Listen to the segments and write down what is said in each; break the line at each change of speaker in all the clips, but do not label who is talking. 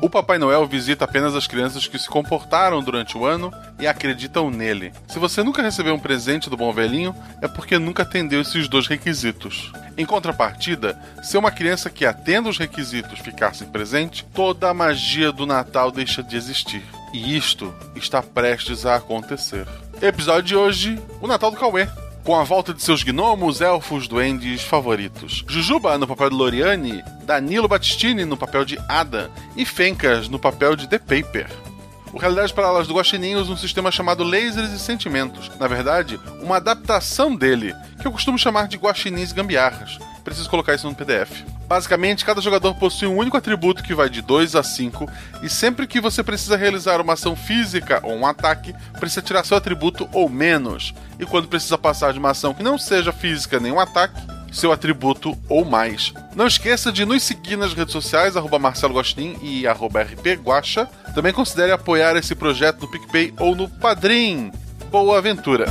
O Papai Noel visita apenas as crianças que se comportaram durante o ano e acreditam nele. Se você nunca recebeu um presente do Bom Velhinho, é porque nunca atendeu esses dois requisitos. Em contrapartida, se uma criança que atenda os requisitos ficar sem presente, toda a magia do Natal deixa de existir. E isto está prestes a acontecer. Episódio de hoje: O Natal do Cauê com a volta de seus gnomos, elfos, duendes favoritos. Jujuba no papel de Loriane, Danilo Battistini no papel de Ada e Fencas no papel de The Paper. O Realidades Paralelas do Guaxinim usa um sistema chamado Lasers e Sentimentos. Na verdade, uma adaptação dele, que eu costumo chamar de Guaxinins e Gambiarras. Preciso colocar isso no PDF. Basicamente, cada jogador possui um único atributo que vai de 2 a 5, e sempre que você precisa realizar uma ação física ou um ataque, precisa tirar seu atributo ou menos. E quando precisa passar de uma ação que não seja física nem um ataque, seu atributo ou mais. Não esqueça de nos seguir nas redes sociais, arroba Marcelo Gostin e arroba rpguacha. Também considere apoiar esse projeto no PicPay ou no Padrim. Boa aventura!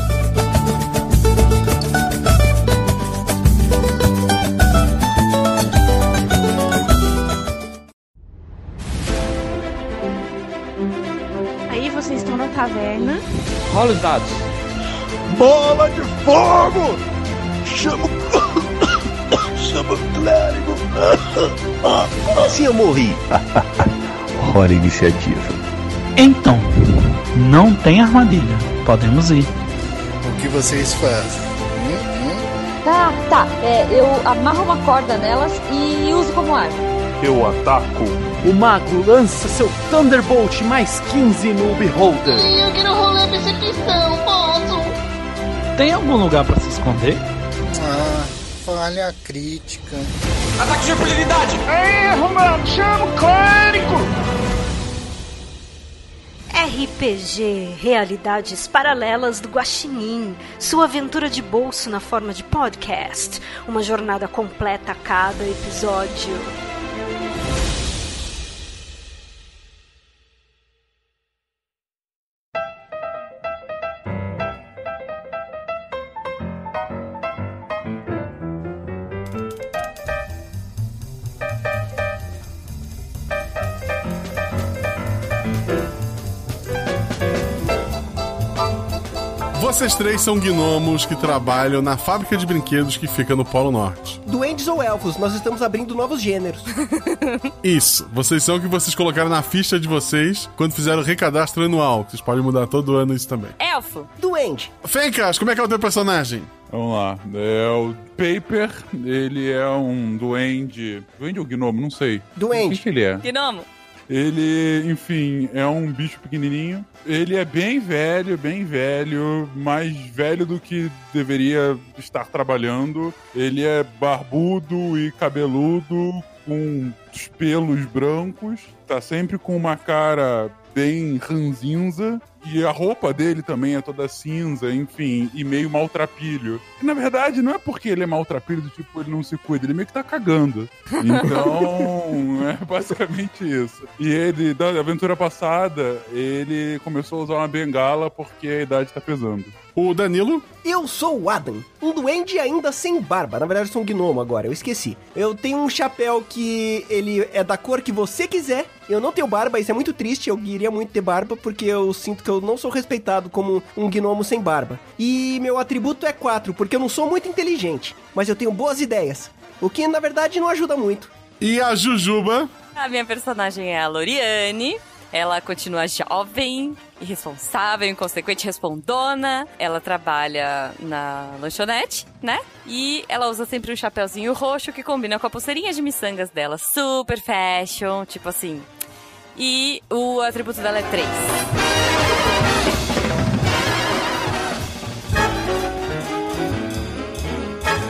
Aí vocês estão na taverna.
Rola os dados.
Bola de fogo! Chama o. Chama o clérigo! Como assim eu morri?
Rola iniciativa.
Então, não tem armadilha. Podemos ir.
O que vocês fazem?
Tá, tá. É, eu amarro uma corda nelas e uso como arma.
Eu ataco.
O mago lança seu Thunderbolt mais 15 no Beholder.
Eu quero um rolar percepção, posso?
Tem algum lugar pra se esconder?
Ah, falha crítica.
Ataque de impunidade!
RPG Realidades Paralelas do Guaxinim, sua aventura de bolso na forma de podcast, uma jornada completa a cada episódio.
Vocês três são gnomos que trabalham na fábrica de brinquedos que fica no Polo Norte.
Duendes ou elfos, nós estamos abrindo novos gêneros.
Isso, vocês são o que vocês colocaram na ficha de vocês quando fizeram o recadastro anual. Vocês podem mudar todo ano isso também.
Elfo.
Duende.
Fencas, como é que é o teu personagem?
Vamos lá. É o Paper, ele é um duende. Duende ou gnomo? Não sei. O que,
Duende.
que ele é?
Gnomo.
Ele, enfim, é um bicho pequenininho. Ele é bem velho, bem velho, mais velho do que deveria estar trabalhando. Ele é barbudo e cabeludo, com os pelos brancos. Tá sempre com uma cara bem ranzinza. E a roupa dele também é toda cinza, enfim, e meio maltrapilho. E, na verdade, não é porque ele é maltrapilho do tipo ele não se cuida, ele meio que tá cagando. Então, é basicamente isso. E ele, da aventura passada, ele começou a usar uma bengala porque a idade tá pesando.
O Danilo,
Eu sou o Adam, um duende ainda sem barba. Na verdade, eu sou um gnomo agora, eu esqueci. Eu tenho um chapéu que ele é da cor que você quiser. Eu não tenho barba, isso é muito triste. Eu queria muito ter barba porque eu sinto que eu não sou respeitado como um gnomo sem barba. E meu atributo é 4, porque eu não sou muito inteligente, mas eu tenho boas ideias. O que na verdade não ajuda muito.
e a Jujuba.
A minha personagem é a Loriane. Ela continua jovem, irresponsável, inconsequente, respondona. Ela trabalha na lanchonete, né? E ela usa sempre um chapéuzinho roxo que combina com a pulseirinha de miçangas dela. Super fashion, tipo assim. E o atributo dela é 3.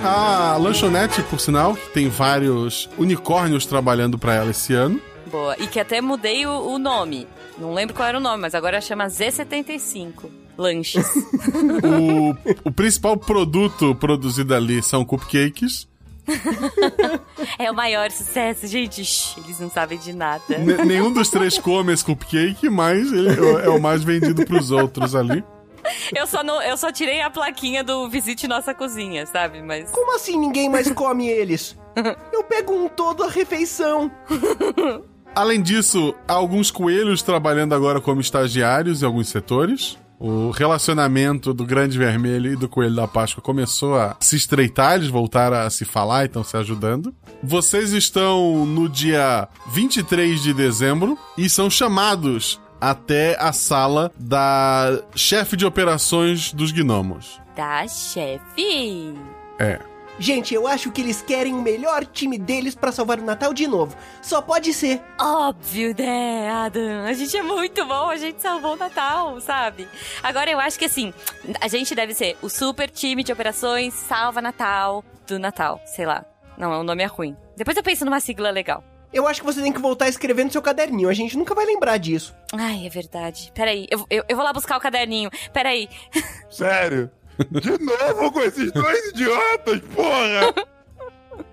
Ah, A lanchonete, por sinal, que tem vários unicórnios trabalhando pra ela esse ano.
Boa. E que até mudei o, o nome. Não lembro qual era o nome, mas agora chama Z75. Lanches.
O, o principal produto produzido ali são cupcakes.
é o maior sucesso, gente. Shh, Eles não sabem de nada.
N- nenhum dos três come esse cupcake, mas ele é o- é o mais vendido pros outros ali.
Eu só, não, eu só tirei a plaquinha do Visite Nossa Cozinha, sabe? Mas.
Como assim ninguém mais come eles? Eu pego um todo a refeição.
Além disso, há alguns coelhos trabalhando agora como estagiários em alguns setores. O relacionamento do Grande Vermelho e do Coelho da Páscoa começou a se estreitar, eles voltaram a se falar e estão se ajudando. Vocês estão no dia 23 de dezembro e são chamados até a sala da chefe de operações dos gnomos.
Da chefe.
É.
Gente, eu acho que eles querem o melhor time deles pra salvar o Natal de novo. Só pode ser.
Óbvio, né, Adam? A gente é muito bom, a gente salvou o Natal, sabe? Agora eu acho que assim, a gente deve ser o super time de operações Salva Natal do Natal, sei lá. Não, o nome é ruim. Depois eu penso numa sigla legal.
Eu acho que você tem que voltar a escrever no seu caderninho. A gente nunca vai lembrar disso.
Ai, é verdade. Peraí, eu, eu, eu vou lá buscar o caderninho. Peraí.
Sério? De novo com esses dois idiotas, porra!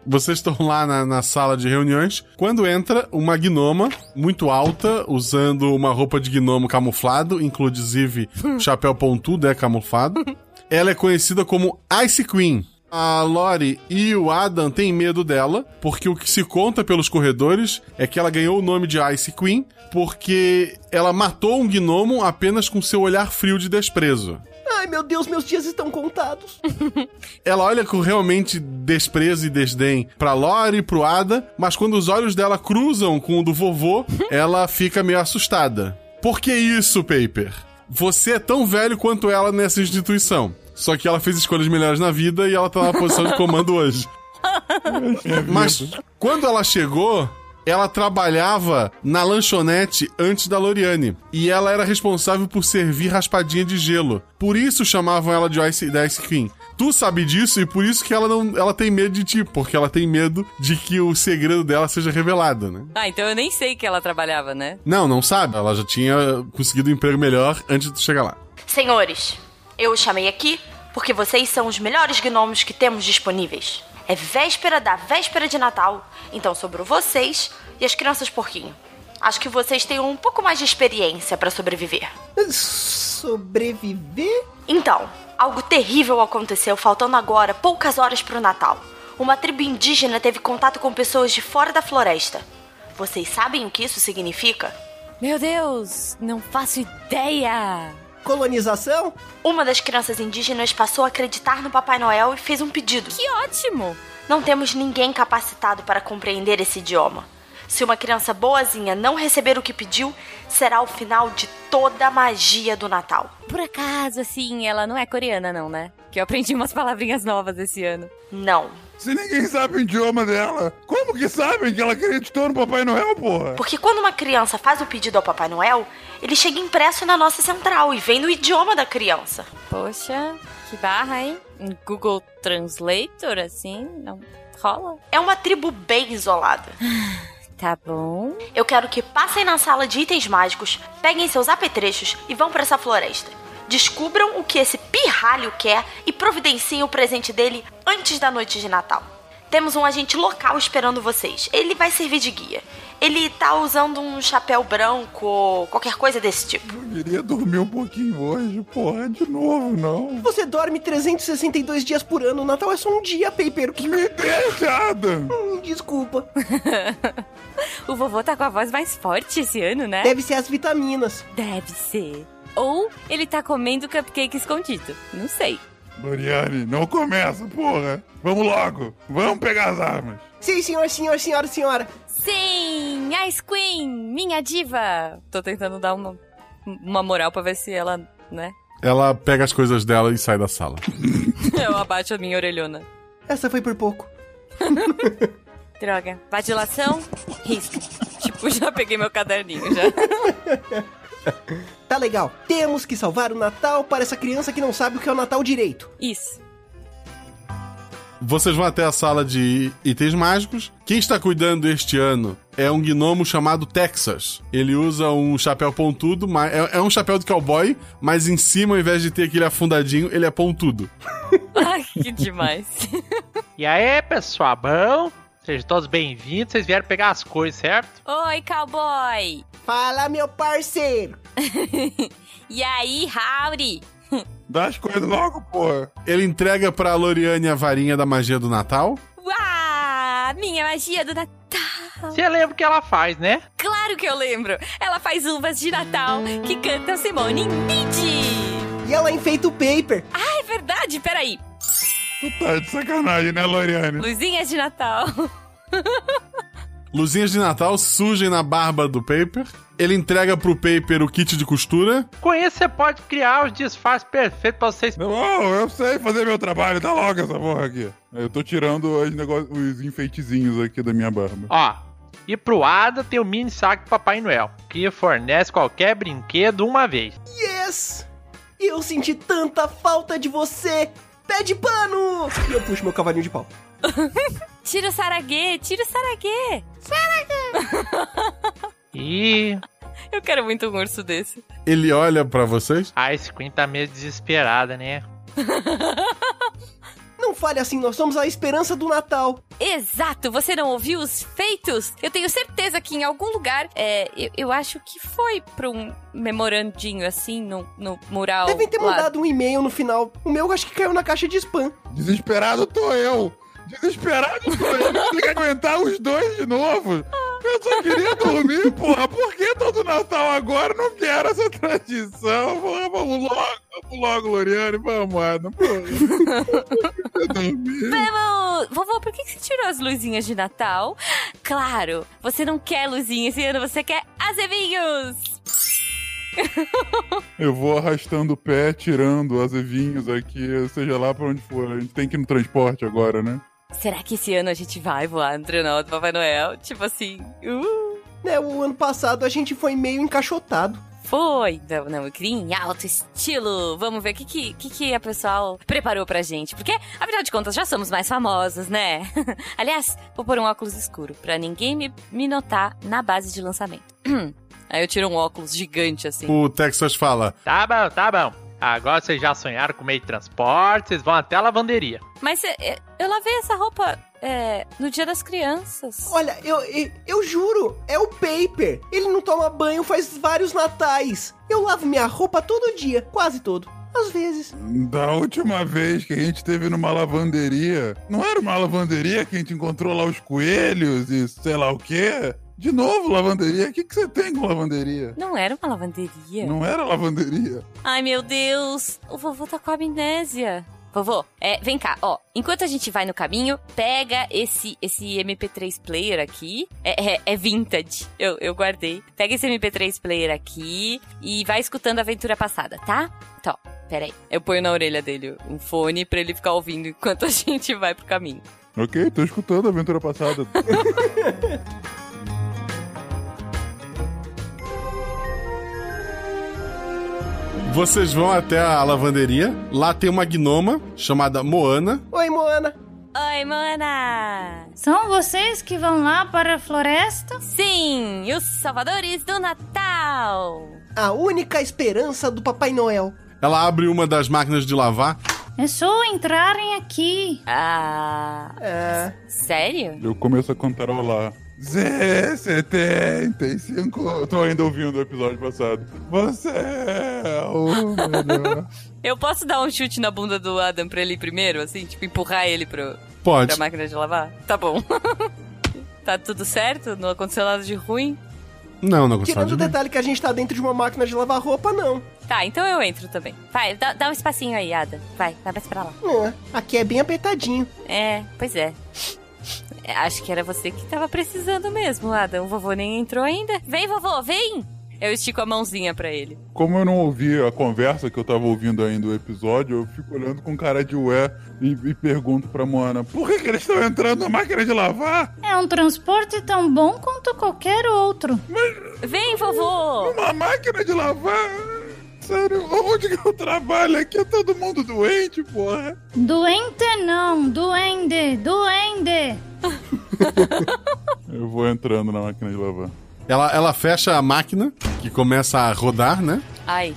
Vocês estão lá na, na sala de reuniões. Quando entra uma gnoma muito alta, usando uma roupa de gnomo camuflado, inclusive chapéu pontudo é camuflado. Ela é conhecida como Ice Queen. A Lori e o Adam têm medo dela, porque o que se conta pelos corredores é que ela ganhou o nome de Ice Queen porque ela matou um gnomo apenas com seu olhar frio de desprezo.
Ai, meu Deus, meus dias estão contados.
Ela olha com realmente desprezo e desdém pra Lori e pro Ada, mas quando os olhos dela cruzam com o do vovô, ela fica meio assustada. Por que isso, Paper? Você é tão velho quanto ela nessa instituição. Só que ela fez escolhas melhores na vida e ela tá na posição de comando hoje.
É
Mas quando ela chegou, ela trabalhava na lanchonete antes da Loriane. E ela era responsável por servir raspadinha de gelo. Por isso chamavam ela de Ice, da Ice Queen. Tu sabe disso e por isso que ela não, ela tem medo de ti, porque ela tem medo de que o segredo dela seja revelado, né?
Ah, então eu nem sei que ela trabalhava, né?
Não, não sabe. Ela já tinha conseguido um emprego melhor antes de tu chegar lá.
Senhores, eu os chamei aqui porque vocês são os melhores gnomos que temos disponíveis. É véspera da véspera de Natal, então sobrou vocês e as crianças porquinho. Acho que vocês têm um pouco mais de experiência para sobreviver.
Sobreviver?
Então, algo terrível aconteceu faltando agora poucas horas para o Natal. Uma tribo indígena teve contato com pessoas de fora da floresta. Vocês sabem o que isso significa?
Meu Deus, não faço ideia!
colonização?
Uma das crianças indígenas passou a acreditar no Papai Noel e fez um pedido.
Que ótimo!
Não temos ninguém capacitado para compreender esse idioma. Se uma criança boazinha não receber o que pediu, será o final de toda a magia do Natal.
Por acaso, assim, ela não é coreana, não, né? Que eu aprendi umas palavrinhas novas esse ano.
Não.
Se ninguém sabe o idioma dela, como que sabem que ela acreditou no Papai Noel,
É.
porra?
Porque quando uma criança faz o pedido ao Papai Noel, ele chega impresso na nossa central e vem no idioma da criança.
Poxa, que barra, hein? Um Google Translator, assim, não rola?
É uma tribo bem isolada.
Tá bom.
Eu quero que passem na sala de itens mágicos, peguem seus apetrechos e vão para essa floresta. Descubram o que esse pirralho quer e providenciem o presente dele antes da noite de Natal. Temos um agente local esperando vocês. Ele vai servir de guia. Ele tá usando um chapéu branco ou qualquer coisa desse tipo.
Eu queria dormir um pouquinho hoje, porra, de novo, não.
Você dorme 362 dias por ano, o Natal é só um dia, Paper.
Que me deixa, Adam.
Hum, desculpa.
o vovô tá com a voz mais forte esse ano, né?
Deve ser as vitaminas.
Deve ser. Ou ele tá comendo cupcake escondido. Não sei.
Doriane, não começa, porra. Vamos logo. Vamos pegar as armas.
Sim, senhor, senhor, senhora, senhora.
Sim, Ice Queen, minha diva. Tô tentando dar uma, uma moral pra ver se ela, né?
Ela pega as coisas dela e sai da sala.
Eu abaixo a minha orelhona.
Essa foi por pouco.
Droga. Vadilação, risco. tipo, já peguei meu caderninho, já.
tá legal. Temos que salvar o Natal para essa criança que não sabe o que é o Natal direito.
Isso.
Vocês vão até a sala de itens mágicos. Quem está cuidando este ano é um gnomo chamado Texas. Ele usa um chapéu pontudo, mas é, um chapéu de cowboy, mas em cima, ao invés de ter aquele afundadinho, ele é pontudo.
Ai, que demais.
e aí, pessoal, bom? Sejam todos bem-vindos, vocês vieram pegar as coisas, certo?
Oi, cowboy!
Fala, meu parceiro!
e aí, Howdy?
Dá as coisas logo, porra!
Ele entrega pra Loriane a varinha da magia do Natal.
Uau! Minha magia do Natal!
Você lembra o que ela faz, né?
Claro que eu lembro! Ela faz uvas de Natal que canta Simone Bindi!
E ela enfeita o paper!
Ah, é verdade! Peraí!
Tu tá de sacanagem, né, Loriane?
Luzinhas de Natal!
Luzinhas de Natal surgem na barba do Paper. Ele entrega pro Paper o kit de costura.
Com isso você pode criar os disfarces perfeitos pra vocês.
Não, eu sei fazer meu trabalho, dá logo essa porra aqui. Eu tô tirando os, negócio, os enfeitezinhos aqui da minha barba.
Ó, e pro Ada tem o mini saco do Papai Noel, que fornece qualquer brinquedo uma vez.
Yes! Eu senti tanta falta de você! Pé de pano! E eu puxo meu cavalinho de pau.
tira o saraguê, tira o saraguê! Saraguê!
Ih.
Eu quero muito um urso desse.
Ele olha para vocês?
Ah, esse Queen tá meio desesperada, né?
Não fale assim, nós somos a esperança do Natal.
Exato, você não ouviu os feitos? Eu tenho certeza que em algum lugar, é, eu, eu acho que foi pra um memorandinho assim no, no mural.
Devem ter
lá.
mandado um e-mail no final. O meu acho que caiu na caixa de spam.
Desesperado tô eu! Desesperado tô eu! Tem que aguentar os dois de novo! Eu só queria dormir, porra! Por que todo Natal agora? Não quero essa tradição! Porra, vamos logo, vamos logo, Loriane, vamos, Adam, porra!
Vamos! Vovô, por que que você tirou as luzinhas de Natal? Claro, você não quer luzinha esse ano, você quer azevinhos!
Eu vou arrastando o pé, tirando as evinhos aqui, seja lá pra onde for. A gente tem que ir no transporte agora, né?
Será que esse ano a gente vai voar no trenó do Papai Noel? Tipo assim, uh,
Né, o ano passado a gente foi meio encaixotado.
foi! Não, não, eu queria em alto estilo! Vamos ver o que, que, que, que a pessoal preparou pra gente. Porque, afinal de contas, já somos mais famosos, né? Aliás, vou pôr um óculos escuro, pra ninguém me, me notar na base de lançamento. Aí eu tiro um óculos gigante, assim.
O Texas fala:
Tá bom, tá bom. Agora vocês já sonharam com meio de transporte, vocês vão até a lavanderia.
Mas é, é, eu lavei essa roupa é, no dia das crianças.
Olha, eu, eu, eu juro, é o Paper. Ele não toma banho faz vários natais. Eu lavo minha roupa todo dia, quase todo. Às vezes.
Da última vez que a gente teve numa lavanderia, não era uma lavanderia que a gente encontrou lá os coelhos e sei lá o quê? De novo, lavanderia? O que, que você tem com lavanderia?
Não era uma lavanderia?
Não era lavanderia.
Ai, meu Deus! O vovô tá com amnésia. Vovô, é, vem cá, ó. Enquanto a gente vai no caminho, pega esse esse MP3 player aqui. É, é- é vintage, eu, eu guardei. Pega esse MP3 player aqui e vai escutando a aventura passada, tá? Então, peraí. Eu ponho na orelha dele um fone pra ele ficar ouvindo enquanto a gente vai pro caminho.
Ok, tô escutando a aventura passada.
Vocês vão até a lavanderia. Lá tem uma gnoma chamada Moana.
Oi, Moana.
Oi, Mana!
São vocês que vão lá para a floresta?
Sim, os salvadores do Natal!
A única esperança do Papai Noel.
Ela abre uma das máquinas de lavar.
É só entrarem aqui.
Ah.
É.
Sério?
Eu começo a cantarolar. Z75. Eu tô ainda ouvindo o episódio passado. Você é o melhor.
Eu posso dar um chute na bunda do Adam pra ele ir primeiro, assim? Tipo, empurrar ele pro,
Pode.
pra máquina de lavar? Tá bom. tá tudo certo? Não aconteceu nada de ruim?
Não, não gostava
Tirando
de
o
mim.
detalhe que a gente tá dentro de uma máquina de lavar roupa, não.
Tá, então eu entro também. Vai, dá, dá um espacinho aí, Adam. Vai, vai mais pra lá.
É, aqui é bem apertadinho.
É, pois é. É, Acho que era você que tava precisando mesmo, Adam. O vovô nem entrou ainda. Vem, vovô, vem! Eu estico a mãozinha pra ele.
Como eu não ouvi a conversa que eu tava ouvindo ainda o episódio, eu fico olhando com cara de ué e, e pergunto pra Moana: por que, que eles estão entrando na máquina de lavar?
É um transporte tão bom quanto qualquer outro.
Vem, vovô!
Uma máquina de lavar? Sério, onde que eu trabalho? Aqui é todo mundo doente, porra.
Doente não, duende, duende.
Eu vou entrando na máquina de lavar.
Ela, ela fecha a máquina, que começa a rodar, né?
Ai.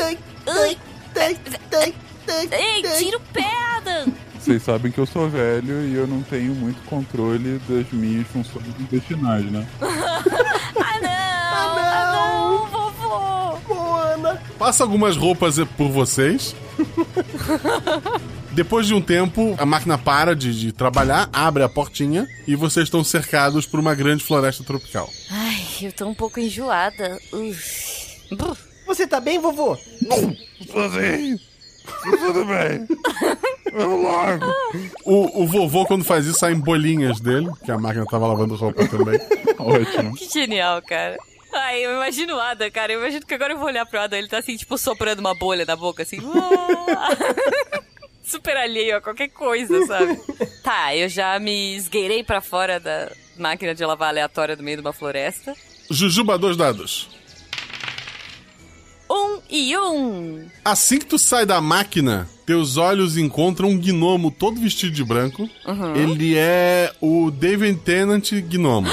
Ai.
Ei, tira o pé, Adam!
Vocês sabem que eu sou velho e eu não tenho muito controle das minhas funções intestinais, né?
ah, não! Ah, não, vovô!
Moana!
passa algumas roupas por vocês. Depois de um tempo, a máquina para de, de trabalhar, abre a portinha e vocês estão cercados por uma grande floresta tropical.
Ai, eu tô um pouco enjoada. Uf. Buf.
Você tá bem, vovô?
Tudo bem. Eu largo. O, o vovô, quando faz isso, saem bolinhas dele, que a máquina tava lavando roupa também. Ótimo.
Que genial, cara. Ai, eu imagino o Adam, cara. Eu imagino que agora eu vou olhar pro Adam, ele tá assim, tipo, soprando uma bolha na boca, assim. Super alheio a qualquer coisa, sabe? tá, eu já me esgueirei pra fora da máquina de lavar aleatória do meio de uma floresta.
Jujuba, dois dados.
Um e um.
Assim que tu sai da máquina, teus olhos encontram um gnomo todo vestido de branco.
Uhum.
Ele é o David Tennant gnomo.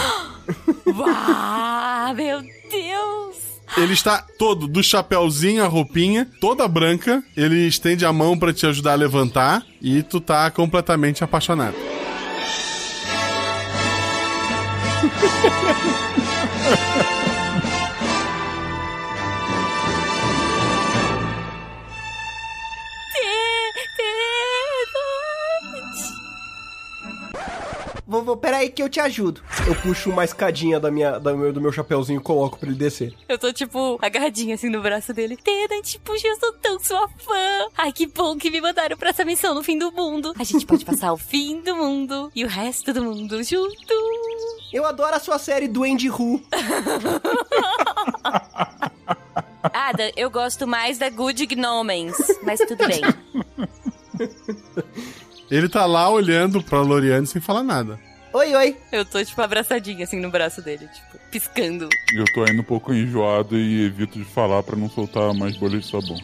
Uau, meu Deus!
Ele está todo do chapéuzinho, a roupinha, toda branca. Ele estende a mão pra te ajudar a levantar e tu tá completamente apaixonado.
Vovô, peraí que eu te ajudo. Eu puxo uma escadinha da minha, da meu, do meu chapéuzinho e coloco pra ele descer.
Eu tô, tipo, agarradinha assim no braço dele. Tenant, puxa, eu sou tão sua fã. Ai, que bom que me mandaram pra essa missão no fim do mundo. A gente pode passar o fim do mundo e o resto do mundo junto.
Eu adoro a sua série Duende Who.
Ada, eu gosto mais da Good Gnomens, mas tudo bem.
Ele tá lá olhando pra Loriane sem falar nada.
Oi, oi.
Eu tô, tipo, abraçadinha assim no braço dele, tipo, piscando.
Eu tô ainda um pouco enjoado e evito de falar pra não soltar mais bolhas de sabão.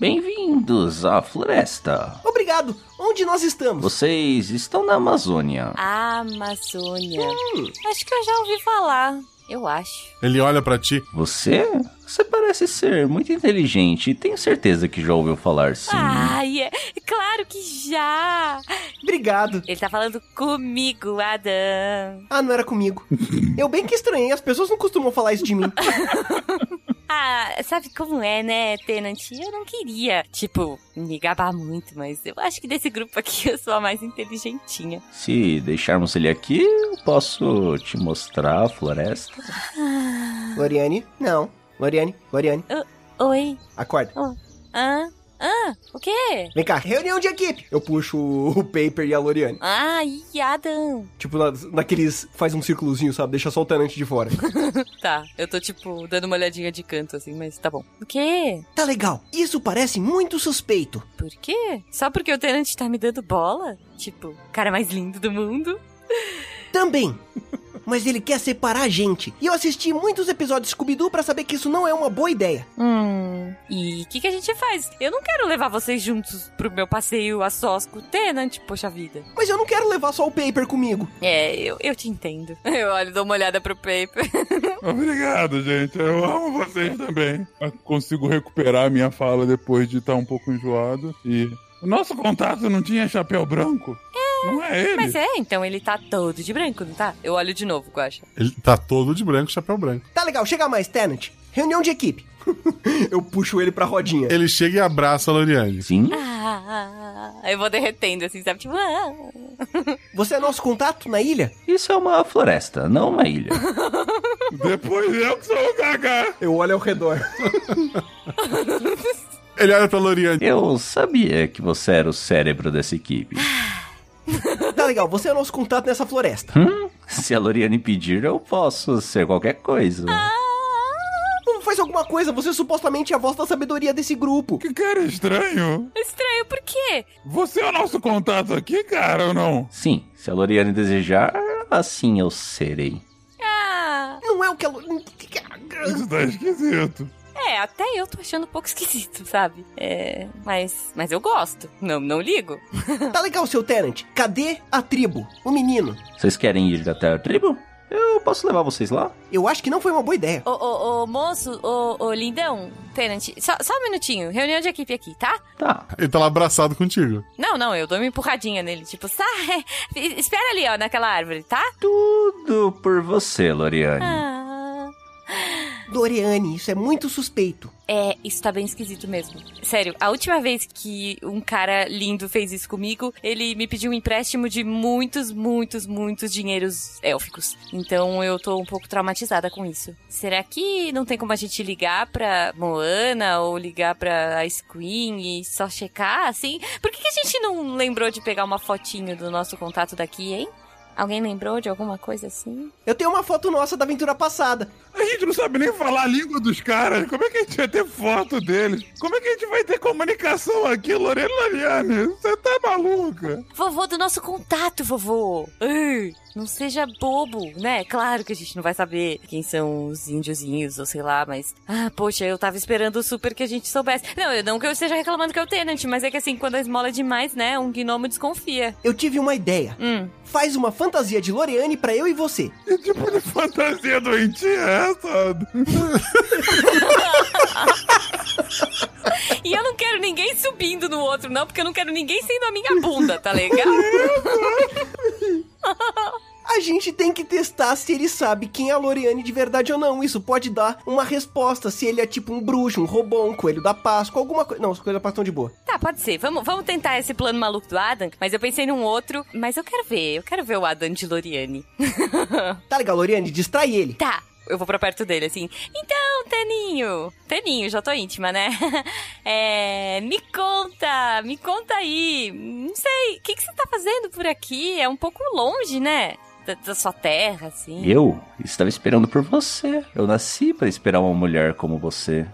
Bem-vindos à floresta.
Obrigado. Onde nós estamos?
Vocês estão tá na Amazônia.
Amazônia.
Hum.
Acho que eu já ouvi falar. Eu acho.
Ele olha pra ti.
Você? Você parece ser muito inteligente. Tenho certeza que já ouviu falar sim.
Ai, é claro que já.
Obrigado.
Ele tá falando comigo, Adam.
Ah, não era comigo. Eu bem que estranhei, as pessoas não costumam falar isso de mim.
Ah, sabe como é, né, Tenant? Eu não queria, tipo, me gabar muito, mas eu acho que desse grupo aqui eu sou a mais inteligentinha.
Se deixarmos ele aqui, eu posso te mostrar a floresta.
Loriane? Não. Loriane, Loriane,
Ah. Oi?
acorda.
Hã? Hã? O quê?
Vem cá, reunião de equipe. Eu puxo o Paper e a Loriane.
Ai, Adam.
Tipo, na, naqueles. Faz um círculozinho, sabe? Deixa só o Tenant de fora.
Tá, eu tô, tipo, dando uma olhadinha de canto, assim, mas tá bom. O quê?
Tá legal. Isso parece muito suspeito.
Por quê? Só porque o Tenant tá me dando bola? Tipo, o cara mais lindo do mundo?
Também. Mas ele quer separar a gente. E eu assisti muitos episódios de Scooby-Doo pra saber que isso não é uma boa ideia.
Hum. E o que, que a gente faz? Eu não quero levar vocês juntos pro meu passeio a sós com o Tenant, poxa vida.
Mas eu não quero levar só o Paper comigo.
É, eu, eu te entendo. Eu olho, dou uma olhada pro paper.
Obrigado, gente. Eu amo vocês também. Eu consigo recuperar a minha fala depois de estar um pouco enjoado. E. O nosso contato não tinha chapéu branco? Não é ele.
Mas é, então ele tá todo de branco, não tá? Eu olho de novo, Guacha.
Ele tá todo de branco, chapéu branco.
Tá legal, chega mais, Tenant. Reunião de equipe. eu puxo ele pra rodinha.
Ele chega e abraça a Loriane.
Sim.
Ah, eu vou derretendo, assim, sabe? Tipo, ah.
Você é nosso contato na ilha?
Isso é uma floresta, não uma ilha.
Depois eu que sou o cagá.
Eu olho ao redor.
Ele olha pra Loriane.
Eu sabia que você era o cérebro dessa equipe.
tá legal, você é nosso contato nessa floresta.
Hum? Se a Loriane pedir, eu posso ser qualquer coisa.
Como faz alguma coisa? Você supostamente é a voz da sabedoria desse grupo.
Que cara estranho.
Estranho, por quê?
Você é o nosso contato aqui, cara, ou não?
Sim, se a Loriane desejar, assim eu serei.
Ah.
Não é o que ela.
Isso tá esquisito.
É, até eu tô achando um pouco esquisito, sabe? É, mas, mas eu gosto. Não, não ligo.
Tá legal, seu Tenant. Cadê a tribo? O menino.
Vocês querem ir até a tribo? Eu posso levar vocês lá?
Eu acho que não foi uma boa ideia.
Ô, ô, ô, moço, ô, ô, lindão, Tenant, só, só um minutinho. Reunião de equipe aqui, tá?
Tá.
Ele tá lá abraçado contigo.
Não, não, eu dou uma empurradinha nele. Tipo, sai, espera ali, ó, naquela árvore, tá?
Tudo por você, Loriane.
Ah.
Ah. Doriane, isso é muito suspeito.
É, isso tá bem esquisito mesmo. Sério, a última vez que um cara lindo fez isso comigo, ele me pediu um empréstimo de muitos, muitos, muitos dinheiros élficos. Então eu tô um pouco traumatizada com isso. Será que não tem como a gente ligar pra Moana ou ligar pra Ice Queen e só checar, assim? Por que, que a gente não lembrou de pegar uma fotinho do nosso contato daqui, hein? Alguém lembrou de alguma coisa assim?
Eu tenho uma foto nossa da aventura passada.
A gente não sabe nem falar a língua dos caras. Como é que a gente vai ter foto deles? Como é que a gente vai ter comunicação aqui, Lorena Laviane? Você tá maluca?
Vovô do nosso contato, vovô. Ai, não seja bobo, né? Claro que a gente não vai saber quem são os índiozinhos ou sei lá, mas. Ah, poxa, eu tava esperando super que a gente soubesse. Não, eu não que eu esteja reclamando que é o Tenant, mas é que assim, quando a esmola é demais, né? Um gnomo desconfia.
Eu tive uma ideia.
Hum.
Faz uma fantasia de Loreane pra eu e você.
Que tipo de fantasia doentia é essa?
E eu não quero ninguém subindo no outro, não, porque eu não quero ninguém sendo a minha bunda, tá legal?
A gente tem que testar se ele sabe quem é a Loriane de verdade ou não. Isso pode dar uma resposta se ele é tipo um bruxo, um robô, um coelho da Páscoa, alguma coisa. Não, os coelhos da Páscoa estão de boa.
Tá, pode ser. Vamos, vamos tentar esse plano maluco do Adam, mas eu pensei num outro, mas eu quero ver, eu quero ver o Adam de Loriane.
Tá legal, Loriane? Distrai ele.
Tá. Eu vou pra perto dele, assim. Então, Teninho. Teninho, já tô íntima, né? É. Me conta, me conta aí. Não sei, o que, que você tá fazendo por aqui? É um pouco longe, né? Da, da sua terra, assim.
Eu estava esperando por você. Eu nasci para esperar uma mulher como você.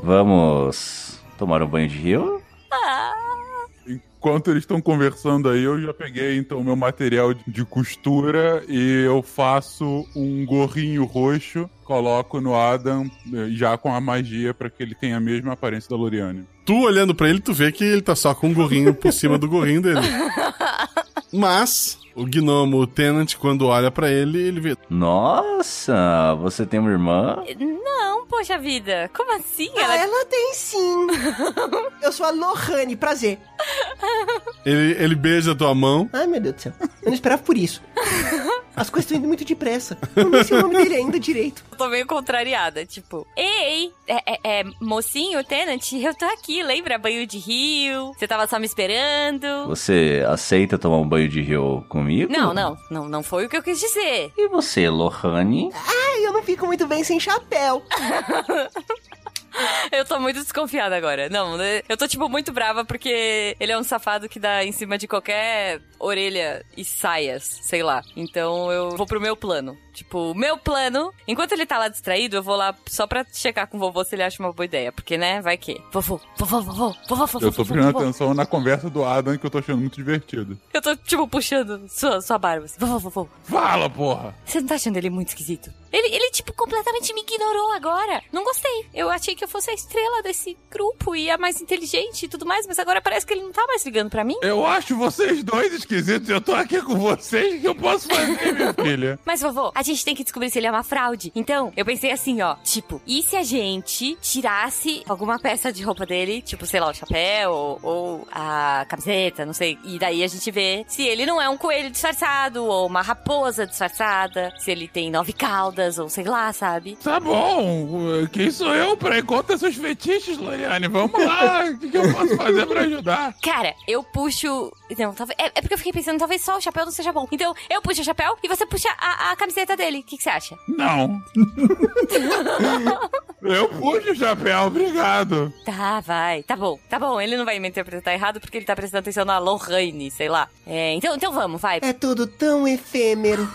Vamos tomar um banho de rio?
Enquanto eles estão conversando aí, eu já peguei então meu material de- de costura e eu faço um gorrinho roxo, coloco no Adam eh, já com a magia pra que ele tenha a mesma aparência da Loriane.
Tu olhando pra ele, tu vê que ele tá só com um gorrinho por cima do gorrinho dele. Mas o gnomo, o Tenant, quando olha pra ele, ele vê.
Nossa, você tem uma irmã?
Não, poxa vida. Como assim?
Ah, ela tem sim. eu sou a Lohane, prazer.
Ele, ele beija tua mão.
Ai, meu Deus do céu. Eu não esperava por isso. As coisas estão indo muito depressa. Eu não sei o nome dele ainda direito.
Eu tô meio contrariada, tipo. Ei, é, é, é, mocinho, Tenant, eu tô aqui, lembra? Banho de rio, você tava só me esperando.
Você aceita tomar um banho de rio comigo?
Não, não, não, não foi o que eu quis dizer.
E você, Lohane?
Ai, eu não fico muito bem sem chapéu.
Eu tô muito desconfiada agora. Não, eu tô, tipo, muito brava porque ele é um safado que dá em cima de qualquer orelha e saias, sei lá. Então eu vou pro meu plano. Tipo, o meu plano, enquanto ele tá lá distraído, eu vou lá só pra checar com o vovô se ele acha uma boa ideia. Porque, né, vai que. Vovô, vovô, vovô, vovô, vovô.
Eu tô
vovô,
prestando
vovô.
atenção na conversa do Adam que eu tô achando muito divertido.
Eu tô, tipo, puxando sua, sua barba. Assim. Vovô, vovô.
Fala, porra!
Você não tá achando ele muito esquisito? Ele, ele, tipo, completamente me ignorou agora. Não gostei. Eu achei que eu fosse a estrela desse grupo e a mais inteligente e tudo mais, mas agora parece que ele não tá mais ligando pra mim.
Eu acho vocês dois esquisitos, eu tô aqui com vocês, o que eu posso fazer, minha filha?
Mas, vovô, a gente tem que descobrir se ele é uma fraude. Então, eu pensei assim, ó. Tipo, e se a gente tirasse alguma peça de roupa dele? Tipo, sei lá, o chapéu ou, ou a camiseta, não sei. E daí a gente vê se ele não é um coelho disfarçado ou uma raposa disfarçada. Se ele tem nove caudas ou sei lá, sabe?
Tá bom, quem sou eu pra encontrar seus fetiches, Loriane? Vamos lá, o que, que eu posso fazer pra ajudar?
Cara, eu puxo. Não, talvez. É, é porque eu fiquei pensando, talvez só o chapéu não seja bom. Então, eu puxo o chapéu e você puxa a, a camiseta dele. O que, que você acha?
Não. eu puxo o chapéu, obrigado.
Tá, vai. Tá bom, tá bom. Ele não vai me interpretar errado porque ele tá prestando atenção na Lorraine, sei lá. É, então, então vamos, vai.
É tudo tão efêmero.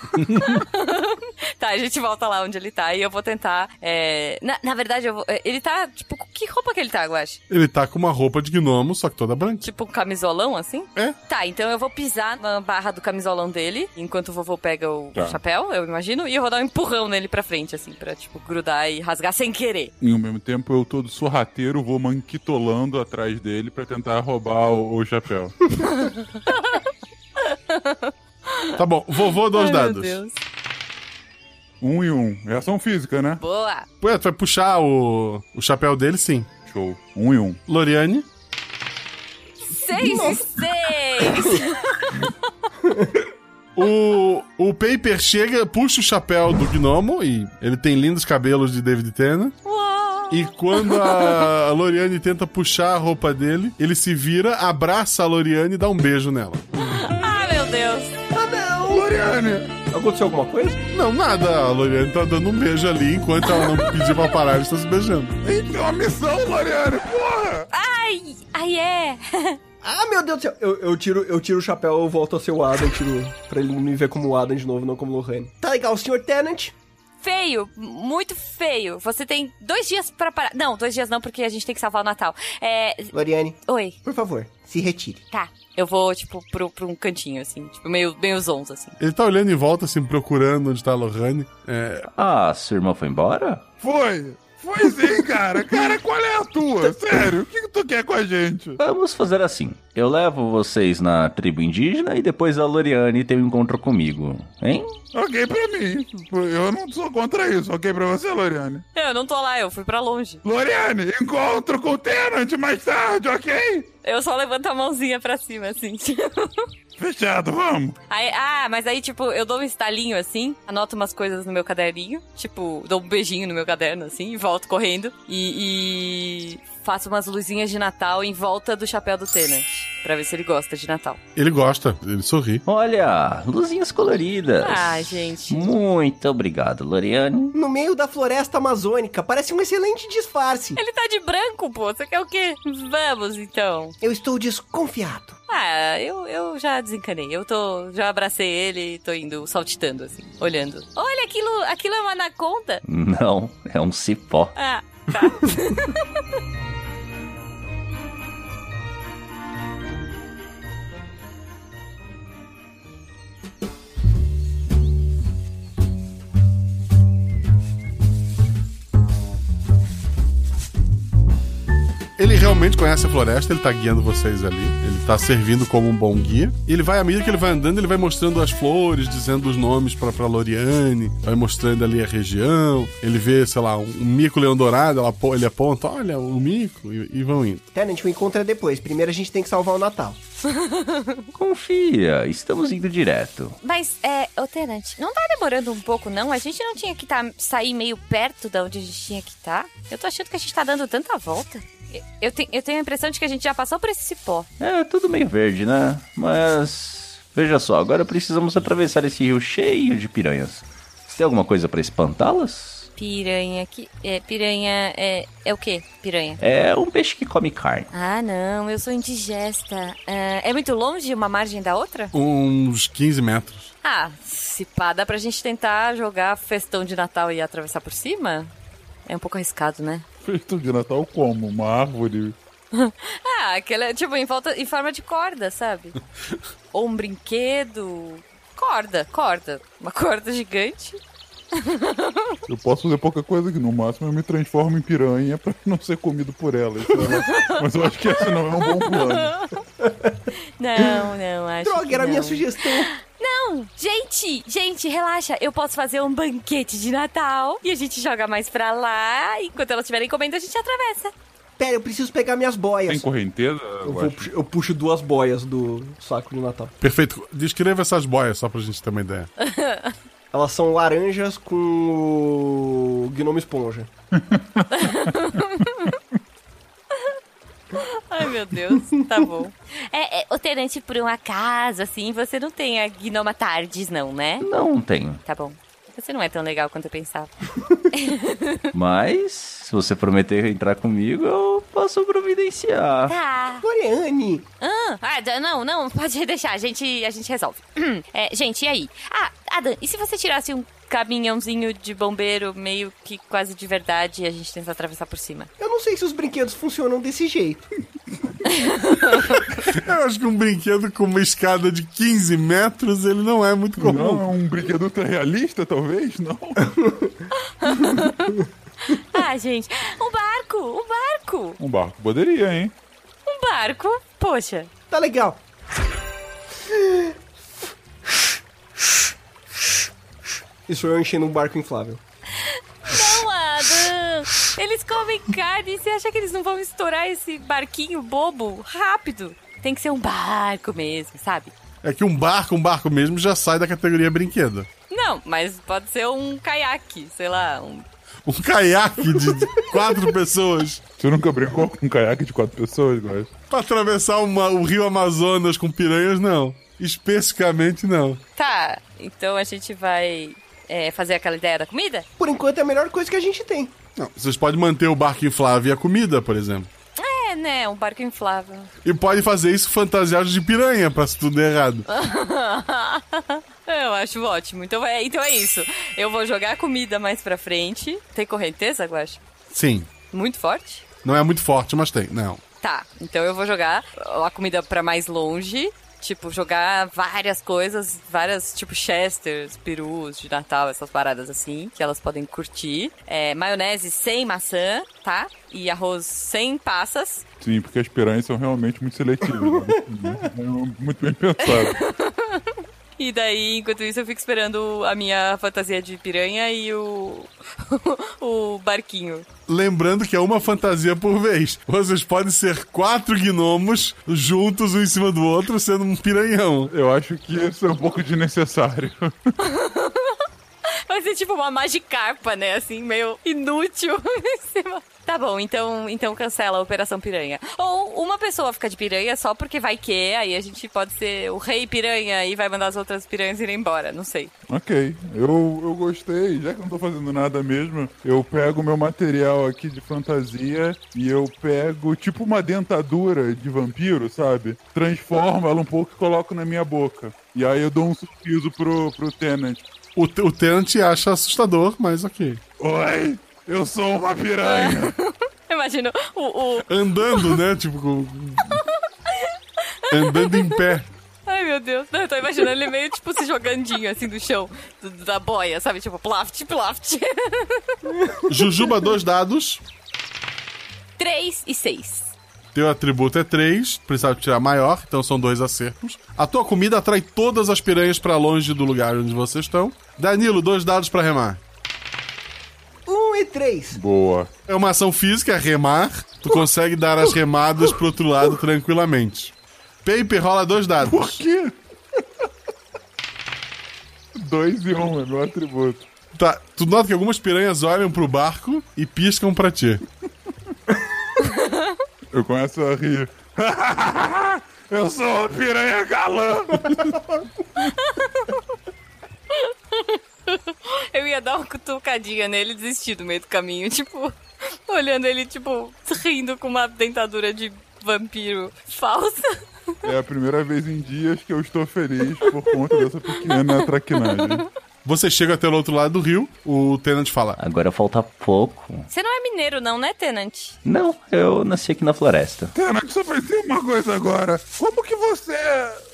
Tá, a gente volta lá onde ele tá e eu vou tentar. é, Na, na verdade, eu vou. é, Ele tá. Tipo, com que roupa que ele tá, eu acho?
Ele tá com uma roupa de gnomo, só que toda branca.
Tipo, um camisolão assim?
É.
Tá, então eu vou pisar na barra do camisolão dele, enquanto o vovô pega o
Tá.
chapéu, eu imagino, e eu vou dar um empurrão nele pra frente, assim, pra, tipo, grudar e rasgar sem querer.
E ao um mesmo tempo eu todo sorrateiro, vou manquitolando atrás dele pra tentar roubar o, o chapéu.
Tá bom, vovô dá os
Ai,
dados.
Meu Deus.
Um e um. É ação física, né?
Boa!
Ué, tu vai puxar o, o chapéu dele, sim.
Show. Um e um.
Loriane.
Seis e seis!
O, o Paper chega, puxa o chapéu do gnomo e ele tem lindos cabelos de David Tennant. E quando a Loriane tenta puxar a roupa dele, ele se vira, abraça a Loriane e dá um beijo nela.
Ah, meu Deus.
Ah, não. Loriane! Aconteceu alguma coisa? Não, nada. A Loriane tá dando um beijo ali enquanto ela não pediu pra parar, eles estão se beijando.
Então, a missão, Loriane, porra!
Ai, ai é.
Ah, meu Deus do céu! Eu, eu tiro, eu tiro o chapéu, eu volto a ser o Adam, tiro, pra ele me ver como o Adam de novo, não como o Lohane. Tá legal, senhor Tennant.
Feio, muito feio. Você tem dois dias pra parar. Não, dois dias não, porque a gente tem que salvar o Natal. É.
Loriane,
Oi.
por favor, se retire.
Tá. Eu vou, tipo, pro, pro um cantinho, assim. Tipo, meio, meio zonzo, assim.
Ele tá olhando em volta, assim, procurando onde tá a Lorraine. É...
Ah, sua irmã foi embora?
Foi! Foi sim, cara! Cara, qual é a tua? Sério, o que, que tu quer com a gente?
Vamos fazer assim. Eu levo vocês na tribo indígena e depois a Loriane tem um encontro comigo, hein?
Ok pra mim. Eu não sou contra isso. Ok pra você, Loriane?
Eu não tô lá, eu fui pra longe.
Loriane, encontro com o Tenant mais tarde, ok?
Eu só levanto a mãozinha pra cima, assim.
Fechado, vamos.
Aí- ah, mas aí, tipo, eu dou um estalinho assim, anoto umas coisas no meu caderninho, tipo, dou um beijinho no meu caderno, assim, e volto correndo. E, e faço umas luzinhas de Natal em volta do chapéu do Tenant, pra ver se ele gosta de Natal.
Ele gosta, ele sorri.
Olha, luzinhas coloridas.
Ah, gente.
Muito obrigado, Loriane.
No meio da floresta amazônica, parece um excelente disfarce.
Ele tá de branco, pô, você quer o quê? Vamos, então.
Eu estou desconfiado.
Ah, eu, eu já desencanei. Eu tô. Já abracei ele e tô indo saltitando, assim, olhando. Olha, aquilo, aquilo é uma anaconda.
Não, é um cipó.
Ah, tá.
Ele realmente conhece a floresta, ele tá guiando vocês ali. Ele tá servindo como um bom guia. E ele vai, à medida que ele vai andando, ele vai mostrando as flores, dizendo os nomes pra, pra Loriane, vai mostrando ali a região. Ele vê, sei lá, um, um mico leão dourado, ela apo- ele aponta, olha, o mico, e, e vão indo.
Tennant, o encontro é depois. Primeiro a gente tem que salvar o Natal.
Confia, estamos indo direto.
Mas, é, ô Tenant, não tá demorando um pouco, não? A gente não tinha que tá, sair meio perto da onde a gente tinha que estar? Tá? Eu tô achando que a gente tá dando tanta volta. Eu- Eu, te- eu tenho a impressão de que a gente já passou por esse cipó.
É tudo meio verde, né? Mas veja só, agora precisamos atravessar esse rio cheio de piranhas. Você tem alguma coisa pra espantá-las?
Piranha, que. É, piranha é. É o quê? Piranha.
É um peixe que come carne.
Ah, não, eu sou indigesta. Ah, é muito longe uma margem da outra?
Uns 15 metros.
Ah, se pá, dá pra gente tentar jogar festão de Natal e atravessar por cima? É um pouco arriscado, né?
Feito de Natal como? Uma árvore?
Ah, aquela, tipo, em, volta, em forma de corda, sabe? Ou um brinquedo. Corda, corda. Uma corda gigante.
Eu posso fazer pouca coisa aqui, no máximo eu me transformo em piranha pra não ser comido por ela. sei lá. Mas eu acho que esse não é um bom plano.
Não, não, Ah, acho
Droga,
que
era a minha
não.
sugestão.
Não! Gente, gente, relaxa. Eu posso fazer um banquete de Natal e a gente joga mais pra lá. Enquanto elas estiverem comendo, a gente atravessa.
Pera, eu preciso pegar minhas boias.
Tem correnteza? Eu
vou
acho?
puxar- eu puxo duas boias do saco de Natal.
Perfeito. Descreva essas boias só pra gente ter uma ideia.
Elas são laranjas com o gnomo esponja.
Ai, meu Deus, tá bom. É, é, o Terante, por um acaso, assim, você não tem a Gnoma Tardes, não, né?
Não tenho.
Tá bom. Você não é tão legal quanto eu pensava.
Mas, se você prometer entrar comigo, eu posso providenciar.
Tá.
Loriane!
Ah, ah, da- não, não, pode deixar, a gente, a gente resolve. É, gente, e aí? Ah, Adam, e se você tirasse um caminhãozinho de bombeiro meio que quase de verdade e a gente tenta atravessar por cima?
Eu não sei se os brinquedos funcionam desse jeito.
Eu acho que um brinquedo com uma escada de 15 metros, ele não é muito comum.
Não, é um brinquedo realista, talvez? Não.
Ah, gente, um barco, um barco,
Um barco poderia, hein?
um barco, poxa.
Tá legal. Isso eu enchendo um barco inflável.
Não, Adam, eles comem carne, você acha que eles não vão estourar esse barquinho bobo rápido? Tem que ser um barco mesmo, sabe?
É que um barco, um barco mesmo, já sai da categoria brinquedo.
Não, mas pode ser um caiaque, sei lá, um...
Um caiaque de quatro pessoas.
Você nunca brincou com um caiaque de quatro pessoas, Góis?
Pra atravessar uma- o rio Amazonas com piranhas, não. Especificamente, não.
Tá, então a gente vai é, fazer aquela ideia da comida?
Por enquanto é a melhor coisa que a gente tem.
Não, Vocês podem manter o barco inflável e a comida, por exemplo.
É, né, um barco inflável.
E pode fazer isso fantasiado de piranha, pra se tudo der errado.
Eu acho ótimo. Então é, então é isso. Eu vou jogar a comida mais pra frente. Tem correnteza, Guaxa?
Sim.
Muito forte?
Não é muito forte, mas tem. Não.
Tá, então eu vou jogar a comida pra mais longe. Tipo, jogar várias coisas, várias, tipo, chesters, perus de Natal, essas paradas assim, que elas podem curtir. É, maionese sem maçã, tá? E arroz sem passas.
Sim, porque as piranhas são realmente muito seletivas. né? muito bem pensado.
E daí, enquanto isso, eu fico esperando a minha fantasia de piranha e o. o barquinho.
Lembrando que é uma fantasia por vez. Vocês podem ser quatro gnomos juntos, um em cima do outro, sendo um piranhão.
Eu acho que isso é um pouco desnecessário.
Vai ser tipo uma magicarpa, né? Assim, meio inútil. tá bom, então, então cancela a Operação Piranha. Ou uma pessoa fica de piranha só porque vai que, aí a gente pode ser o rei piranha e vai mandar as outras piranhas irem embora, não sei.
Ok, eu, eu gostei. Já que eu não tô fazendo nada mesmo, eu pego meu material aqui de fantasia e eu pego tipo uma dentadura de vampiro, sabe? Transformo ela um pouco e coloco na minha boca. E aí eu dou um sorriso pro, pro Tenant.
O, te- o Tenant acha assustador, mas ok.
Oi, eu sou uma piranha.
Imagino É. o. o...
Andando, né? Tipo, com- andando em pé.
Ai, meu Deus. Não, eu tô imaginando ele meio, tipo, se jogandinho, assim, do chão, do- da boia, sabe? Tipo, plaft, plaft.
Jujuba, dois dados.
Três e seis.
Teu atributo é 3, precisava tirar maior, então são dois acertos. A tua comida atrai todas as piranhas pra longe do lugar onde vocês estão. Danilo, dois dados pra remar.
Um e três.
Boa.
É uma ação física, remar. Tu consegue dar as remadas pro outro lado tranquilamente. Paper rola dois dados. Por
quê? Dois e um, é meu atributo.
Tá, tu nota que algumas piranhas olham pro barco e piscam pra ti.
Eu começo a rir. Eu sou uma piranha galã.
Eu ia dar uma cutucadinha nele e desistir do meio do caminho, tipo, olhando ele, tipo, rindo com uma dentadura de vampiro falsa.
É a primeira vez em dias que eu estou feliz por conta dessa pequena traquinagem.
Você chega até o outro lado do rio, o Tenant fala.
Agora falta pouco.
Você não é mineiro, não, né, Tenant?
Não, eu nasci aqui na floresta.
Tenant, só pensei uma coisa agora. Como que você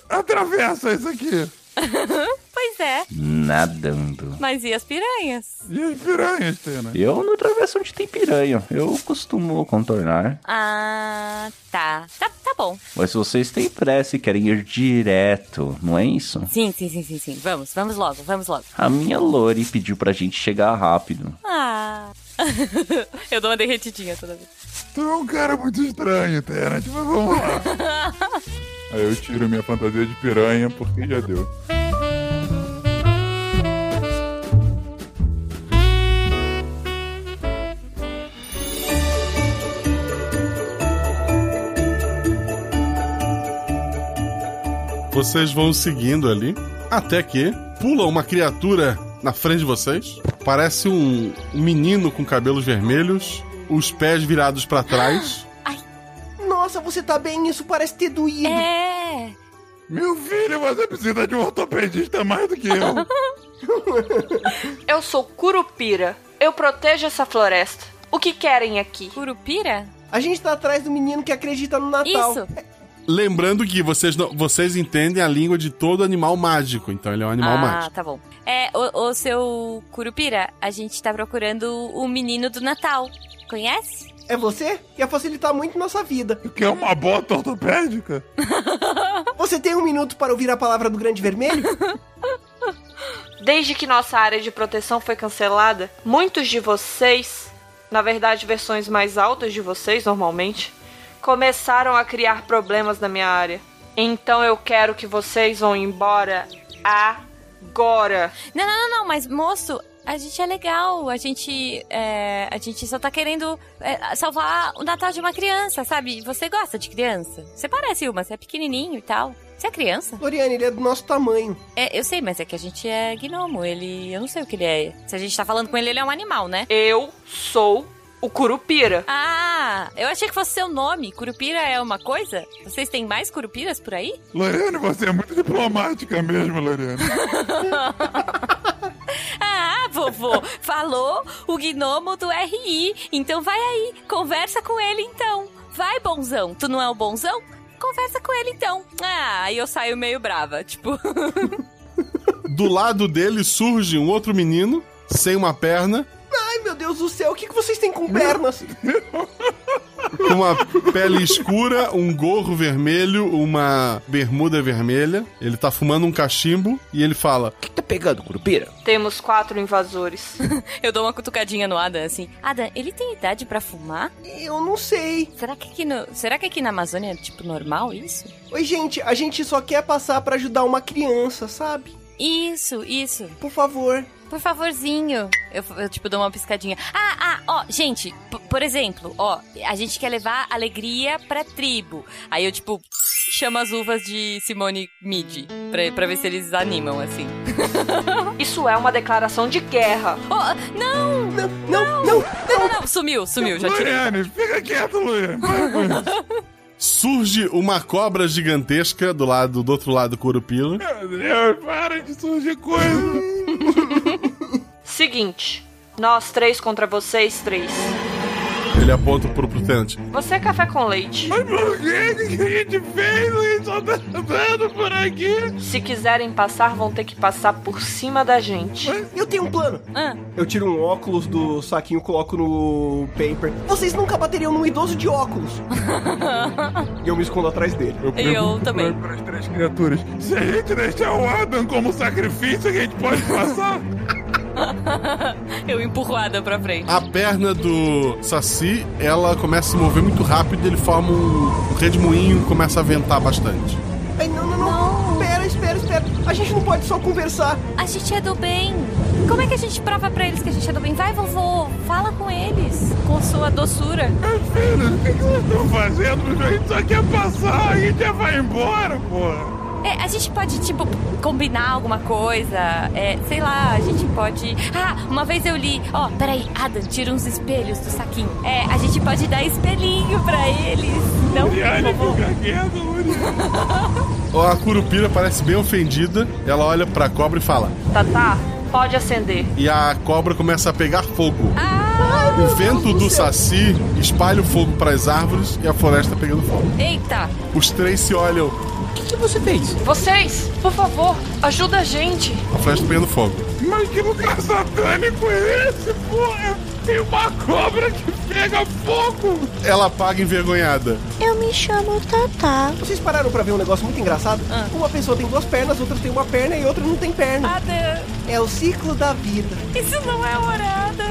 atravessa isso aqui?
pois é.
Nadando.
Mas e as piranhas?
E as piranhas, Tenant?
Eu não atravesso onde tem piranha. Eu costumo contornar.
Ah, tá. Tá, tá bom.
Mas se vocês têm pressa e querem ir direto, não é isso?
Sim, sim, sim, sim, sim. Vamos, vamos logo, vamos logo.
A minha Lori pediu pra gente chegar rápido.
Ah. Eu dou uma derretidinha toda vez.
Tu é um cara muito estranho, Tenant, mas vamos lá. Aí eu tiro minha fantasia de piranha porque já deu.
Vocês vão seguindo ali, até que pula uma criatura na frente de vocês. Parece um um menino com cabelos vermelhos, os pés virados pra trás.
Nossa, você tá bem, isso parece ter doído.
É.
Meu filho, você precisa de um ortopedista mais do que eu.
Eu sou Curupira. Eu protejo essa floresta. O que querem aqui?
Curupira?
A gente tá atrás do menino que acredita no Natal.
Isso.
Lembrando que vocês, não- vocês entendem a língua de todo animal mágico, então ele é um animal
ah,
mágico.
tá bom. É, o, o seu Curupira, a gente tá procurando o menino do Natal. Conhece?
É você? Ia facilitar muito nossa vida.
Quer uma bota ortopédica?
Você tem um minuto para ouvir a palavra do Grande Vermelho?
Desde que nossa área de proteção foi cancelada, muitos de vocês, na verdade versões mais altas de vocês normalmente, começaram a criar problemas na minha área.
Então eu quero que vocês vão embora agora.
Não, não, não, não, mas moço, a gente é legal, a gente, é, a gente só tá querendo é, salvar o Natal de uma criança, sabe? Você gosta de criança? Você parece uma, você é pequenininho e tal. Você é criança?
Loriane, ele é do nosso tamanho.
É, eu sei, mas é que a gente é gnomo, ele... Eu não sei o que ele é. Se a gente tá falando com ele, ele é um animal, né?
Eu sou o Curupira.
Ah, eu achei que fosse seu nome. Curupira é uma coisa? Vocês têm mais curupiras por aí?
Lorena, você é muito diplomática mesmo, Lorena.
Ah, vovô, falou o gnomo do RI. Então vai aí, conversa com ele então. Vai, bonzão. Tu não é o bonzão? Conversa com ele então. Ah, aí eu saio meio brava, tipo.
Do lado dele surge um outro menino, sem uma perna,
Ai, meu Deus do céu, o que, que vocês têm com pernas?
com uma pele escura, um gorro vermelho, uma bermuda vermelha. Ele tá fumando um cachimbo e ele fala: O que tá pegando, Curupira?
Temos quatro invasores.
eu dou uma cutucadinha no Adam, assim. Adam, ele tem idade pra fumar?
Eu não sei.
Será que aqui, no, será que aqui na Amazônia é, tipo, normal isso?
Oi, gente, a gente só quer passar pra ajudar uma criança, sabe?
Isso, isso.
Por favor.
Por favorzinho. Eu, eu, tipo, dou uma piscadinha. Ah, ah, ó, gente, p- por exemplo, ó, a gente quer levar alegria pra tribo. Aí eu, tipo, chamo as uvas de Simone Midi pra, pra ver se eles animam, assim.
Isso é uma declaração de guerra.
Oh, não! Não,
não, não!
Não, não, sumiu, sumiu, já tirei.
Lorena, fica quieto, Lorena.
Surge uma cobra gigantesca do lado do outro lado do Curupira.
Meu Deus, para de surgir coisa.
Seguinte, nós três contra vocês três.
Ele aponta pro Prutente.
Você é café com leite.
Mas por que que a gente fez? A gente só tá andando por aqui.
Se quiserem passar, vão ter que passar por cima da gente.
Eu tenho um plano.
Ah.
Eu tiro um óculos do saquinho, coloco no paper. Vocês nunca bateriam num idoso de óculos. e eu me escondo atrás dele.
Eu
pergunto
também.
pra- pras três criaturas. Se a gente deixar o Adam como sacrifício, a gente pode passar?
eu empurro o Adam pra frente.
A perna do Saci, ela começa a se mover muito rápido, ele forma um redemoinho, começa a ventar bastante.
Ai, não, não, não, Espera, espera, espera. A gente não pode só conversar.
A gente é do bem. Como é que a gente prova pra eles que a gente é do bem? Vai, vovô, fala com eles. Com sua doçura.
Filhos, o que que vocês estão fazendo? A gente só quer passar, a gente já vai embora, porra.
É, a gente pode, tipo, combinar alguma coisa. É, sei lá, a gente pode. Ah, uma vez eu li. Ó, peraí, Adam, tira uns espelhos do saquinho. É, a gente pode dar espelhinho pra eles. Não,
Loriane,
por favor.
fica quieto, Loriane.
A Curupira parece bem ofendida, ela olha pra cobra e fala.
Tatá, pode acender.
E a cobra começa a pegar fogo. o vento do Saci espalha o fogo pras árvores e a floresta pegando fogo.
Eita!
Os três se olham,
O que, que você fez?
Vocês, por favor, ajuda a gente.
a floresta pegando fogo.
Mas que lugar satânico é esse, porra? Tem uma cobra que pega fogo.
Ela apaga envergonhada.
Eu me chamo Tatá. Vocês pararam pra ver um negócio muito engraçado? Uma pessoa tem duas pernas, outra tem uma perna e outra não tem perna.
Adam,
É o ciclo da vida.
isso não é horada.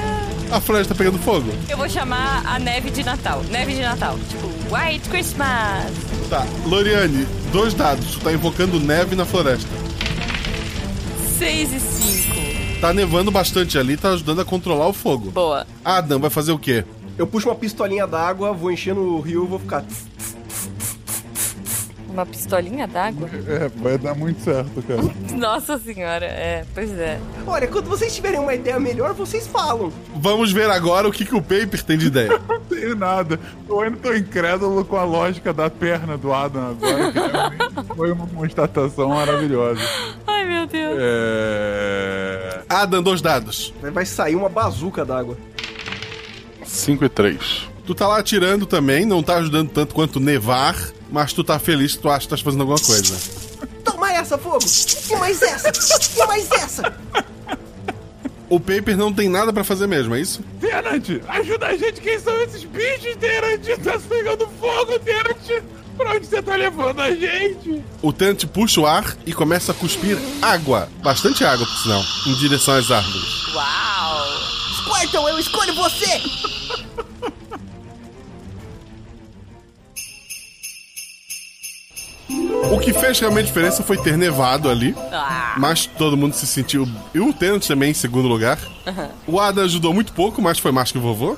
A floresta pegando fogo.
Eu vou chamar a neve de Natal. Neve de Natal. Tipo, White Christmas.
Tá, Loriane, dois dados. Tu tá invocando neve na floresta.
6 e 5.
Tá nevando bastante ali, tá ajudando a controlar o fogo.
Boa.
Adam vai fazer o quê?
Eu puxo uma pistolinha d'água, vou enchendo o rio, vou ficar. tss, tss.
Uma pistolinha d'água?
É, vai dar muito certo, cara.
Nossa senhora, é, pois é.
Olha, quando vocês tiverem uma ideia melhor, vocês falam.
Vamos ver agora o que, que o Paper tem de ideia.
Não tenho nada. Eu ainda tô incrédulo com a lógica da perna do Adam agora. que realmente Foi uma constatação maravilhosa.
Ai, meu Deus.
É...
Adam, dois dados.
Vai sair uma bazuca d'água.
5 e 3. Tu tá lá atirando também, não tá ajudando tanto quanto nevar, mas tu tá feliz que tu acha que tá fazendo alguma coisa.
Toma essa, fogo! E mais essa! E mais essa!
O Paper não tem nada pra fazer mesmo, é isso?
Tenant, ajuda a gente. Quem são esses bichos, Tenant? Tá pegando fogo, Tenant. Pra onde você tá levando a gente?
O Tenant puxa o ar e começa a cuspir água, bastante água por sinal, em direção às árvores.
Uau!
Squirtle, eu escolho você!
O que fez realmente diferença foi ter nevado ali.
Ah.
Mas todo mundo se sentiu. E o Tenant também em segundo lugar. O Ada ajudou muito pouco, mas foi mais que o vovô.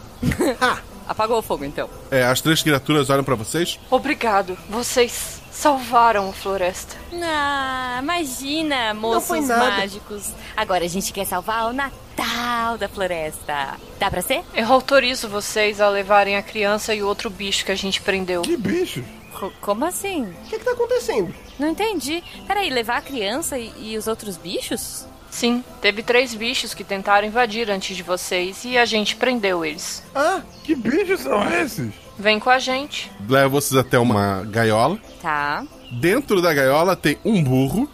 Ah, Apagou o fogo, então.
É, as três criaturas olham pra vocês.
Obrigado, vocês salvaram a floresta.
Ah, imagina,
foi
moços
nada.
mágicos. Agora a gente quer salvar o Natal da floresta. Dá pra ser?
Eu autorizo vocês a levarem a criança e o outro bicho que a gente prendeu. Que
bicho?
Como assim? O
que, que tá acontecendo?
Não entendi. Peraí, levar a criança e, e os outros bichos?
Sim, teve três bichos que tentaram invadir antes de vocês e a gente prendeu eles.
Ah,
que bichos são esses?
Vem com a gente.
Leva vocês até uma gaiola.
Tá,
Dentro da gaiola tem um burro,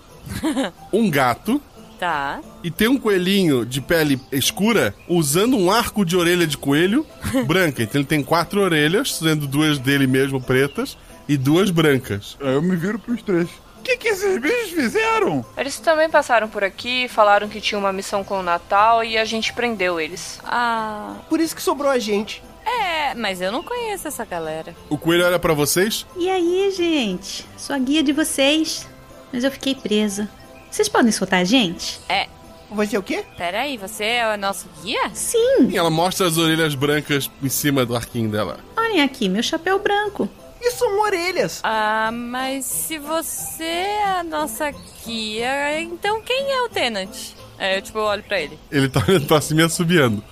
um gato
tá.
e tem um coelhinho de pele escura usando um arco de orelha de coelho branca. Então ele tem quatro orelhas, sendo duas dele mesmo pretas e duas brancas.
É, Eu me viro pros três. O que, que esses bichos fizeram?
Eles também passaram por aqui, falaram que tinha uma missão com o Natal e a gente prendeu eles.
Ah.
Por isso que sobrou a gente.
É, mas eu não conheço essa galera.
O coelho olha pra vocês.
E aí, gente? Sou a guia de vocês, mas eu fiquei presa. Vocês podem soltar a gente?
É.
Você é o quê?
Peraí, você é o nosso guia?
Sim.
E ela mostra as orelhas brancas em cima do arquinho dela.
Olhem aqui, meu chapéu branco.
Isso são orelhas.
Ah, mas se você é a nossa guia, então quem é o Tenant? É, eu tipo, olho pra ele.
Ele tá olhando pra cima e assobiando.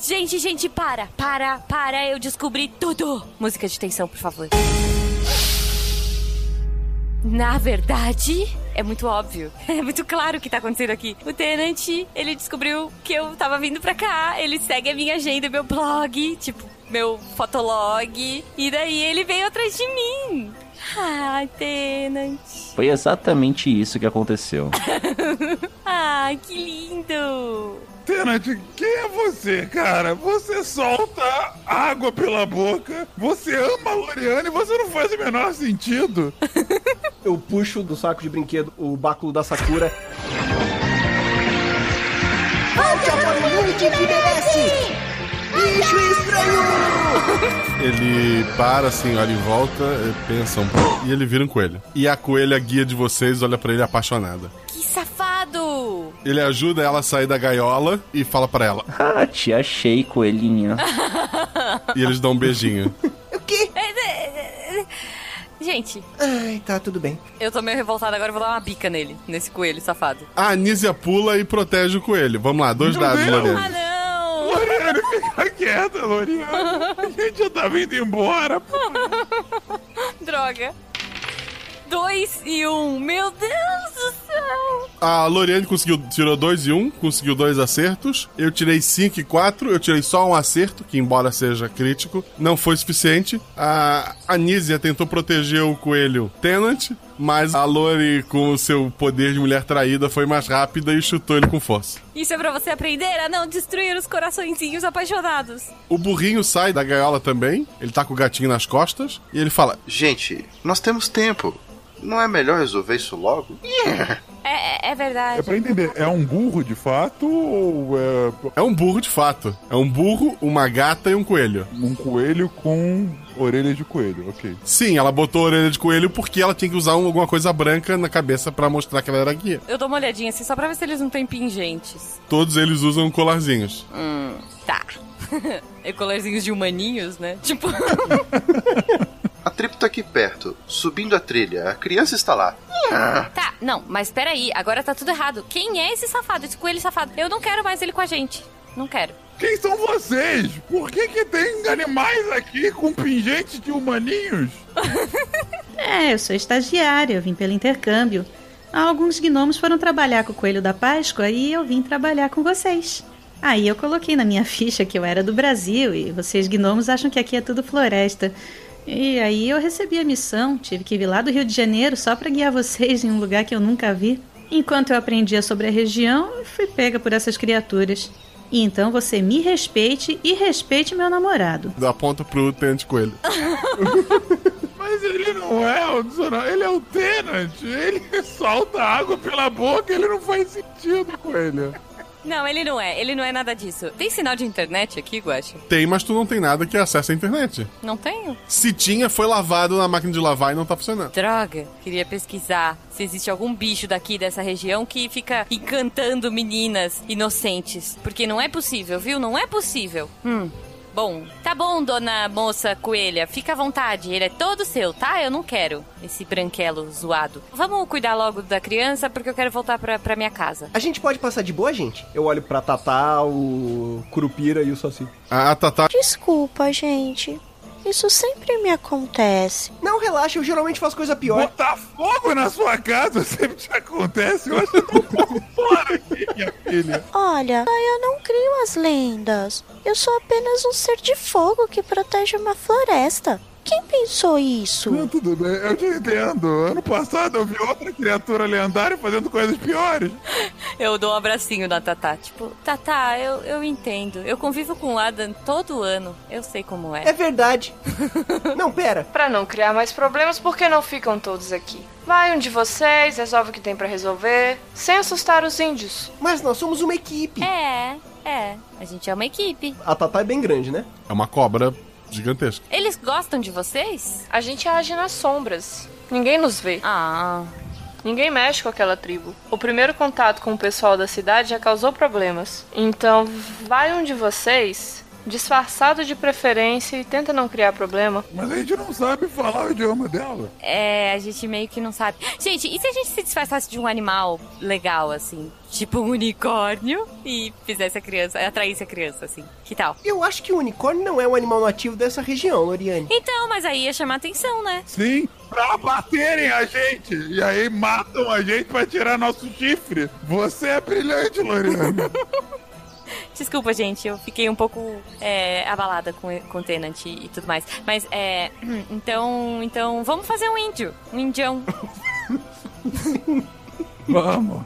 gente, gente, para, para, para, eu descobri tudo! Música de tensão, por favor. Na verdade, é muito óbvio. É muito claro o que tá acontecendo aqui. O Tenant, ele descobriu que eu tava vindo pra cá. Ele segue a minha agenda, meu blog, tipo, meu fotolog. E daí ele veio atrás de mim. Ai, Tenant.
Foi exatamente isso que aconteceu.
ah, que lindo!
Tenant, quem é você, cara? Você solta água pela boca, você ama a Loriane e você não faz o menor assim, sentido.
Eu puxo do saco de brinquedo o báculo da Sakura. Volte ao mundo que merece! Bicho estranho!
Ele para assim, olha em volta, pensa um pouco e ele vira um coelho. E a coelha, guia de vocês, olha pra ele apaixonada.
Que safado!
Ele ajuda ela a sair da gaiola e fala pra ela.
Ah, te achei, coelhinho.
e eles dão um beijinho.
É
O quê? É, Gente,
Ai, tá tudo bem.
eu tô meio revoltada agora, eu vou dar uma bica nele, nesse coelho safado.
A Anísia pula e protege o coelho. Vamos lá, dois dados, Lorena.
Não!
Loriane, fica quieta, Loriane. A gente já tá vindo embora. pô.
Droga! Dois e um, meu Deus do céu!
A Loriane conseguiu, tirou dois e um, conseguiu dois acertos. Eu tirei cinco e quatro, eu tirei só um acerto, que embora seja crítico, não foi suficiente. A Anísia tentou proteger o coelho Tenant, mas a Lori, com o seu poder de mulher traída, foi mais rápida e chutou ele com força.
Isso é pra você aprender a não destruir os coraçõezinhos apaixonados.
O burrinho sai da gaiola também, ele tá com o gatinho nas costas, e ele fala:
Gente, nós temos tempo. Não é melhor resolver isso logo?
É, é, é verdade.
É pra entender, é um burro de fato ou é...
É um burro de fato. É um burro, uma gata e um coelho.
Um coelho com orelha de coelho, ok.
Sim, ela botou a orelha de coelho porque ela tinha que usar um- alguma coisa branca na cabeça pra mostrar que ela era guia.
Eu dou uma olhadinha assim, só pra ver se eles não têm pingentes.
Todos eles usam colarzinhos.
Hum, tá. é colarzinhos de humaninhos, né? Tipo.
A trip tá aqui perto, subindo a trilha. A criança está lá.
Ah.
Tá, não, mas peraí, agora tá tudo errado. Quem é esse safado, esse coelho safado? Eu não quero mais ele com a gente. Não quero.
Quem são vocês? Por que que tem animais aqui com pingente de humaninhos?
É, eu sou estagiária, eu vim pelo intercâmbio. Alguns gnomos foram trabalhar com o Coelho da Páscoa e eu vim trabalhar com vocês. Aí eu coloquei na minha ficha que eu era do Brasil e vocês gnomos acham que aqui é tudo floresta. E aí eu recebi a missão, tive que vir lá do Rio de Janeiro só para guiar vocês em um lugar que eu nunca vi. Enquanto eu aprendia sobre a região, eu fui pega por essas criaturas. E então você me respeite e respeite meu namorado.
Dá ponta pro Tenant Coelho.
Mas ele não é o dicionário, ele é o Tenant. Ele solta água pela boca, ele não faz sentido, coelho.
Não, ele não é. Ele não é nada disso. Tem sinal de internet aqui, Guaxa?
Tem, mas tu não tem nada que acesse a internet.
Não tenho.
Se tinha, foi lavado na máquina de lavar e não tá funcionando.
Droga, queria pesquisar se existe algum bicho daqui dessa região que fica encantando meninas inocentes. Porque não é possível, viu? Não é possível. Hum. Bom, tá bom, dona moça coelha. Fica à vontade, ele é todo seu, tá? Eu não quero esse branquelo zoado. Vamos cuidar logo da criança porque eu quero voltar pra, pra minha casa.
A gente pode passar de boa, gente? Eu olho pra Tatá, o Curupira e o Saci.
A, a Tatá.
Desculpa, gente. Isso sempre me acontece.
Não, relaxa, eu geralmente faço coisa pior.
Botar fogo na sua casa sempre te acontece. Eu acho que eu tô um pouco fora aqui, minha filha.
Olha, eu não crio as lendas. Eu sou apenas um ser de fogo que protege uma floresta. Quem pensou isso?
Não, tudo bem, eu te entendo. Ano passado eu vi outra criatura lendária fazendo coisas piores.
Eu dou um abracinho na Tatá. Tipo, Tatá, eu, eu entendo. Eu convivo com o Adam todo ano. Eu sei como é.
É verdade. não, pera.
Pra não criar mais problemas, por que não ficam todos aqui? Vai um de vocês, resolve o que tem pra resolver, sem assustar os índios.
Mas nós somos uma equipe.
É, é. A gente é uma equipe.
A Tatá é bem grande, né?
É uma cobra gigantesca.
Eles gostam de vocês?
A gente age nas sombras. Ninguém nos vê.
Ah.
Ninguém mexe com aquela tribo. O primeiro contato com o pessoal da cidade já causou problemas. Então, vai um de vocês, disfarçado de preferência, e tenta não criar problema.
Mas a gente não sabe falar o idioma dela.
É, a gente meio que não sabe. Gente, e se a gente se disfarçasse de um animal legal, assim? Tipo um unicórnio e fizesse a criança, atraísse a criança, assim. Que tal?
Eu acho que o unicórnio não é um animal nativo dessa região, Loriane.
Então, mas aí ia chamar atenção, né?
Sim, pra baterem a gente. E aí matam a gente pra tirar nosso chifre. Você é brilhante, Loriane.
Desculpa, gente, eu fiquei um pouco é, abalada com, com o Tenant e, e tudo mais. Mas, é. Então, então, vamos fazer um índio. Um indião.
Vamos.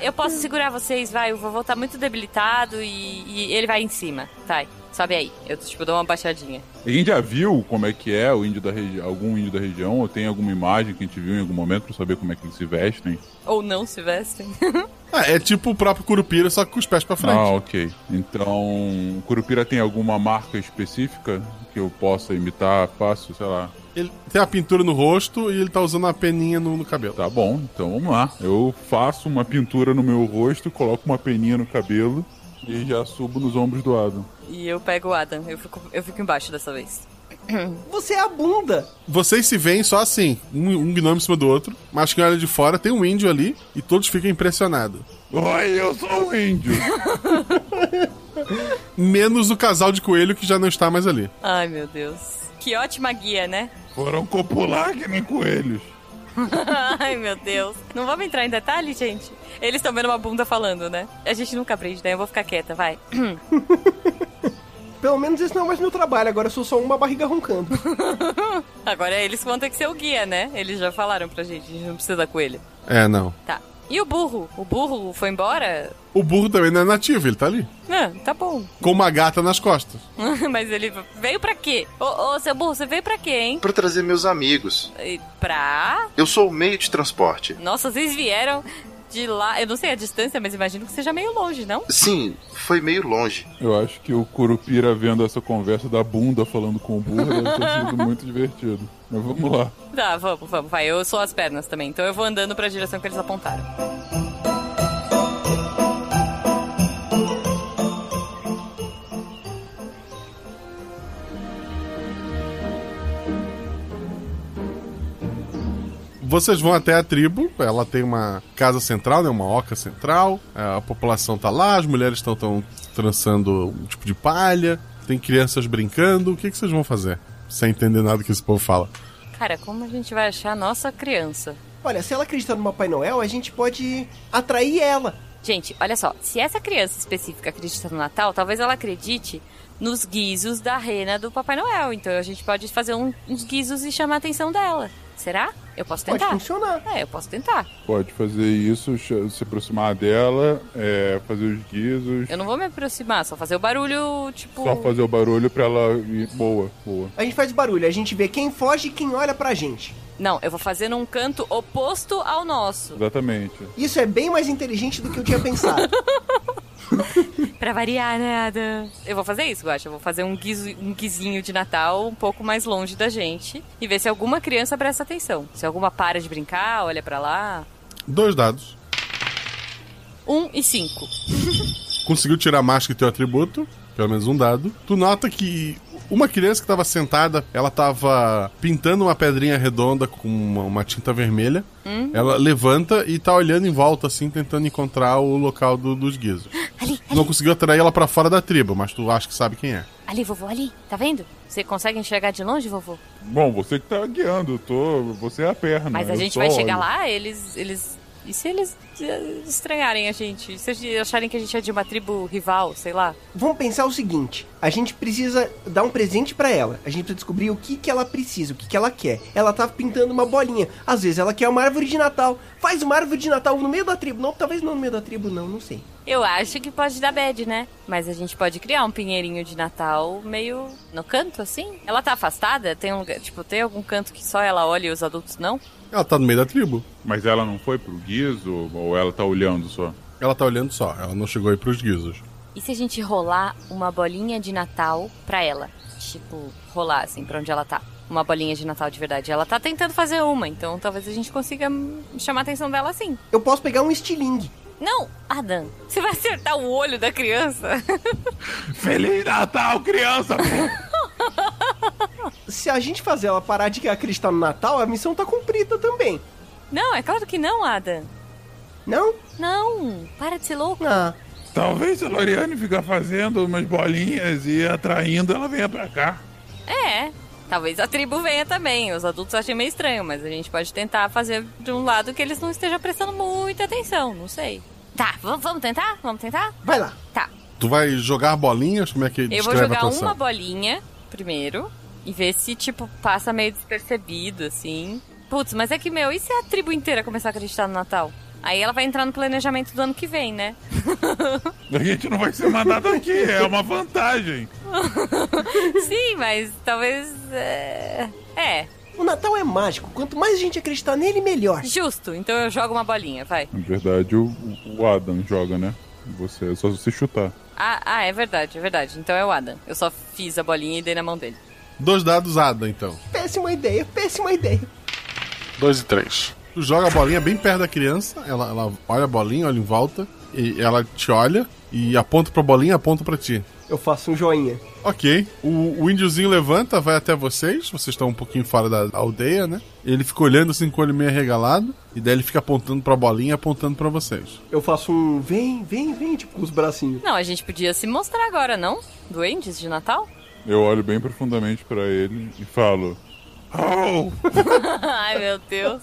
Eu posso segurar vocês, vai. O vovô tá muito debilitado e, e ele vai em cima. Tá, sobe aí. Eu, tipo, dou uma baixadinha.
A gente já viu como é que é o índio da região, algum índio da região, ou tem alguma imagem que a gente viu em algum momento pra saber como é que eles se vestem?
Ou não se vestem.
Ah, é tipo o próprio Curupira, só que com os pés pra frente.
Ah, ok. Então, o Curupira tem alguma marca específica que eu possa imitar fácil, sei lá.
Ele tem a pintura no rosto e ele tá usando a peninha no, no cabelo.
Tá bom, então vamos lá. Eu faço uma pintura no meu rosto, coloco uma peninha no cabelo e já subo nos ombros do Adam.
E eu pego o Adam, eu fico, eu fico embaixo dessa vez.
Você é a bunda!
Vocês se veem só assim, um, um gnomo em cima do outro, mas quem olha de fora tem um índio ali e todos ficam impressionados.
Oi, eu sou um índio!
Menos o casal de coelho que já não está mais ali.
Ai meu Deus. Que ótima guia, né?
Foram copular que nem coelhos.
Ai, meu Deus. Não vamos entrar em detalhe, gente? Eles estão vendo uma bunda falando, né? A gente nunca aprende, né? Eu vou ficar quieta, vai.
Pelo menos esse não é mais meu trabalho, agora eu sou só uma barriga roncando.
Agora eles vão ter que ser o guia, né? Eles já falaram pra gente, a gente não precisa da coelha.
É, não.
Tá. E o burro? O burro foi embora?
O burro também não é nativo, ele tá ali.
Ah, tá bom.
Com uma gata nas costas.
Mas ele veio pra quê? Ô, ô, seu burro, você veio pra quê, hein?
Pra trazer meus amigos.
E Pra.
Eu sou o meio de transporte.
Nossa, vocês vieram de lá. Eu não sei a distância, mas imagino que seja meio longe, não?
Sim, foi meio longe.
Eu acho que o Curupira vendo essa conversa da bunda falando com o burro deve ter sido muito divertido. Mas vamos lá.
Tá, vamos, vamos, vai. Eu sou as pernas também, então eu vou andando pra direção que eles apontaram.
vocês vão até a tribo, ela tem uma casa central, né, uma oca central, a população tá lá, as mulheres estão tão trançando um tipo de palha, tem crianças brincando, o que, que vocês vão fazer? Sem entender nada que esse povo fala.
Cara, como a gente vai achar a nossa criança?
Olha, se ela acredita no Papai Noel, a gente pode atrair ela.
Gente, olha só, se essa criança específica acredita no Natal, talvez ela acredite nos guizos da rena do Papai Noel. Então a gente pode fazer um, uns guizos e chamar a atenção dela. Será? Eu posso tentar.
Pode funcionar.
É, eu posso tentar.
Pode fazer isso, se aproximar dela, é, fazer os guizos.
Eu não vou me aproximar, só fazer o barulho, tipo.
Só fazer o barulho pra ela ir. Boa, boa.
A gente faz barulho, a gente vê quem foge e quem olha pra gente.
Não, eu vou fazer num canto oposto ao nosso.
Exatamente.
Isso é bem mais inteligente do que eu tinha pensado.
pra variar, né, Adam? Eu vou fazer isso, Guacha. Eu vou fazer um, guiz, um guizinho de Natal um pouco mais longe da gente e ver se alguma criança presta atenção. Se alguma para de brincar, olha pra lá.
Dois dados.
Um e cinco.
Conseguiu tirar mais que teu atributo, pelo menos um dado. Tu nota que uma criança que estava sentada, ela estava pintando uma pedrinha redonda com uma, uma tinta vermelha.
Hum.
Ela levanta e tá olhando em volta, assim, tentando encontrar o local do- dos guizos. Não conseguiu atrair ela pra fora da tribo, mas tu acha que sabe quem é.
Ali, vovô, ali. Tá vendo? Você consegue enxergar de longe, vovô?
Bom, você que tá guiando, eu tô, você é a perna.
Mas a
eu
gente
só
vai
olho.
chegar lá, eles, eles. E se eles eh, estranharem a gente? Se eles acharem que a gente é de uma tribo rival, sei lá.
Vamos pensar o seguinte: a gente precisa dar um presente pra ela. A gente precisa descobrir o que, que ela precisa, o que, que ela quer. Ela tá pintando uma bolinha. Às vezes ela quer uma árvore de Natal. Faz uma árvore de Natal no meio da tribo. Não, talvez não no meio da tribo, não, não sei.
Eu acho que pode dar bad, né? Mas a gente pode criar um pinheirinho de Natal meio no canto, assim. Ela tá afastada? Tem um lugar, tipo, tem algum canto que só ela olha e os adultos não?
Ela tá no meio da tribo.
Mas ela não foi pro guiso ou ela tá olhando só?
Ela tá olhando só, ela não chegou aí pros guizos.
E se a gente rolar uma bolinha de Natal pra ela? Tipo, rolar assim, pra onde ela tá. Uma bolinha de Natal de verdade. Ela tá tentando fazer uma, então talvez a gente consiga hum, chamar a atenção dela assim.
Eu posso pegar um estilingue.
Não, Adam, você vai acertar o olho da criança.
Feliz Natal, criança!
Se a gente fazer ela parar de acreditar no Natal, a missão tá cumprida também.
Não, é claro que não, Adam.
Não? Ah.
Não, para de ser louco.
Talvez se a Loriane ficar fazendo umas bolinhas e atraindo, ela venha pra cá.
É. Talvez a tribo venha também. Os adultos achem meio estranho, mas a gente pode tentar fazer de um lado que eles não estejam prestando muita atenção, não sei. Tá, vamos, vamos tentar? Vamos tentar?
Vai lá.
Tá.
Tu vai jogar bolinhas? Como é que
Eu vou
descreve a
jogar
tua
uma
ação?
bolinha primeiro e ver se, tipo, passa meio despercebido, assim. Putz, mas é que, meu, e se a tribo inteira começar a acreditar no Natal? Aí ela vai entrar no planejamento do ano que vem, né?
A gente não vai ser mandado aqui, é uma vantagem.
Sim, mas talvez. É. é.
O Natal é mágico. Quanto mais a gente acreditar nele, melhor.
Justo, então eu jogo uma bolinha, vai.
Na verdade, o, o Adam joga, né? Você, é só você chutar.
Ah, ah, é verdade, é verdade. Então é o Adam. Eu só fiz a bolinha e dei na mão dele.
Dois dados Ada, então.
Péssima ideia, É péssima ideia.
Dois e três. Tu joga a bolinha bem perto da criança, ela, ela olha a bolinha, olha em volta, e ela te olha e aponta pra bolinha, aponta pra ti.
Eu faço um joinha.
Ok. O, o índiozinho levanta, vai até vocês. Vocês estão um pouquinho fora da aldeia, né? Ele fica olhando assim com o olho meio arregalado. E daí ele fica apontando pra bolinha, apontando pra vocês.
Eu faço um vem, vem, vem, tipo com os bracinhos.
Não, a gente podia se mostrar agora, não? Doentes de Natal?
Eu olho bem profundamente pra ele e falo: Oh!
Ai, meu Deus.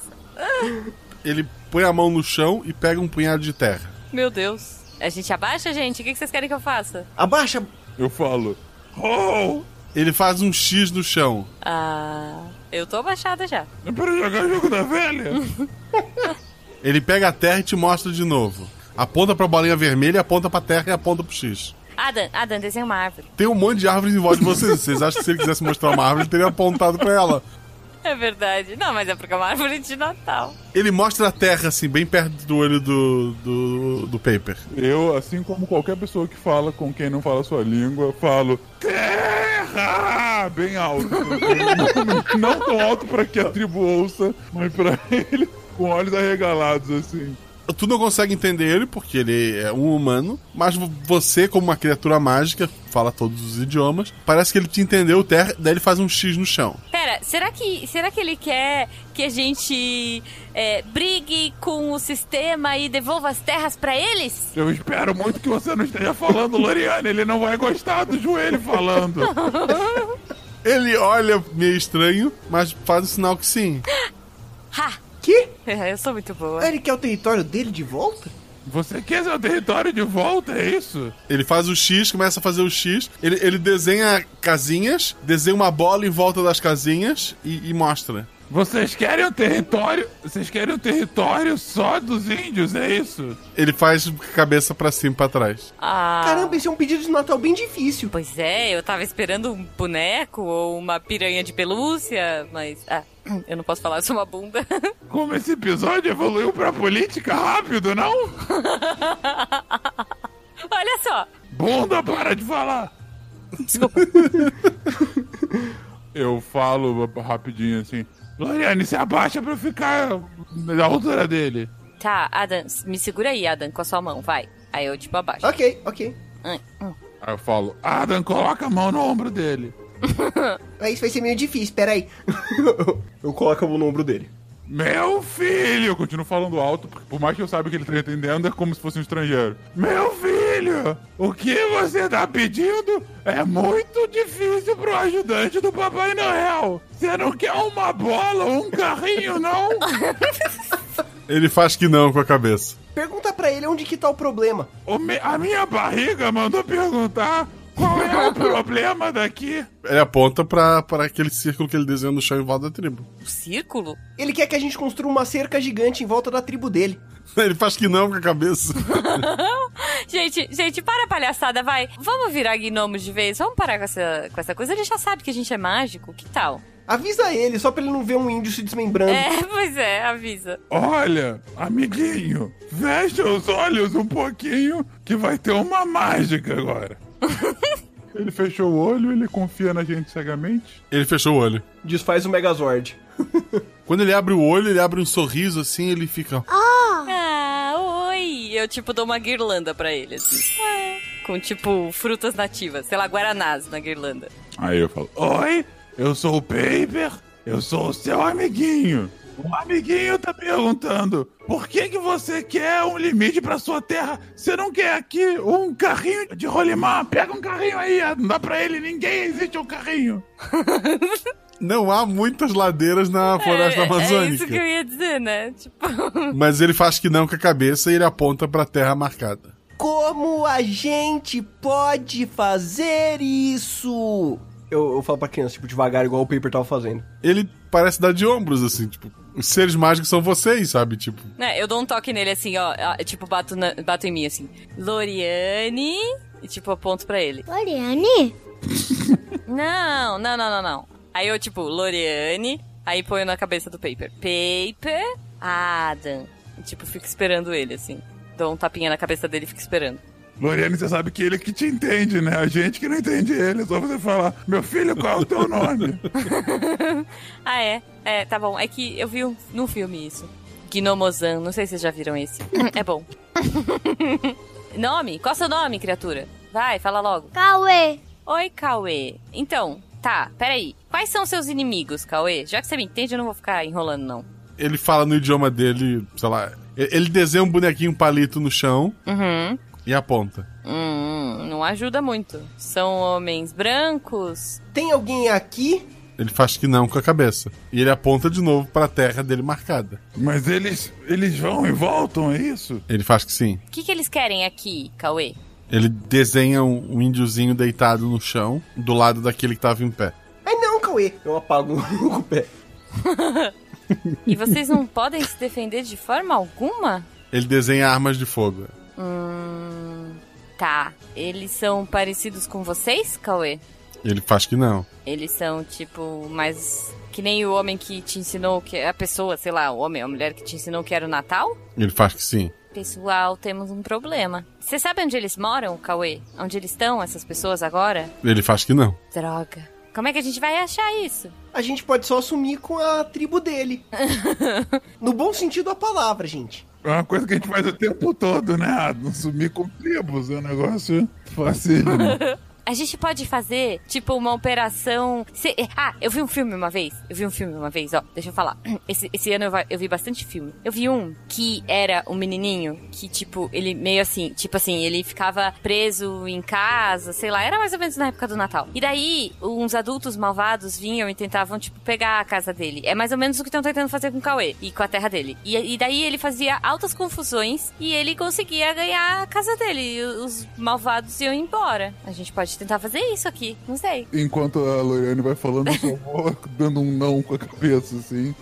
Ele põe a mão no chão e pega um punhado de terra.
Meu Deus. A gente abaixa, gente? O que que vocês querem que eu faça?
Abaixa!
Eu falo: Oh!
Ele faz um X no chão.
Ah. Eu tô abaixada já.
É pra jogar jogo da velha?
Ele pega a terra e te mostra de novo. Aponta pra bolinha vermelha, aponta pra terra e aponta pro X.
Adam, Adam, desenha uma árvore.
Tem um monte de árvores em volta de vocês. Vocês acham que se ele quisesse mostrar uma árvore, ele teria apontado pra ela.
É verdade. Não, mas é porque é uma árvore de Natal.
Ele mostra a terra, assim, bem perto do olho do, do, do paper.
Eu, assim como qualquer pessoa que fala com quem não fala a sua língua, falo terra! Bem alto. não tão alto pra que a tribo ouça, mas pra ele, com olhos arregalados, assim.
Tu não consegue entender ele, porque ele é um humano, mas vo- você, como uma criatura mágica, fala todos os idiomas, parece que ele te entendeu, terra, daí ele faz um X no chão.
Pera, será que, será que ele quer que a gente é, brigue com o sistema e devolva as terras pra eles?
Eu espero muito que você não esteja falando, Loriane, ele não vai gostar do joelho falando.
Ele olha meio estranho, mas faz o sinal que sim.
Que?
É, Eu sou muito boa.
Ele quer o território dele de volta?
Você quer seu território de volta, é isso?
Ele faz o X, começa a fazer o X, ele, ele desenha casinhas, desenha uma bola em volta das casinhas e, e mostra.
Vocês querem um território? Vocês querem um território só dos índios, é isso?
Ele faz cabeça pra cima e pra trás.
Caramba, esse é um pedido de Natal bem difícil.
Ah. Pois é, eu tava esperando um boneco ou uma piranha de pelúcia, mas. Ah, eu não posso falar, eu sou uma bunda.
Como esse episódio evoluiu pra política rápido, não?
Olha só.
Bunda, para de falar! Eu falo rapidinho assim. Gloriane, se abaixa pra eu ficar na altura dele.
Tá, Adam, me segura aí, Adam, com a sua mão, vai. Aí eu, tipo, abaixo. Hum.
Ok, ok.
Aí eu falo, Adam, coloca a mão no ombro dele.
Mas isso vai ser meio difícil, peraí. eu coloco a mão no ombro dele.
Meu filho! Eu continuo falando alto, porque por mais que eu saiba que ele tá entendendo, é como se fosse um estrangeiro. Meu filho! O que você tá pedindo é muito difícil pro ajudante do Papai Noel! Você não quer uma bola ou um carrinho, não?
Ele faz que não com a cabeça.
Pergunta pra ele onde que tá o problema.
a minha barriga mandou perguntar qual é o problema daqui.
Ele aponta pra, pra aquele círculo que ele desenha no chão em volta da tribo.
Círculo?
Ele quer que a gente construa uma cerca gigante em volta da tribo dele.
Ele faz que não com a cabeça.
gente, gente, para a palhaçada, vai. Vamos virar gnomo de vez, vamos parar com essa, com essa coisa. Ele já sabe que a gente é mágico, que tal?
Avisa ele, só pra ele não ver um índio se desmembrando.
É, pois é, avisa.
Olha, amiguinho, fecha os olhos um pouquinho que vai ter uma mágica agora. ele fechou o olho, ele confia na gente cegamente.
Ele fechou o olho.
Desfaz
um
o Megazord.
Quando ele abre o olho, ele abre um sorriso assim, ele fica.
Ah! oi! Eu, tipo, dou uma guirlanda pra ele, assim. Com, tipo, frutas nativas. Sei lá, guaranás na guirlanda.
Aí eu falo: Oi, eu sou o Paper, eu sou o seu amiguinho. O amiguinho tá perguntando: por que, que você quer um limite pra sua terra? Você não quer aqui um carrinho de rolimã? Pega um carrinho aí, não dá pra ele, ninguém existe um carrinho.
Não há muitas ladeiras na floresta
é, É
amazônica.
isso que eu ia dizer, né? Tipo,
Mas ele faz que não com a cabeça e ele aponta pra terra marcada.
Como a gente pode fazer isso? Eu, eu falo pra criança, tipo, devagar, igual o Paper tava fazendo.
Ele parece dar de ombros, assim, tipo, os seres mágicos são vocês, sabe? Tipo,
né, eu dou um toque nele assim, ó. ó, Tipo, bato, na- bato em mim assim. Loriane. E tipo, aponto pra ele.
Loriane?
Não, não, não, não, não. Aí eu, tipo, Loriane. Aí ponho na cabeça do Paper. Paper. Adam. E, tipo, fico esperando ele, assim. Dou um tapinha na cabeça dele e fico esperando.
Loriane, você sabe que ele que te entende, né? A gente que não entende ele, é só você falar: meu filho, qual é o teu nome?
Ah, é? É, tá bom. É que eu vi um, num filme isso. Gnomozan, não sei se vocês já viram esse. é bom. nome? Qual é seu nome, criatura? Vai, fala logo.
Cauê.
Oi, Cauê. Então, tá, peraí. Quais são seus inimigos, Cauê? Já que você me entende, eu não vou ficar enrolando, não.
ele fala no idioma dele, sei lá. e- Ele desenha um bonequinho um palito no chão
Uhum.
e aponta.
Hum, não ajuda muito. São homens brancos.
Tem alguém aqui?
Ele faz que não com a cabeça. E ele aponta de novo pra terra dele marcada.
Mas eles, eles vão e voltam, é isso?
Ele faz que sim.
O que, que eles querem aqui, Cauê?
Ele desenha um, um índiozinho deitado no chão, do lado daquele que tava em pé.
Ai É, não, Cauê. Eu apago o pé.
E vocês não podem se defender de forma alguma?
Ele desenha armas de fogo.
Hum. Tá. Eles são parecidos com vocês, Cauê?
Ele faz que não.
Eles são, tipo, mais. Que nem o homem que te ensinou que. A pessoa, sei lá, o homem, a mulher que te ensinou que era o Natal?
Ele faz que sim.
Pessoal, temos um problema. Você sabe onde eles moram, Cauê? Onde eles estão, essas pessoas agora?
Ele faz que não.
Droga. Como é que a gente vai achar isso?
A gente pode só assumir com a tribo dele. no bom sentido da palavra, gente.
É uma coisa que a gente faz o tempo todo, né? Ah, Não sumir com tribos, é um negócio fácil. né?
A gente pode fazer, tipo, uma operação. Se- Ah, eu vi um filme uma vez. Eu vi um filme uma vez, ó. Deixa eu falar. Esse, esse ano eu, va- eu vi bastante filme. Eu vi um que era um menininho que, tipo, ele meio assim, tipo assim, ele ficava preso em casa, sei lá. Era mais ou menos na época do Natal. E daí, uns adultos malvados vinham e tentavam, tipo, pegar a casa dele. É mais ou menos o que estão tentando fazer com o Cauê e com a terra dele. E, e daí ele fazia altas confusões e ele conseguia ganhar a casa dele. E os malvados iam embora. A gente pode tentar fazer isso aqui. Não sei.
Enquanto a Loriane vai falando, eu só vou dando um não com a cabeça, assim.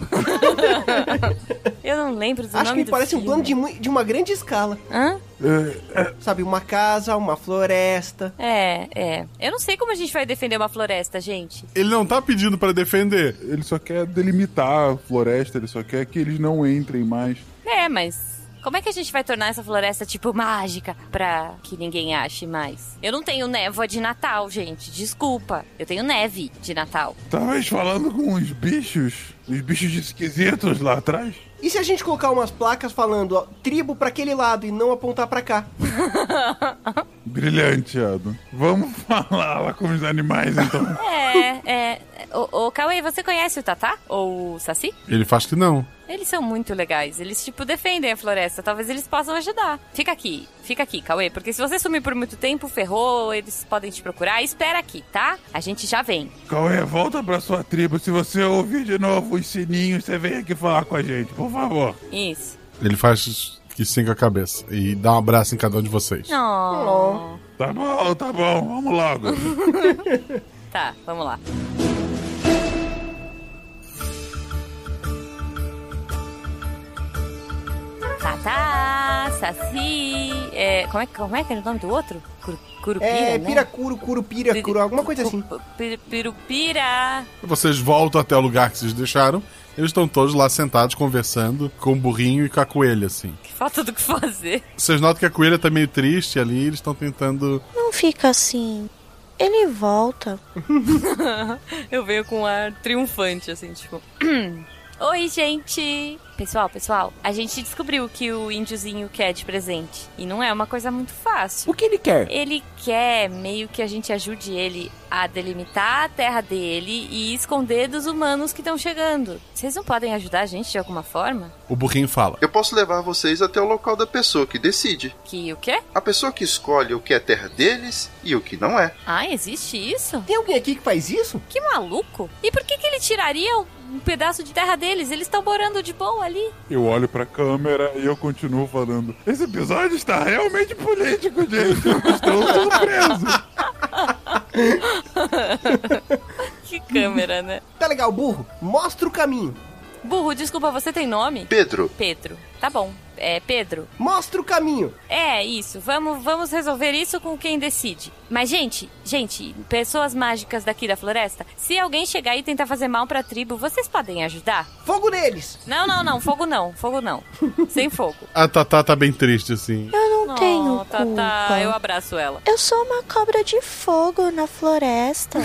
Eu não lembro do
Acho que
nome
me
do
parece um
filme.
plano de, mui- de uma grande escala.
Hã?
É,
Sabe, uma casa, uma floresta.
É, é. Eu não sei como a gente vai defender uma floresta, gente.
Ele não tá pedindo para defender.
Ele só quer delimitar a floresta, ele só quer que eles não entrem mais.
É, mas Como é que a gente vai tornar essa floresta, tipo, mágica pra que ninguém ache mais? Eu não tenho névoa de Natal, gente. Desculpa. Eu tenho neve de Natal.
Talvez falando com os bichos, os bichos esquisitos lá atrás.
E se a gente colocar umas placas falando, ó, tribo pra aquele lado e não apontar pra cá?
Brilhante, Adam. Vamos falar lá com os animais, então.
É, é. Ô, ô Cauê, você conhece o Tatá? Ou o Saci?
Ele faz que não.
Eles são muito legais. Eles, tipo, defendem a floresta. Talvez eles possam ajudar. Fica aqui. Fica aqui, Cauê. Porque se você sumir por muito tempo, ferrou. Eles podem te procurar. Espera aqui, tá? A gente já vem.
Cauê, é? volta pra sua tribo. Se você ouvir de novo os sininhos, você vem aqui falar com a gente, por favor.
Isso.
Ele faz que sim com a cabeça e dá um abraço em cada um de vocês.
Não.
Oh.
Tá bom, tá bom. Vamos logo.
Tá, vamos lá. Tatá, Saci. É, como, é, como é que era o nome do outro? Curu- curupira?
É,
né?
piracuro, curupira, curu, alguma coisa assim.
Pir- Pirupira.
Vocês voltam até o lugar que vocês deixaram. Eles estão todos lá sentados conversando com o burrinho e com a coelha, assim.
Falta do que fazer.
Vocês notam que a coelha tá meio triste ali, eles estão tentando.
Não fica assim. Ele volta.
Eu venho com um ar triunfante, assim, tipo. Oi, gente! Pessoal, pessoal, a gente descobriu que o índiozinho quer de presente. E não é uma coisa muito fácil.
O que ele quer?
Ele quer meio que a gente ajude ele a delimitar a terra dele e esconder dos humanos que estão chegando. Vocês não podem ajudar a gente de alguma forma?
O burrinho fala.
Eu posso levar vocês até o local da pessoa que decide.
Que o quê?
A pessoa que escolhe o que é terra deles e o que não é.
Ah, existe isso?
Tem alguém aqui que faz isso?
Que maluco! E por que, que ele tiraria um pedaço de terra deles? Eles estão morando de boa ali.
Eu olho pra câmera e eu continuo falando. Esse episódio está Tá realmente político, gente. Eu estou
Ah,
surpreso.
Que câmera, né?
Tá legal, burro. Mostra o caminho.
Burro, desculpa, você tem nome?
Pedro.
Pedro. Tá bom. É, Pedro.
Mostra o caminho.
É, isso. Vamos, vamos resolver isso com quem decide. Mas, gente, gente, pessoas mágicas daqui da floresta, se alguém chegar e tentar fazer mal pra tribo, vocês podem ajudar?
Fogo neles!
Não, não, não. Fogo não. Fogo não. Sem fogo.
A Tatá tá bem triste, assim.
Eu não tenho
tá,
culpa.
tá. Eu abraço ela.
Eu sou uma cobra de fogo na floresta.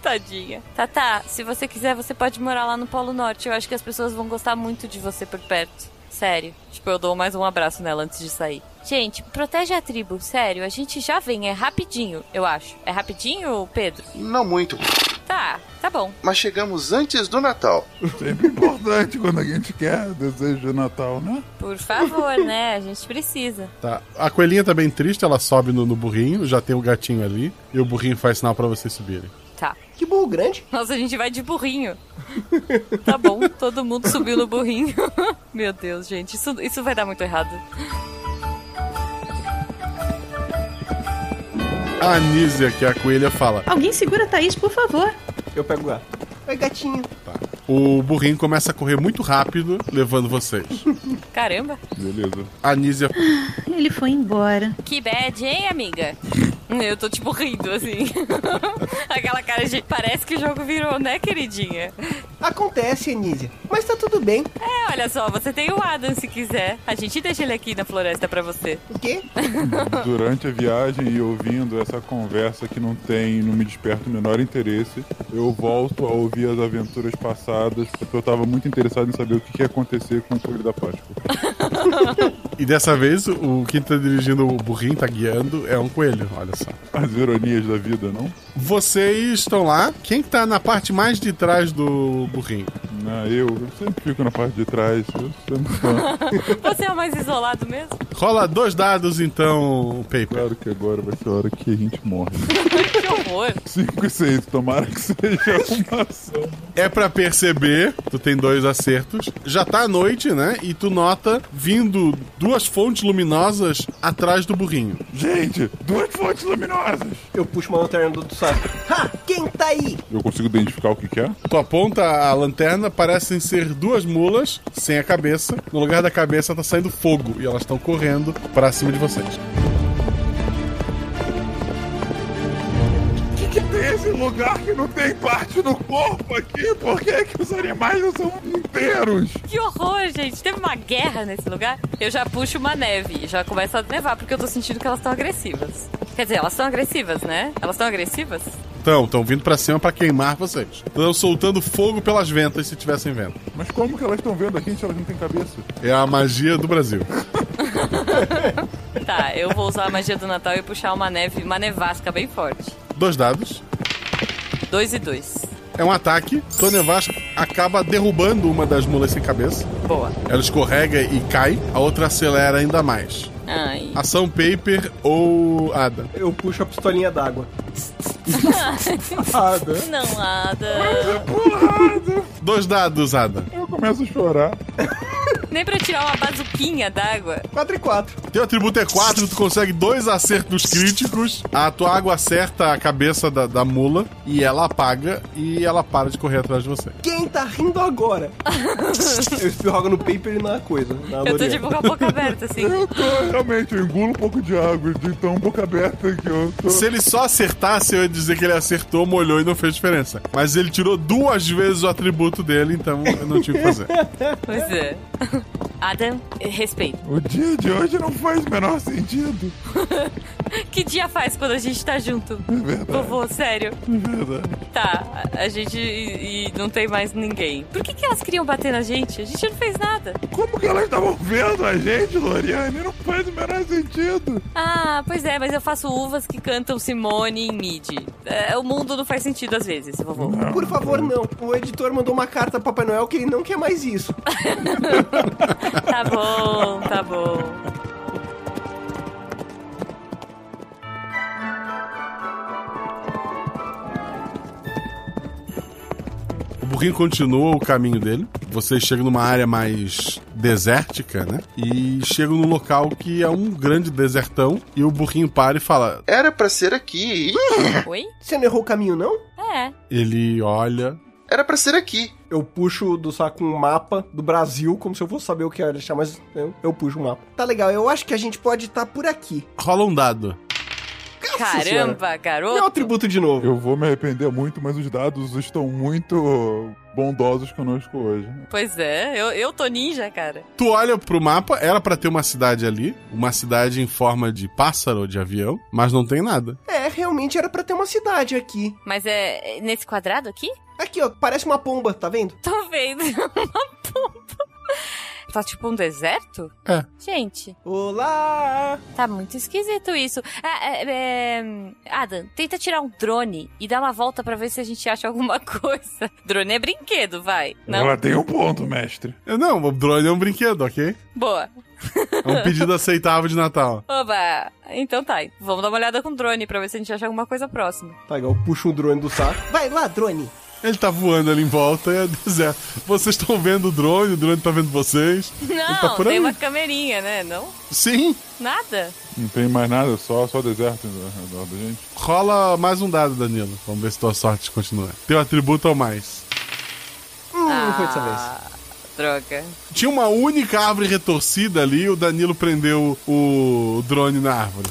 Tadinha. Tatá, se você quiser, você pode morar lá no Polo Norte. Eu acho que as pessoas vão gostar muito de você por perto. Sério. Tipo, eu dou mais um abraço nela antes de sair. Gente, protege a tribo, sério. A gente já vem, é rapidinho, eu acho. É rapidinho, Pedro?
Não muito,
Tá, tá bom.
mas chegamos antes do Natal.
Sempre importante quando a gente quer desejo de Natal, né?
Por favor, né? A gente precisa.
Tá. A coelhinha tá bem triste, ela sobe no, no burrinho, já tem o gatinho ali, e o burrinho faz sinal pra vocês subirem.
Tá.
Que burro grande.
Nossa, a gente vai de burrinho. tá bom, todo mundo subiu no burrinho. Meu Deus, gente, isso, isso vai dar muito errado.
A Anísia, que é a coelha, fala.
Alguém segura a Thaís, por favor.
Eu pego o gato. Oi, gatinho.
O burrinho começa a correr muito rápido, levando vocês.
Caramba.
Beleza. A Anísia
Ah, Ele foi embora.
Que bad, hein, amiga? Eu tô tipo rindo, assim. Aquela cara de. Parece que o jogo virou, né, queridinha?
Acontece, Anísia. Mas tá tudo bem.
É, olha só, você tem o Adam se quiser. A gente deixa ele aqui na floresta pra você.
O quê?
Durante a viagem e ouvindo essa conversa que não tem, não me desperta o menor interesse, eu volto a ouvir as aventuras passadas, porque eu tava muito interessado em saber o que que ia acontecer com o Coelho da Páscoa.
E dessa vez, o quem tá dirigindo o burrinho, tá guiando, é um coelho, olha só.
As ironias da vida, não?
Vocês estão lá. Quem tá na parte mais de trás do burrinho?
Ah, eu, eu sempre fico na parte de trás. Eu sempre sou.
Você é o mais isolado mesmo?
Rola dois dados, então, Paper.
Claro que agora vai ser a hora que a gente morre.
que horror.
5 e 6, tomara que seja uma ação.
É pra perceber, tu tem dois acertos. Já tá à noite, né? E tu nota vindo duas fontes luminosas atrás do burrinho.
Gente, duas fontes luminosas!
Eu puxo uma lanterna do outro saco. Ha! Quem tá aí?
Eu consigo identificar o que, que é?
Tu aponta a lanterna, parecem ser duas mulas sem a cabeça. No lugar da cabeça tá saindo fogo e elas estão correndo pra cima de vocês.
O que, que tem esse lugar que não tem parte do corpo aqui? Por que, que os animais não são inteiros?
Que horror, gente. Teve uma guerra nesse lugar. Eu já puxo uma neve. Já começa a nevar, porque eu tô sentindo que elas estão agressivas. Quer dizer, elas são agressivas, né? Elas estão agressivas?
Então, estão vindo pra cima pra queimar vocês. Estão soltando fogo pelas ventas se tivessem vento.
Mas como que elas estão vendo a gente? Elas não têm cabeça.
É a magia do Brasil.
Tá, eu vou usar a magia do Natal e puxar uma neve, uma nevasca bem forte.
Dois dados.
Dois e dois.
É um ataque. Tônia Vasco acaba derrubando uma das mulas sem cabeça.
Boa.
Ela escorrega e cai. A outra acelera ainda mais.
Ai.
Ação Paper ou Ada?
Eu puxo a pistolinha d'água.
Ada. Não, Ada.
Dois dados, Ada.
Eu começo a chorar.
Nem pra tirar uma bazuquinha d'água.
4 e 4.
Teu atributo é 4, tu consegue dois acertos críticos. A tua água acerta a cabeça da, da mula e ela apaga e ela para de correr atrás de você.
Quem tá rindo agora? eu espirro água no paper e na coisa. Na
Eu tô
Lorena.
tipo com a boca aberta, assim.
Eu tô, realmente, eu engulo um pouco de água, de tão boca aberta que eu tô.
Se ele só acertasse, eu ia dizer que ele acertou, molhou e não fez diferença. Mas ele tirou duas vezes o atributo dele, então eu não tinha o que fazer.
Pois é. Adam, respeito.
O dia de hoje não faz o menor sentido.
Que dia faz quando a gente tá
É
junto? Vovô, sério. Tá, a- a gente e, e não tem mais ninguém. Por que, que elas queriam bater na gente? A gente não fez nada.
Como que elas estavam vendo a gente, Loriane? Não faz o menor sentido.
Ah, pois é, mas eu faço uvas que cantam Simone em mid. É, o mundo não faz sentido às vezes, vovô.
Por favor, não. O editor mandou uma carta pro Papai Noel que ele não quer mais isso.
Tá bom, tá bom.
O burrinho continua o caminho dele. Vocês chegam numa área mais desértica, né? E chegam num local que é um grande desertão. E o burrinho para e fala.
Era É pra ser aqui.
Oi?
Você não errou o caminho, não?
É.
Ele olha.
Era pra ser aqui.
Eu puxo do saco um mapa do Brasil, como se eu fosse saber o que era deixar, mas eu, eu puxo o mapa. Tá legal, eu acho que a gente pode estar por aqui.
Rola um dado.
Caramba, garoto.
É um atributo de novo.
Eu vou me arrepender muito, mas os dados estão muito bondosos conosco hoje.
Pois é, eu, eu tô ninja, cara.
Tu olha pro mapa, era pra ter uma cidade ali, uma cidade em forma de pássaro ou de avião, mas não tem nada.
É, realmente era pra ter uma cidade aqui.
Mas é é nesse quadrado aqui?
Aqui, ó, parece uma pomba, É tá vendo?
Tô vendo. é Uma pompa. Tá tipo um deserto?
É.
Gente.
Olá!
Tá muito esquisito isso. Ah, é, é, Adam, tenta tirar um drone e dar uma volta pra ver se a gente acha alguma coisa. Drone é brinquedo, vai. Não?
Ela tem um ponto, mestre.
Eu Não, o drone é um brinquedo, ok?
Boa.
É um pedido aceitável de Natal.
Oba! Então tá, vamos dar uma olhada com o drone pra ver se a gente acha alguma coisa próxima.
Tá legal, eu puxo um drone do saco. Vai lá, drone!
Ele tá voando ali em volta e é deserto. Vocês estão vendo o drone, o drone tá vendo vocês. Ele tá
Não,
por
tem
aí.
uma camerinha, né? Não?
Sim.
Nada?
Não tem mais nada, só, só deserto ao redor da gente.
Rola mais um dado, Danilo. Vamos ver se tua sorte continua. Teu atributo é o mais.
Hum,
ah,
foi dessa
Droga.
Tinha uma única árvore retorcida ali, o Danilo prendeu o drone na árvore.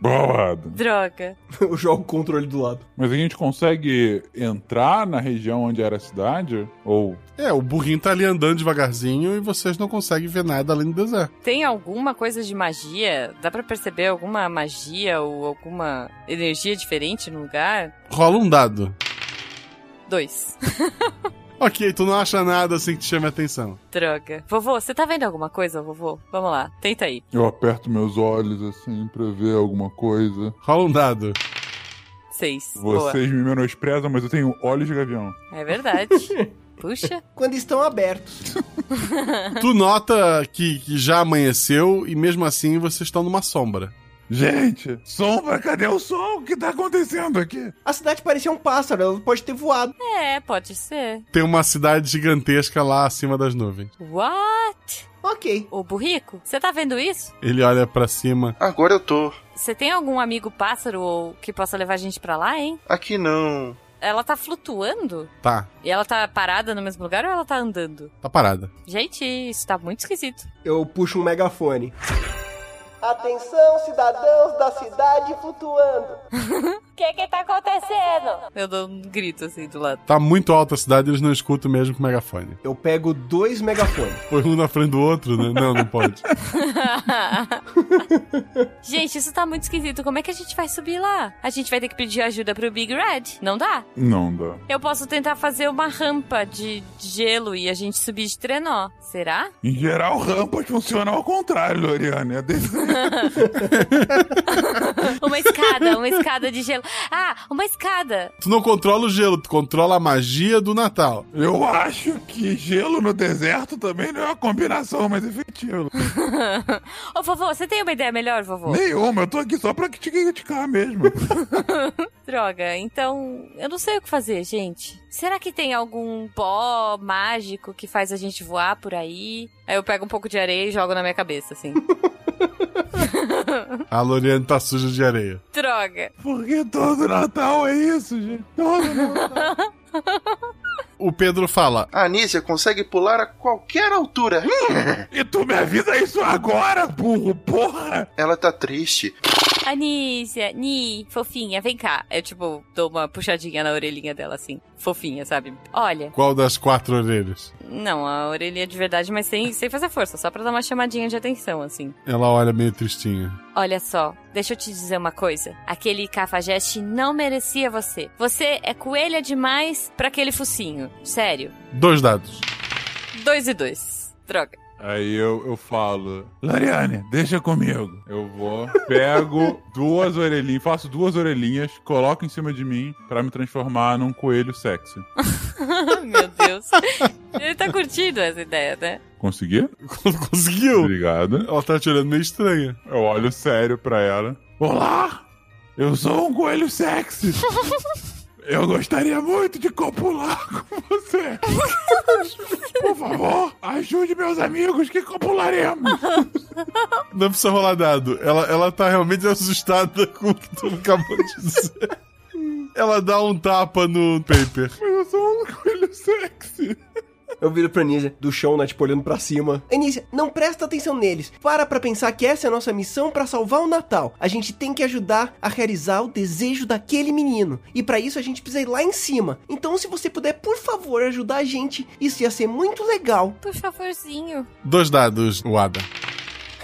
Boa,
droga.
Eu jogo o controle do lado.
Mas a gente consegue entrar na região onde era a cidade? Ou.
É, o burrinho tá ali andando devagarzinho e vocês não conseguem ver nada além do deserto.
Tem alguma coisa de magia? Dá pra perceber alguma magia ou alguma energia diferente no lugar?
Rola um dado.
Dois.
Ok, tu não acha nada assim que te chame a atenção.
Droga. Vovô, você tá vendo alguma coisa, vovô? Vamos lá, tenta aí.
Eu aperto meus olhos assim pra ver alguma coisa.
Rola um dado.
Seis. Boa.
Vocês me menosprezam, mas eu tenho olhos de gavião.
É verdade. Puxa.
Quando estão abertos.
Tu nota que, que já amanheceu e mesmo assim vocês estão numa sombra.
Gente, sombra, cadê o sol? O que tá acontecendo aqui?
A cidade parecia um pássaro, ela pode ter voado.
É, pode ser.
Tem uma cidade gigantesca lá acima das nuvens.
What?
Ok.
Ô, burrico, você tá vendo isso?
Ele olha pra cima.
Agora eu tô.
Você tem algum amigo pássaro ou que possa levar a gente pra lá, hein?
Aqui não.
Ela tá flutuando?
Tá,
E ela tá parada no mesmo lugar ou ela tá andando?
tá parada.
Gente, isso tá muito esquisito.
Eu puxo um megafone.
Atenção, cidadãos da cidade flutuando.
O que que tá acontecendo? Eu dou um grito assim do lado.
Tá muito alta a cidade, eles não escutam mesmo com megafone.
Eu pego dois megafones.
Põe um na frente do outro, né? Não, não pode.
gente, isso tá muito esquisito. Como é que a gente vai subir lá? A gente vai ter que pedir ajuda pro Big Red? Não dá?
Não dá.
Eu posso tentar fazer uma rampa de de gelo e a gente subir de trenó. Será?
Em geral, rampas funcionam ao contrário, Loriane. É desse-
uma escada, uma escada de gelo. Ah, uma escada.
Tu não controla o gelo, tu controla a magia do Natal.
Eu acho que gelo no deserto também não é uma combinação mais efetiva.
Ô, vovô, você tem uma ideia melhor, vovô?
Nenhuma, eu tô aqui só pra te criticar mesmo.
Droga, então eu não sei o que fazer, gente. Será que tem algum pó mágico que faz a gente voar por aí? Aí eu pego um pouco de areia e jogo na minha cabeça, assim.
A Loriane tá suja de areia.
Droga.
Porque todo Natal é isso, gente. Todo Natal.
O Pedro fala:
A Anísia consegue pular a qualquer altura.
e tu me avisa isso agora, burro, porra!
Ela tá triste.
Anísia, Ni, fofinha, vem cá. Eu, tipo, dou uma puxadinha na orelhinha dela, assim. Fofinha, sabe? Olha,
Qual das quatro orelhas?
não, a orelhinha de verdade, mas sem, sem fazer força, só pra dar uma chamadinha de atenção, assim.
Ela olha meio tristinha.
Olha só, deixa eu te dizer uma coisa. Aquele cafajeste não merecia você. Você é coelha demais pra aquele focinho. Sério.
Dois dados.
Dois e dois. Droga.
Aí eu, eu falo, Lariane, deixa comigo. Eu vou, pego duas orelhinhas, faço duas orelhinhas, coloco em cima de mim pra me transformar num coelho sexy.
Meu Deus. Ele tá curtindo essa ideia, né?
Consegui?
Conseguiu!
Obrigado.
Ela tá te olhando meio estranha.
Eu olho sério pra ela. Olá! Eu sou um coelho sexy! Eu gostaria muito de copular com você! Por favor, ajude meus amigos que copularemos!
Não precisa rolar dado. Ela, ela tá realmente assustada com o que tu acabou de dizer. Ela dá um tapa no paper.
Eu sou um coelho sexy.
Eu viro pra Anísia do chão, né? Tipo, olhando pra cima. Anísia, não presta atenção neles. Para pra pensar que essa é a nossa missão pra salvar o Natal. A gente tem que ajudar a realizar o desejo daquele menino. E pra isso a gente precisa ir lá em cima. Então, se você puder, por favor, ajudar a gente, isso ia ser muito legal.
Por favorzinho.
Dois dados, o Ada.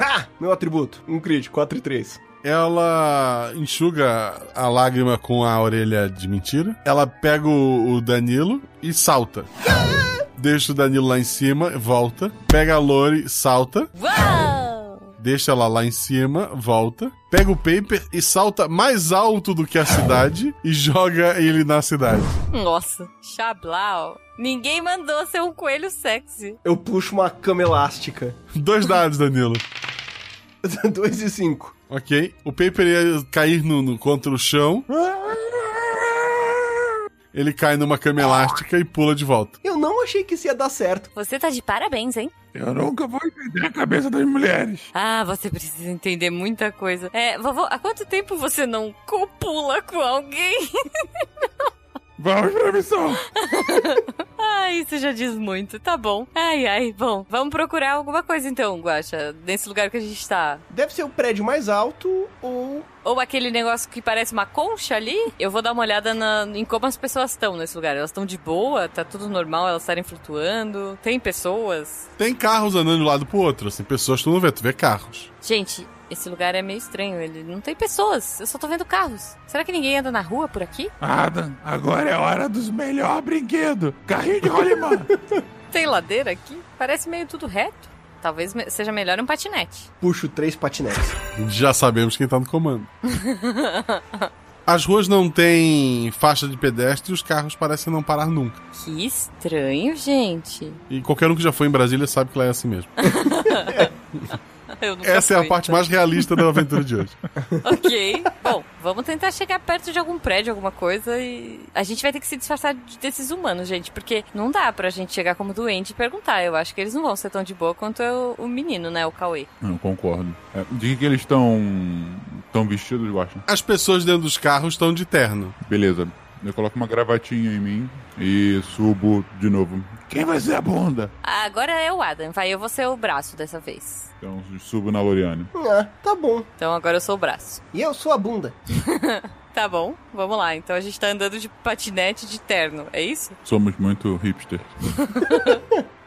Ha! Meu atributo. Um crítico, 4 e 3.
Ela enxuga a lágrima com a orelha de mentira. Ela pega o, o Danilo e salta. Deixa o Danilo lá em cima, volta. Pega a Lori, salta. Deixa ela lá em cima, volta. Pega o paper e salta mais alto do que a cidade e joga ele na cidade.
Nossa. Chablau. Ninguém mandou ser um coelho sexy.
Eu puxo uma cama elástica.
Dois dados, Danilo.
2 e 5.
Ok. O paper ia cair no, no- contra o chão.
Ah,
Ele cai numa cama elástica e pula de volta.
Eu não achei que isso ia dar certo.
Você tá de parabéns, hein?
Eu nunca vou entender a cabeça das mulheres.
Ah, você precisa entender muita coisa. É, vovô, há quanto tempo você não copula com alguém?
Vamos pra missão.
Ah, isso já diz muito. Tá bom. Ai, ai. Bom, vamos procurar alguma coisa então, Guaxa, nesse lugar que a gente tá.
Deve ser o prédio mais alto ou.
Ou aquele negócio que parece uma concha ali. Eu vou dar uma olhada na- em como as pessoas estão nesse lugar. Elas estão de boa? Tá tudo normal elas estarem flutuando? Tem pessoas?
Tem carros andando de um lado pro outro, assim, pessoas tu não vê, tu vê carros.
Gente, esse lugar é meio estranho. Ele não tem pessoas. Eu só tô vendo carros. Será que ninguém anda na rua por aqui?
Adam, agora é hora dos melhores brinquedos. Carrinho de rolimã.
Tem ladeira aqui? Parece meio tudo reto. Talvez me- seja melhor um patinete.
Puxo três patinetes.
Já sabemos quem tá no comando. As ruas não têm faixa de pedestre e os carros parecem não parar nunca.
Que estranho, gente.
E qualquer um que já foi em Brasília sabe que lá é assim mesmo.
Eu nunca
Essa é a
fui,
parte
então.
mais realista da aventura de hoje.
Ok. Bom, vamos tentar chegar perto de algum prédio, alguma coisa e. A gente vai ter que se disfarçar de- desses humanos, gente, porque não dá pra gente chegar como doente e perguntar. Eu acho que eles não vão ser tão de boa quanto eu- o menino, né? O Cauê.
Não concordo. É, de que, que eles estão tão vestidos, eu acho?
As pessoas dentro dos carros estão de terno.
Beleza. Eu coloco uma gravatinha em mim e subo de novo Quem vai ser a bunda?
Agora é o Adam, vai. Eu vou ser o braço dessa vez.
Então subo na Loriane.
Ah, tá bom.
Então agora eu sou o braço.
E eu sou a bunda.
Tá bom, vamos lá. Então a gente tá andando de patinete de terno, é isso?
Somos muito hipster.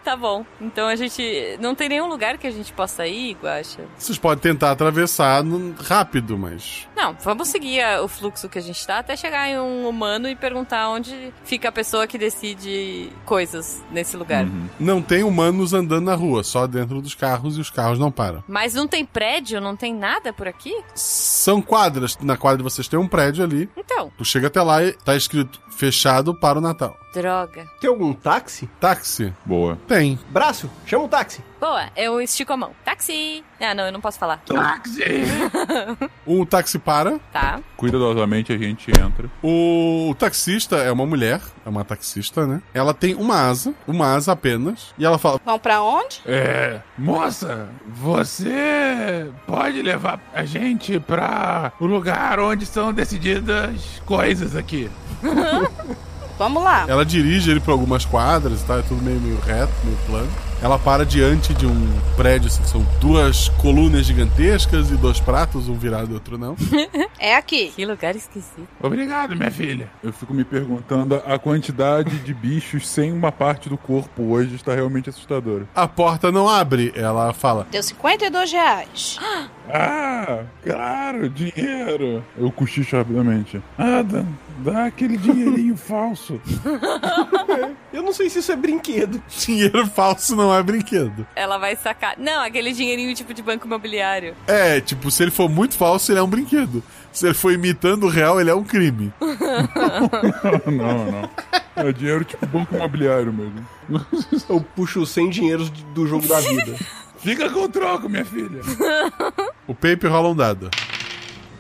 Tá bom. Então a gente. Não tem nenhum lugar que a gente possa ir, Guacha?
Vocês podem tentar atravessar no- rápido, mas.
Não, vamos seguir a- o fluxo que a gente tá até chegar em um humano e perguntar onde fica a pessoa que decide coisas nesse lugar.
Uhum.
Não tem humanos andando na rua, só dentro dos carros e os carros não param.
Mas não tem prédio, não tem nada por aqui?
São quadras. Na quadra vocês têm um prédio ali.
Então.
Tu chega até lá e tá escrito fechado para o Natal.
Droga.
Tem algum táxi?
Táxi?
Boa.
Tem.
Braço, chama um táxi.
Boa, eu estico a mão. Táxi! Ah, não, eu não posso falar.
Táxi! O táxi para.
Tá.
Cuidadosamente a gente entra.
O taxista é uma mulher, é uma taxista, né? Ela tem uma asa, uma asa apenas, e ela fala:
Vão pra onde?
É,
moça,
você
pode levar
a gente
pra
o lugar
onde são decididas coisas
aqui.
Vamos lá.
Ela dirige ele por algumas quadras e tal, é tudo meio, meio reto, meio plano. Ela para diante de um prédio, assim, que são duas colunas gigantescas e dois pratos, um virado e outro não.
É aqui.
Que lugar esquisito.
Obrigado, minha filha. Eu fico me perguntando a quantidade de bichos sem uma parte do corpo hoje está realmente assustadora.
A porta não abre, ela fala.
Deu 52 reais.
Ah, claro, dinheiro. Eu cochicho rapidamente. Adam, dá aquele dinheirinho falso.
Eu não sei se isso é brinquedo.
Dinheiro falso não é brinquedo.
Ela vai sacar. Não, aquele dinheirinho tipo de banco imobiliário.
É, tipo, se ele for muito falso, ele é um brinquedo. Se ele for imitando o real, ele é um crime.
não, não. É dinheiro tipo banco imobiliário mesmo.
Eu puxo 100 dinheiros de- do jogo da vida.
Fica com o troco, minha filha.
O Pepe rola um dado.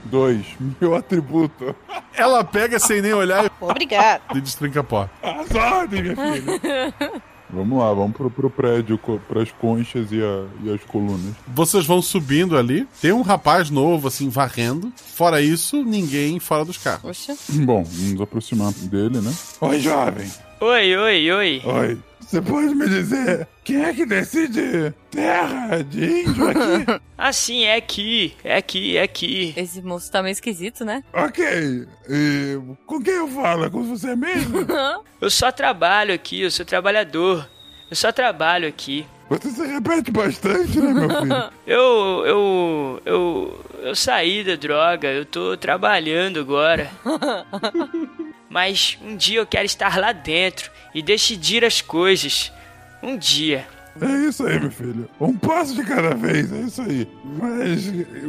Dois. Meu atributo.
Ela pega sem nem olhar
Obrigado.
e destrinca a porta.
As ordens, minha filha. Vamos lá, vamos pro, pro prédio, co- pras conchas e, a- e as colunas.
Vocês vão subindo ali. Tem um rapaz novo, assim, varrendo. Fora isso, ninguém fora dos carros.
Poxa.
Bom, vamos aproximar dele, né? Oi, jovem.
Oi, oi, oi.
Oi. Você pode me dizer quem é que decide terra de índio aqui?
assim, é aqui, é aqui, é aqui.
Esse moço tá meio esquisito, né?
ok. E com quem eu falo? É com você mesmo?
Eu só trabalho aqui, eu sou trabalhador. Eu só trabalho aqui.
Você se repete bastante, né, meu filho?
Eu, eu, eu, eu saí da droga, eu tô trabalhando agora. Mas um dia eu quero estar lá dentro e decidir as coisas. Um dia.
É isso aí, meu filho. Um passo de cada vez, é isso aí. Mas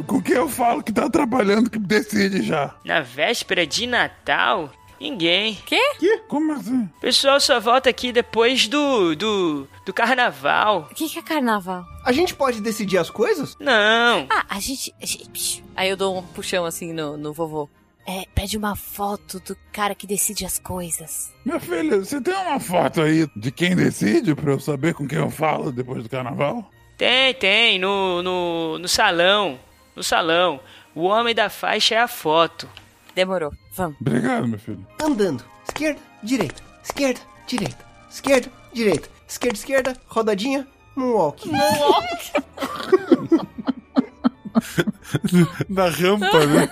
com quem eu falo que tá trabalhando que decide já?
Na véspera de Natal, ninguém.
Quê?
Como assim?
O pessoal só volta aqui depois do do, do carnaval.
O que, que é carnaval?
A gente pode decidir as coisas?
Não.
Ah, a gente. a gente- psh. Aí eu dou um puxão assim no, no vovô. É, pede uma foto do cara que decide as coisas.
Meu filho, você tem uma foto aí de quem decide pra eu saber com quem eu falo depois do carnaval?
Tem, tem, no, no, no salão. No salão. O homem da faixa é a foto.
Demorou. Vamos.
Obrigado, meu filho.
Andando. Esquerda, direita. Esquerda, direita. Esquerda, direita. Esquerda, esquerda. Rodadinha. Moonwalk. Moonwalk.
Na rampa, né?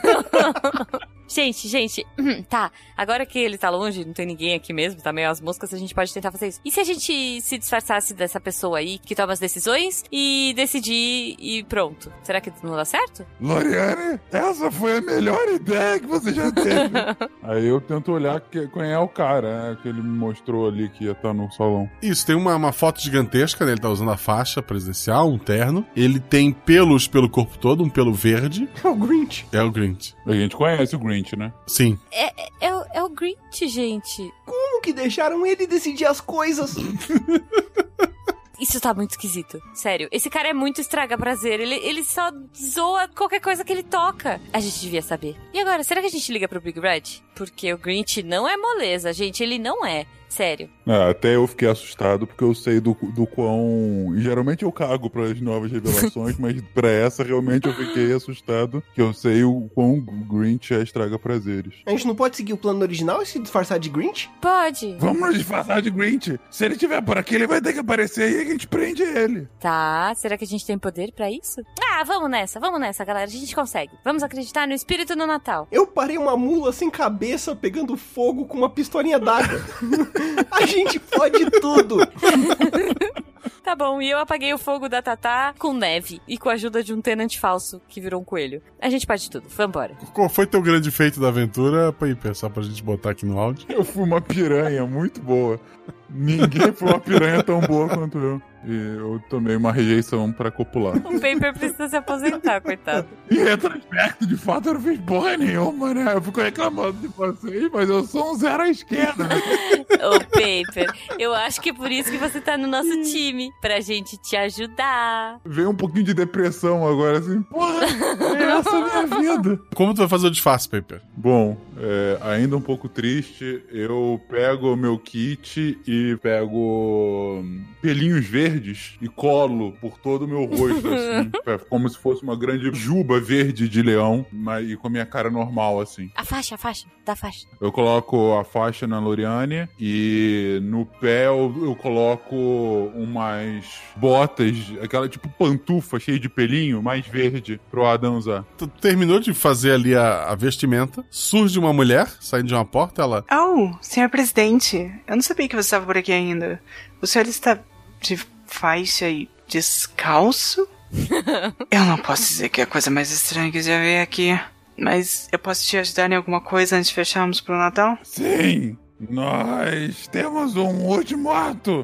Gente, gente, tá. Agora que ele tá longe, não tem ninguém aqui mesmo, tá meio as moscas, a gente pode tentar fazer isso. E se a gente se disfarçasse dessa pessoa aí que toma as decisões e decidir e pronto? Será que não dá certo?
Loriane, essa foi a melhor ideia que você já teve. Aí eu tento olhar que- quem é o cara né, que ele me mostrou ali que ia estar no salão.
Isso, tem uma, uma foto gigantesca, né? Ele tá usando a faixa presidencial, um terno. Ele tem pelos pelo corpo todo, um pelo verde.
É o Grinch.
É o Grinch.
A gente conhece o Grinch, né?
Sim.
É, é, é o, é o Grinch, gente.
Como que deixaram ele decidir as coisas?
Isso tá muito esquisito. Sério, esse cara é muito estraga-prazer. Ele, ele só zoa qualquer coisa que ele toca. A gente devia saber. E agora, será que a gente liga pro Big Red? Porque o Grinch não é moleza, gente. Ele não é. Sério.
É, até eu fiquei assustado porque eu sei do, do quão. e Geralmente eu cago para as novas revelações, mas para essa realmente eu fiquei assustado que eu sei o quão o Grinch é estraga prazeres.
A gente não pode seguir o plano original e se disfarçar de Grinch?
Pode.
Vamos nos disfarçar de Grinch. Se ele tiver por aqui, ele vai ter que aparecer e a gente prende ele.
Tá, será que a gente tem poder pra isso? Ah, vamos nessa, vamos nessa, galera. A gente consegue. Vamos acreditar no espírito do Natal.
Eu parei uma mula sem cabeça pegando fogo com uma pistolinha d'água. a gente pode tudo.
Tá bom, e eu apaguei o fogo da Tatá com neve e com a ajuda de um tenante falso que virou um coelho. A gente parte tudo, vambora.
Qual foi teu grande feito da aventura, Paper? Só pra gente botar aqui no áudio.
Eu fui uma piranha muito boa. Ninguém foi uma piranha tão boa quanto eu. E eu tomei uma rejeição pra copular.
O Um Paper precisa se aposentar, coitado.
E retrospecto, de fato, eu não fiz porra nenhuma, né? Eu fico reclamando de vocês, mas eu sou um zero à esquerda.
Ô, Paper, eu acho que é por isso que você tá no nosso time pra gente te ajudar.
Veio um pouquinho de depressão agora, assim, porra, é essa
Tá
a minha vida.
Como tu vai fazer o disfarce, Paper?
Bom, é, ainda um pouco triste, eu pego o meu kit e pego hum, pelinhos verdes e colo por todo o meu rosto, assim, é, como se fosse uma grande juba verde de leão, mas, e com a minha cara normal, assim.
A faixa, a faixa, dá faixa.
Eu coloco a faixa na Loriane e no pé eu, eu coloco umas botas, aquela tipo pantufa cheia de pelinho, mais verde, pro Adam usar.
Tu terminou de fazer ali a, a vestimenta, surge uma mulher saindo de uma porta, ela...
Oh, senhor presidente, eu não sabia que você estava por aqui ainda. O senhor está de faixa e descalço? eu não posso dizer que é a coisa mais estranha que já vi aqui. Mas eu posso te ajudar em alguma coisa antes de fecharmos pro Natal?
Sim! Nós temos um último ato!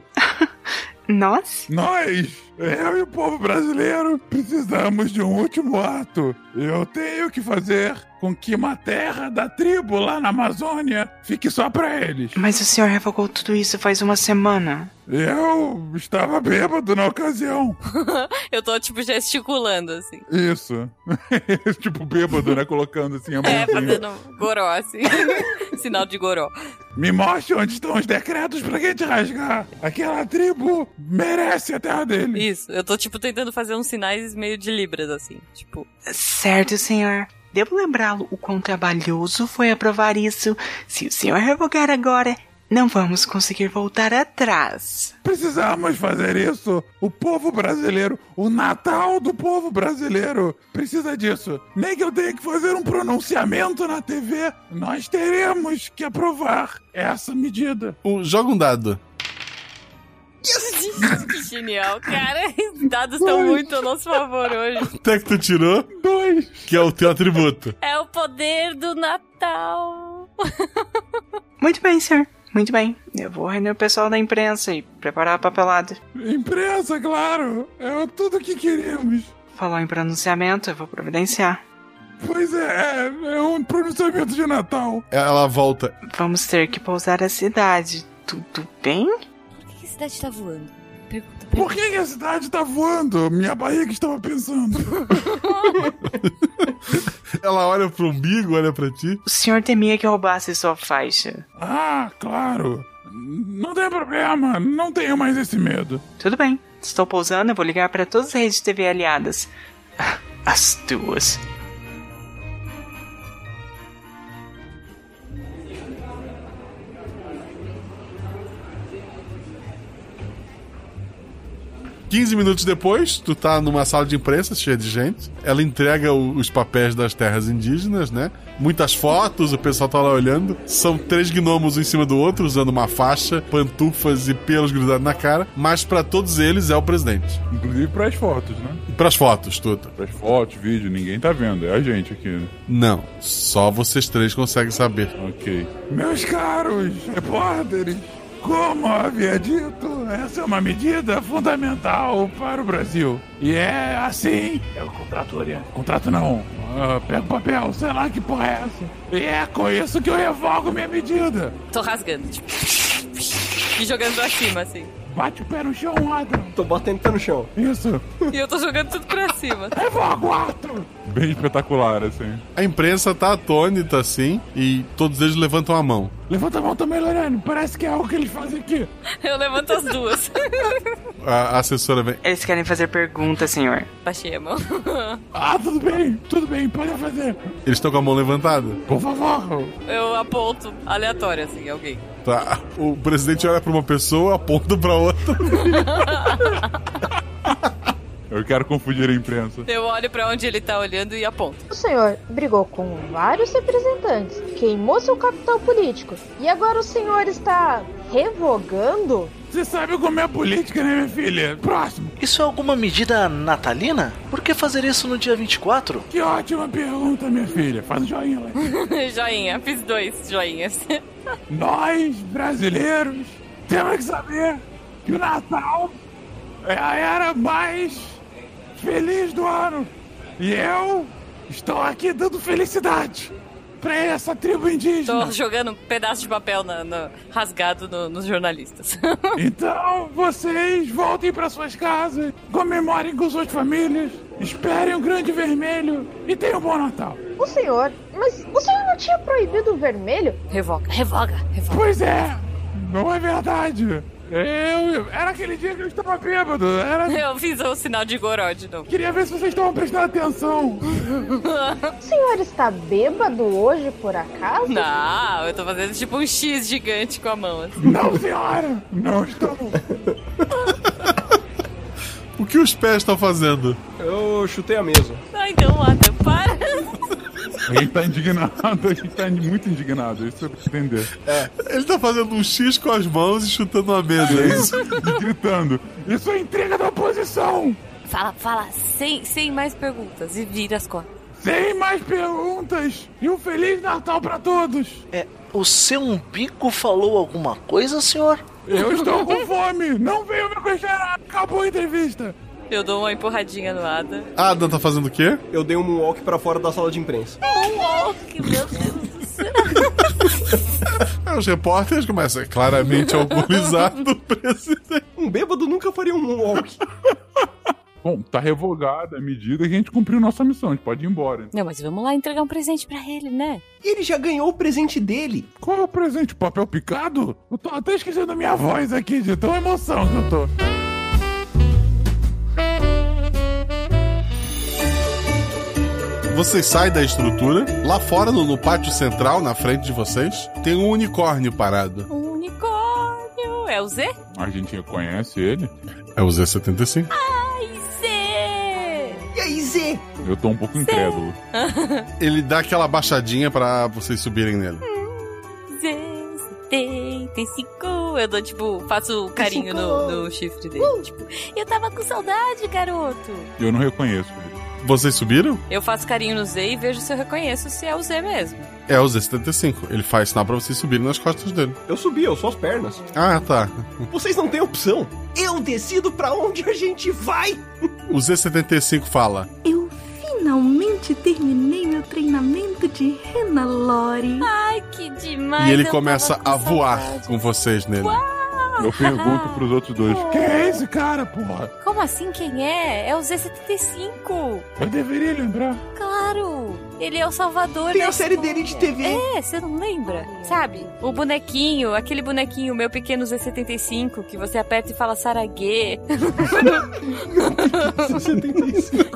Nós?
Nós, eu e o povo brasileiro, precisamos de um último ato. Eu tenho que fazer com que uma terra da tribo lá na Amazônia fique só pra eles.
Mas o senhor revogou tudo isso faz uma semana.
Eu estava bêbado na ocasião.
eu tô, tipo, gesticulando, assim.
Isso. tipo, bêbado, né? Colocando assim a mão.
É, fazendo goró, assim. Sinal de goró.
Me mostre onde estão os decretos pra gente rasgar. Aquela tribo merece a terra dele.
Isso, eu tô, tipo, tentando fazer uns sinais meio de libras, assim. Tipo.
Certo, senhor. Devo lembrá-lo o quão trabalhoso foi aprovar isso. Se o senhor revogar agora, não vamos conseguir voltar atrás.
Precisamos fazer isso. O povo brasileiro, o Natal do povo brasileiro, precisa disso. Nem que eu tenha que fazer um pronunciamento na TV, nós teremos que aprovar essa medida.
O, joga um dado.
que genial, cara. Os dados estão muito a nosso favor hoje.
Até é que tu tirou?
Dois.
Que é o teu atributo.
É o poder do Natal.
muito bem, senhor. Muito bem, eu vou reunir o pessoal da imprensa e preparar a papelada.
Imprensa, claro! É tudo o que queremos.
Falou em pronunciamento, eu vou providenciar.
Pois é, é, é um pronunciamento de Natal.
Ela volta.
Vamos ter que pousar a cidade, tudo bem?
Por que a cidade tá voando? Pergunta, pergunta.
Por que a cidade tá voando? Minha barriga estava pensando.
Ela olha pro umbigo, olha pra ti.
O senhor temia que roubasse sua faixa.
Ah, claro. Não tem problema, não tenho mais esse medo.
Tudo bem. Estou pousando, eu vou ligar para todas as redes de TV aliadas. Ah, As duas.
Quinze minutos depois, tu tá numa sala de imprensa cheia de gente. Ela entrega o- os papéis das terras indígenas, né? Muitas fotos, o pessoal tá lá olhando. São três gnomos um em cima do outro, usando uma faixa, pantufas e pelos grudados na cara. Mas pra todos eles é o presidente.
Inclusive pras fotos, né?
E pras fotos, tudo.
Pras fotos, vídeo, ninguém tá vendo, é a gente aqui. né?
Não, só vocês três conseguem saber.
Ok. Meus caros repórteres, como havia dito, essa é uma medida fundamental para o Brasil. E é assim. Eu contrato Oriane. Contrato não. Ah, pega o papel, sei lá que porra é essa. E é com isso que eu revogo minha medida.
Tô rasgando, tipo. E jogando pra cima, assim.
Bate o pé no chão, Adam.
Tô batendo pé Tá no chão.
Isso.
E eu tô jogando tudo pra cima.
É vaguato!
Bem espetacular, assim.
A imprensa tá atônita, assim, e todos eles levantam a mão.
Levanta a mão também, Lorena. Parece que é algo que eles fazem aqui.
Eu levanto as duas.
A, a assessora vem.
Eles querem fazer perguntas, senhor.
Baixei a mão.
Ah, tudo bem, tudo bem, pode fazer.
Eles estão com a mão levantada?
Por favor.
Eu aponto aleatório, assim, alguém.
Tá. O presidente olha pra uma pessoa, aponta pra outra.
Eu quero confundir a imprensa.
Eu olho pra onde ele tá olhando e aponto.
O senhor brigou com vários representantes, queimou seu capital político e agora o senhor está revogando?
Você sabe como é a política, né, minha filha? Próximo.
Isso é alguma medida natalina? Por que fazer isso no dia 24?
Que ótima pergunta, minha filha. Faz um joinha lá.
joinha, fiz dois joinhas.
Nós, brasileiros, temos que saber que o Natal é a era mais feliz do ano. E eu estou aqui dando felicidade pra essa tribo indígena.
Tô jogando um pedaço de papel na- na- rasgado no- nos jornalistas.
Então, vocês voltem para suas casas, comemorem com suas famílias, esperem o Grande Vermelho e tenham um bom Natal.
O senhor, mas o senhor não tinha proibido o vermelho?
Revoga, revoga, revoga.
Pois é, não é verdade. Eu, era aquele dia que eu estava bêbado. Era...
Eu fiz o sinal de goró de novo.
Queria ver se vocês estavam prestando atenção.
O senhor está bêbado hoje, por acaso?
Não, eu tô fazendo tipo um X gigante com a mão. assim.
Não, senhora! Não estou.
O que os pés estão fazendo?
Eu chutei a mesa.
Ah, então, Adam, para.
Ele tá indignado, ele tá muito indignado, isso eu preciso entender.
Ele tá fazendo um X com as mãos e chutando a mesa, é isso?
E gritando. Isso é entrega da oposição!
Fala, fala, sem, sem mais perguntas e vira as costas.
Sem mais perguntas! E um Feliz Natal pra todos!
É, o seu umbigo falou alguma coisa, senhor?
Eu estou com fome! Não venham me questionar! Acabou a entrevista!
Eu dou uma empurradinha no Adam.
Adam tá fazendo o quê?
Eu dei um walk pra fora da sala de imprensa.
Moonwalk, meu Deus.
É, os repórteres começam é claramente alcoolizado.
Um bêbado nunca faria um walk.
Bom, tá revogada a medida que a gente cumpriu nossa missão, a gente pode ir embora.
Não, mas vamos lá entregar um presente pra ele, né?
E ele já ganhou o presente dele.
Qual é o presente? Papel picado? Eu tô até esquecendo a minha voz aqui, de tão emoção que eu tô.
Vocês saem da estrutura, lá fora no, no pátio central, na frente de vocês, tem um unicórnio parado.
Um unicórnio. É o Z?
A gente reconhece ele.
É o Z75.
Ai, Z!
E aí, Z?
Eu tô um pouco incrédulo.
Ele dá aquela baixadinha pra vocês subirem nele.
Z, tem, tem cinco. Eu dou, tipo, faço o carinho no, no chifre dele. Tipo, eu tava com saudade, garoto.
Eu não reconheço
Vocês subiram?
Eu faço carinho no Z e vejo se eu reconheço se é o Z mesmo.
É o Z75. Ele faz sinal pra vocês subirem nas costas dele.
Eu subi, eu sou as pernas.
Ah, tá.
Vocês não têm opção. Eu decido pra onde a gente vai.
O Z75 fala.
Eu finalmente terminei meu treinamento de Rena Lore.
Ai, que demais!
e ele começa a voar com vocês nele.
Eu pergunto pros outros dois. Quem é esse cara, porra?
Como assim quem é? É o Z75.
Eu deveria lembrar.
Claro! Ele é o salvador
Tem
da
a série
história.
dele de TV.
É, você não lembra? Sabe? O bonequinho, aquele bonequinho, meu pequeno Z75, que você aperta e fala Saraguê.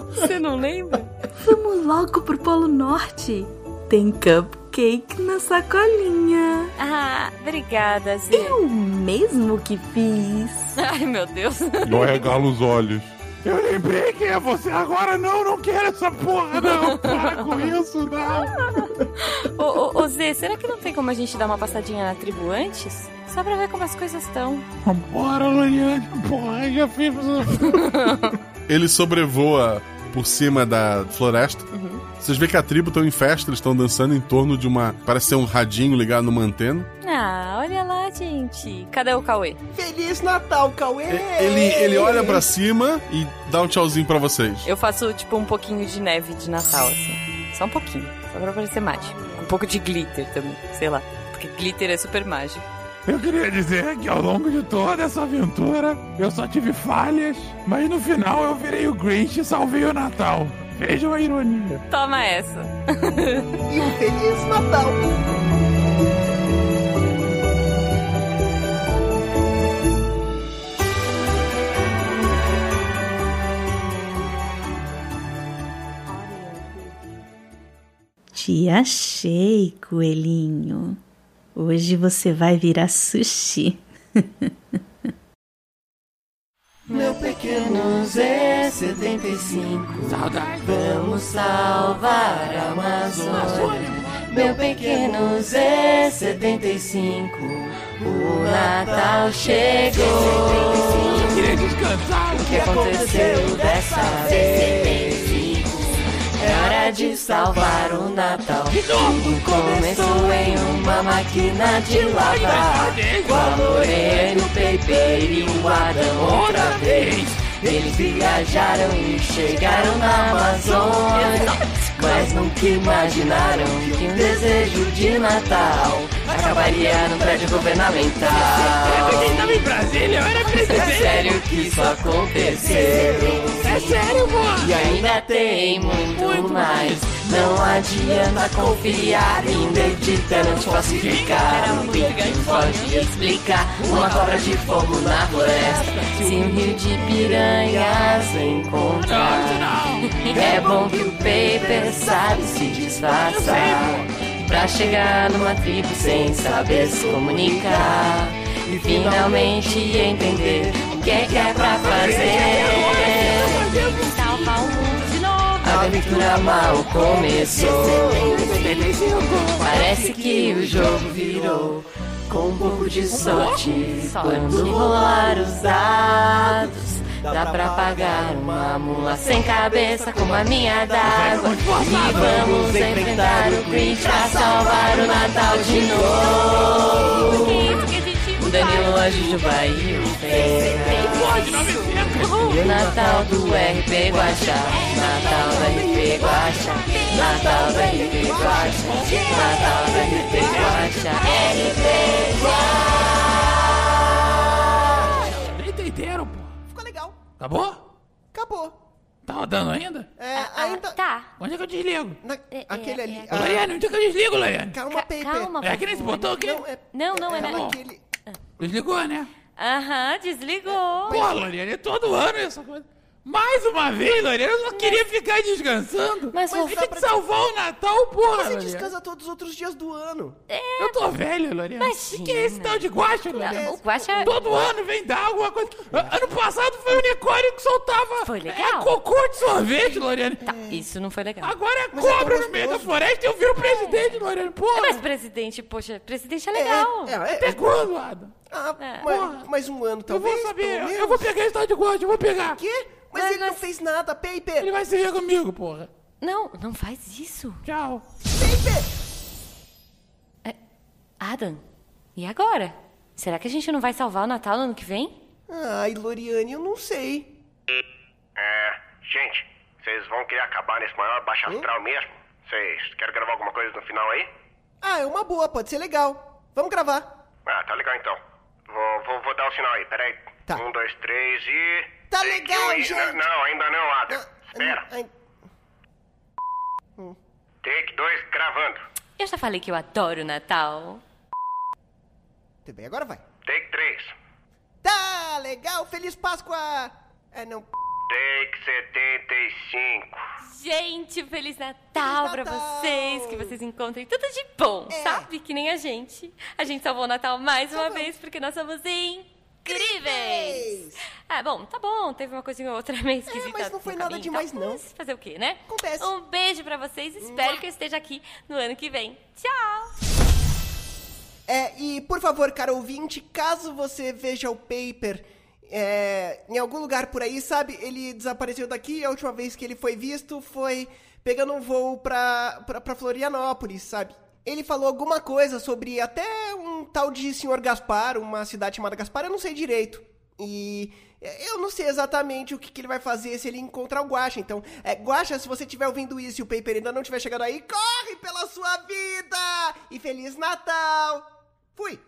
Você não lembra?
Vamos logo pro Polo Norte. Tem cupcake na sacolinha.
Ah, obrigada, Zé.
Eu mesmo que fiz.
Ai, meu Deus.
Eu arregalo os olhos.
Eu lembrei quem é você agora! Não, não quero essa porra, não! Para com isso, não!
Ô, ô, ô, Zé, será que não tem como a gente dar uma passadinha na tribo antes? Só pra ver como as coisas estão.
Bora, Loriane! Porra, já fiz.
Ele sobrevoa por cima da floresta. Vocês veem que a tribo estão em festa, eles estão dançando em torno de uma. Parece ser um radinho ligado numa antena.
Ah, olha lá, gente. Cadê o Cauê?
Feliz Natal, Cauê!
Ele, ele olha pra cima e dá um tchauzinho pra vocês.
Eu faço, tipo, um pouquinho de neve de Natal, assim. Só um pouquinho. Só pra parecer mágico. Um pouco de glitter também, sei lá. Porque glitter é super mágico.
Eu queria dizer que ao longo de toda essa aventura, eu só tive falhas, mas no final eu virei o Grinch e salvei o Natal. Vejam a ironia.
Toma essa.
E um Feliz Natal!
Te achei, coelhinho. Hoje você vai virar sushi.
Meu pequeno Zé 75 Saudade Vamos salvar a Amazônia Meu pequeno Zé 75 O Natal chegou
Eu queria descansar.
O que aconteceu dessa vez? É hora de salvar o Natal Tudo começou em uma máquina de lavar Com a Lorena, o Pepe e o Adão outra vez Eles viajaram e chegaram na Amazônia Mas nunca imaginaram que um desejo de Natal Acabaria num prédio É, governamental
Brasília, eu era
é sério que isso aconteceu. É sério, mano. E ainda tem muito, mais. Não adianta confiar em dedita, não te falsificar. Era um pica que pode explicar. Uma cobra de fogo na floresta. Se um rio de piranhas encontrar, é bom que o paper sabe se disfarçar. Pra chegar numa tribo sem saber se comunicar. E finalmente entender o que é que é pra fazer.
Salvar o mundo de novo.
A aventura mal começou. Parece que o jogo virou. Com um pouco de sorte, quando rolar os dados, dá pra pagar uma mula sem cabeça como a minha d'água. E vamos enfrentar o Grinch pra salvar o Natal de novo. O Danilo, a Jujuba e o Fera. E o Natal do RP Guaxá, Natal do RP Guaxá, Natal do RP Guaxá, Natal do RP Guaxá, RP Guaxá.
Brito inteiro, pô.
Ficou legal.
Acabou?
Acabou.
Tá rodando ainda?
É,
ah,
ainda... Tá.
Onde é que eu desligo?
Aquele ali. ah,
Laiane, onde é que eu desligo, Laiane?
Calma, Pepe.
Calma,
É aqui nesse botão aqui?
Não, não, é,
Tá
na-
bom. Desligou, né?
Aham, desligou.
Pô, Loriane, é todo ano essa coisa. Mais uma vez, Loriane, eu só queria ficar descansando. Mas,
vou-
tem que salvar o Natal, porra,
Você
Loriane.
descansa todos os outros dias do ano.
É,
Eu tô velho, Loriane. O que é esse tal de guacha, é- Loriane?
Não, o guacha-
Todo ano vem dar alguma coisa. A- Ano passado foi o unicórnio que soltava foi
legal.
cocô de sorvete, Loriane.
Tá, isso não foi legal. É.
Agora é cobra no meio da floresta e eu viro o presidente, Loriane. Porra.
Mas presidente, poxa, presidente é legal.
É, é, é.
Até quando, Adam?
Ah,
É.
mas, mais um ano, talvez.
vou saber,
pelo
eu
menos.
vou pegar esse tal de guacha, eu vou pegar.
Quê? Mas, ele não fez nada, Pepe.
Ele vai se ver comigo, porra.
Não, não faz isso. É,
Tchau.
Adam, e agora? Será que a gente não vai salvar o Natal no ano que vem?
Ai, Loriane, eu não sei.
É, gente, vocês vão querer acabar nesse maior baixo
Hum?
astral mesmo? Vocês querem gravar alguma coisa no final aí?
Ah, é uma boa, pode ser legal. Vamos gravar.
Ah, tá legal então. Vou, vou, vou dar o sinal aí, peraí. Um, dois, três e.
Tá legal,
Ih,
gente. Ah,
Não, não, ainda não, Adam. Espera.
Ai, Hum.
Take 2 gravando.
Eu já falei que eu adoro o Natal.
Tudo bem, agora vai.
Take 3.
Tá legal, Feliz Páscoa. É, não.
Take 75.
Gente, Feliz Natal pra vocês, que vocês encontrem tudo de bom,
É.
sabe? Que nem a gente. A gente salvou o Natal mais
Tá
uma vez porque nós somos incríveis. Ah, bom, tá bom, teve uma coisinha ou outra meio esquisita.
É, mas não
no
foi nada
caminho e
demais,
tal.
não.
Mas fazer o quê, né? Acontece. Um beijo pra vocês, espero que eu esteja aqui no ano que vem. Tchau!
É, e por favor, cara ouvinte, caso você veja o paper é, em algum lugar por aí, sabe? Ele desapareceu daqui e a última vez que ele foi visto foi pegando um voo pra, pra, pra Florianópolis, sabe? Ele falou alguma coisa sobre até um tal de Senhor Gaspar, uma cidade chamada Gaspar, eu não sei direito. E é, eu não sei exatamente o que, que ele vai fazer se ele encontrar o Guaxa. Então, é, Guaxa, se você estiver ouvindo isso e o paper ainda não estiver chegando aí, corre pela sua vida! E Feliz Natal! Fui!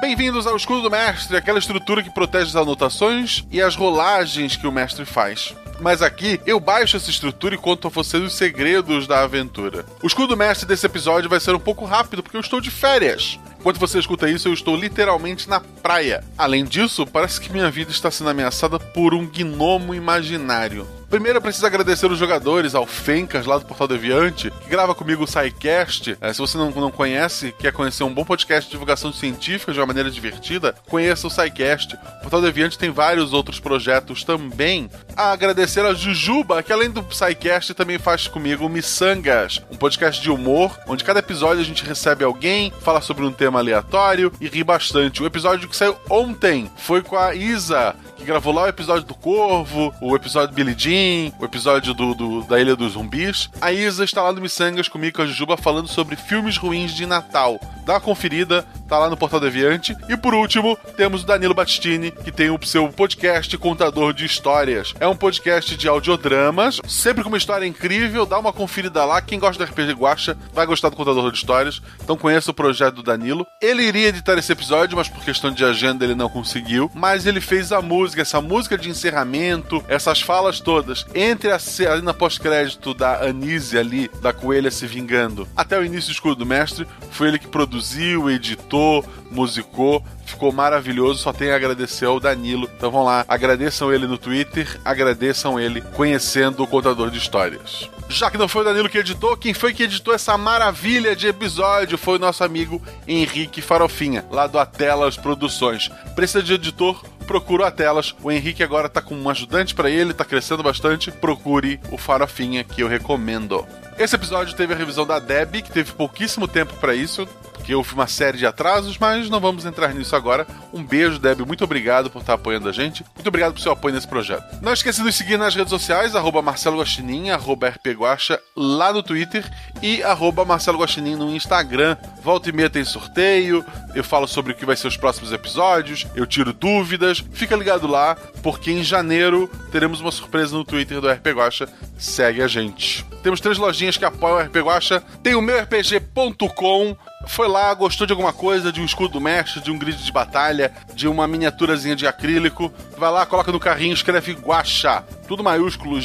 Bem-vindos ao Escudo do Mestre, aquela estrutura que protege as anotações e as rolagens que o mestre faz. Mas aqui eu baixo essa estrutura e conto a vocês os segredos da aventura. O escudo do mestre desse episódio vai ser um pouco rápido porque eu estou de férias. Enquanto você escuta isso, eu estou literalmente na praia. Além disso, parece que minha vida está sendo ameaçada por um gnomo imaginário. Primeiro eu preciso agradecer os jogadores, ao Fencas lá do Portal Deviante, que grava comigo o SciCast. Eh, se você não, não conhece, quer conhecer um bom podcast de divulgação científica de uma maneira divertida, conheça o SciCast. O Portal Deviante tem vários outros projetos também. A agradecer a Jujuba, que além do SciCast também faz comigo o Missangas, um podcast de humor, onde cada episódio a gente recebe alguém, fala sobre um tema aleatório e ri bastante. O episódio que saiu ontem foi com a Isa, que gravou lá o episódio do Corvo, o episódio do Billy Jean, o episódio do, do- da Ilha dos Zumbis. A Isa está lá no Missangas comigo com a Jujuba falando sobre filmes ruins de Natal. Dá uma conferida, tá lá no Portal Deviante. E por último, temos o Danilo Battistini, que tem o seu podcast Contador de Histórias. É um podcast de audiodramas, sempre com uma história incrível, dá uma conferida lá. Quem gosta do RPG Guacha vai gostar do Contador de Histórias, então conheça o projeto do Danilo. Ele iria editar esse episódio, mas por questão de agenda ele não conseguiu. Mas ele fez a música, essa música de encerramento, essas falas todas, entre a cena pós-crédito da Anise ali, da coelha se vingando, até o início do escudo do mestre, foi ele que produziu, editou, musicou, ficou maravilhoso. Só tenho a agradecer ao Danilo. Então vão lá, agradeçam ele no Twitter, agradeçam ele conhecendo o contador de histórias. Já que não foi o Danilo que editou, quem foi que editou essa maravilha de episódio foi o nosso amigo Henrique Farofinha, lá do Atelas Produções. Precisa de editor? Procura o Atelas. O Henrique agora tá com um ajudante para ele, tá crescendo bastante. Procure o Farofinha que eu recomendo. Esse episódio teve a revisão da Deb, que teve pouquíssimo tempo para isso que houve uma série de atrasos, mas não vamos entrar nisso agora. Um beijo, Deb, muito obrigado por estar apoiando a gente. Muito obrigado pelo seu apoio nesse projeto. Não esqueça de nos seguir nas redes sociais, arroba Marcelo Guaxinim, arroba RP Guaxa, lá no Twitter e arroba Marcelo Guaxinim no Instagram. Volta e meia tem sorteio, eu falo sobre o que vai ser os próximos episódios, eu tiro dúvidas. Fica ligado lá, porque em janeiro teremos uma surpresa no Twitter do RP Guaxa. Segue a gente. Temos três lojinhas que apoiam o RP Guaxa. Tem o meurpg.com, foi lá, gostou de alguma coisa, de um escudo do mestre, de um grid de batalha, de uma miniaturazinha de acrílico, vai lá, coloca no carrinho, escreve Guaxa, tudo maiúsculo,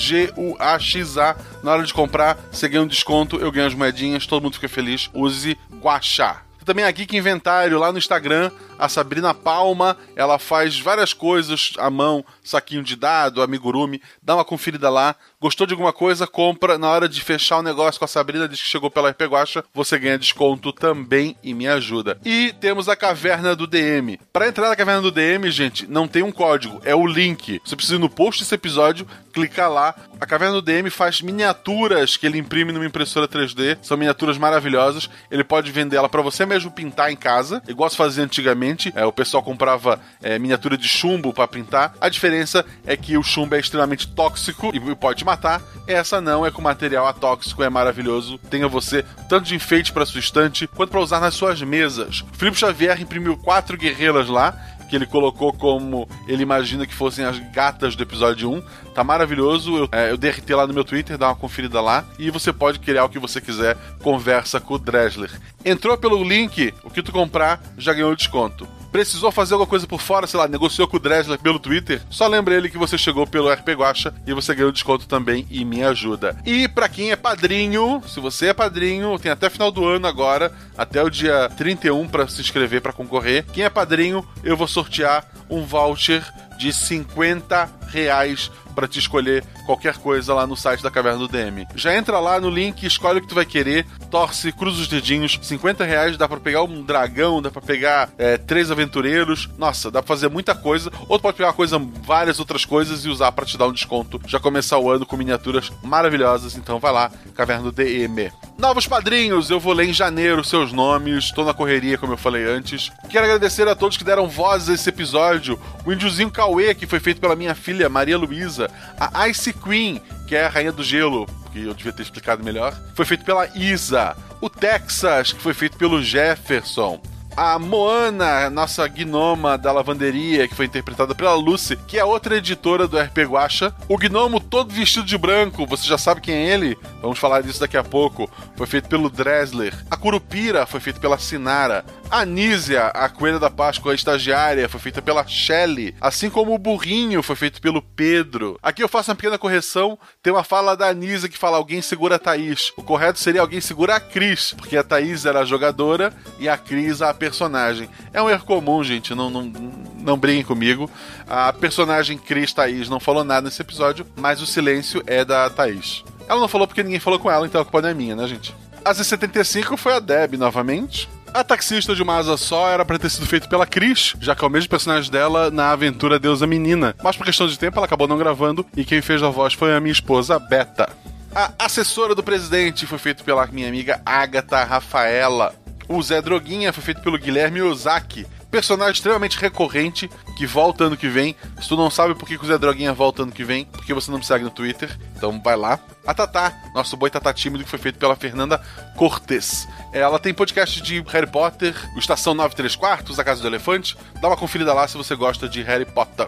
G-U-A-X-A. Na hora de comprar, você ganha um desconto, eu ganho as moedinhas, todo mundo fica feliz, use Guaxa. Também a Geek Inventário lá no Instagram, a Sabrina Palma, ela faz várias coisas à mão, saquinho de dado, amigurumi, dá uma conferida lá. Gostou de alguma coisa, compra. Na hora de fechar o negócio com a Sabrina, diz que chegou pela RP Guacha, você ganha desconto também e me ajuda. E temos a Caverna do DM. Para entrar na Caverna do DM, gente, não tem um código, é o link. Você precisa ir no post desse episódio, clicar lá. A Caverna do DM faz miniaturas que ele imprime numa impressora 3D, são miniaturas maravilhosas. Ele pode vender ela para você mesmo pintar em casa, igual se fazia antigamente. É, o pessoal comprava é, miniatura de chumbo para pintar. A diferença é que o chumbo é extremamente tóxico e e pode te matar. Essa não é com material atóxico, é maravilhoso. Tenha você tanto de enfeite para sua estante quanto para usar nas suas mesas. O Felipe Xavier imprimiu quatro guerreiras lá que ele colocou como ele imagina que fossem as gatas do episódio 1. Tá maravilhoso. Eu, é, eu derretei lá no meu Twitter, dá uma conferida lá. E você pode criar o que você quiser. Conversa com o Dresler. Entrou pelo link, o que tu comprar já ganhou desconto. Precisou fazer alguma coisa por fora, sei lá, negociou com o Dresler pelo Twitter? Só lembra ele que você chegou pelo RP Guacha e você ganhou desconto também e me ajuda. E pra quem é padrinho, se você é padrinho, tem até final do ano agora, até o dia 31 pra se inscrever pra concorrer. Quem é padrinho, eu vou sortear um voucher de 50 reais pra te escolher qualquer coisa lá no site da Caverna do DM. Já entra lá no link, escolhe o que tu vai querer, torce, cruza os dedinhos, 50 reais dá pra pegar um dragão, dá pra pegar é, três aventureiros, nossa, dá pra fazer muita coisa, ou tu pode pegar uma coisa, várias outras coisas e usar pra te dar um desconto, já começar o ano com miniaturas maravilhosas, então vai lá, Caverna do DM. Novos padrinhos, eu vou ler em janeiro seus nomes, tô na correria, como eu falei antes. Quero agradecer a todos que deram voz a esse episódio, o índiozinho Cauê, que foi feito pela minha filha Maria Luísa, a Ice Queen, que é a Rainha do Gelo, que eu devia ter explicado melhor, foi feito pela Isa, o Texas, que foi feito pelo Jefferson, a Moana, nossa gnoma da lavanderia, que foi interpretada pela Lucy, que é outra editora do RP Guacha. O gnomo todo vestido de branco, você já sabe quem é ele? Vamos falar disso daqui a pouco. Foi feito pelo Dresler. A Curupira foi feito pela Sinara. A Nízia, a coelha da Páscoa a estagiária, foi feita pela Shelley, assim como o burrinho foi feito pelo Pedro. Aqui eu faço uma pequena correção, tem uma fala da Nízia que fala alguém segura a Thaís. O correto seria alguém segura a Cris, porque a Thaís era a jogadora e a Cris a personagem. É um erro comum, gente, não, não, não briguem comigo. A personagem Cris Thaís não falou nada nesse episódio, mas o silêncio é da Thaís. Ela não falou porque ninguém falou com ela, então a culpa não é minha, né, gente? A Z75 foi a Deb novamente. A taxista de uma asa só era pra ter sido feito pela Cris, já que é o mesmo personagem dela na aventura Deusa Menina. Mas por questão de tempo ela acabou não gravando e quem fez a voz foi a minha esposa, Beta. A assessora do presidente foi feito pela minha amiga Agatha Rafaela. O Zé Droguinha foi feito pelo Guilherme Ozaki. Personagem extremamente recorrente que volta ano que vem. Se tu não sabe por que que o Zé Droguinha volta ano que vem, porque você não me segue no Twitter, então vai lá. A Tatá, nosso boi Tatá tímido que foi feito pela Fernanda Cortes. Ela tem podcast de Harry Potter, o Estação 934, Quartos, A Casa do Elefante. Dá uma conferida lá se você gosta de Harry Potter.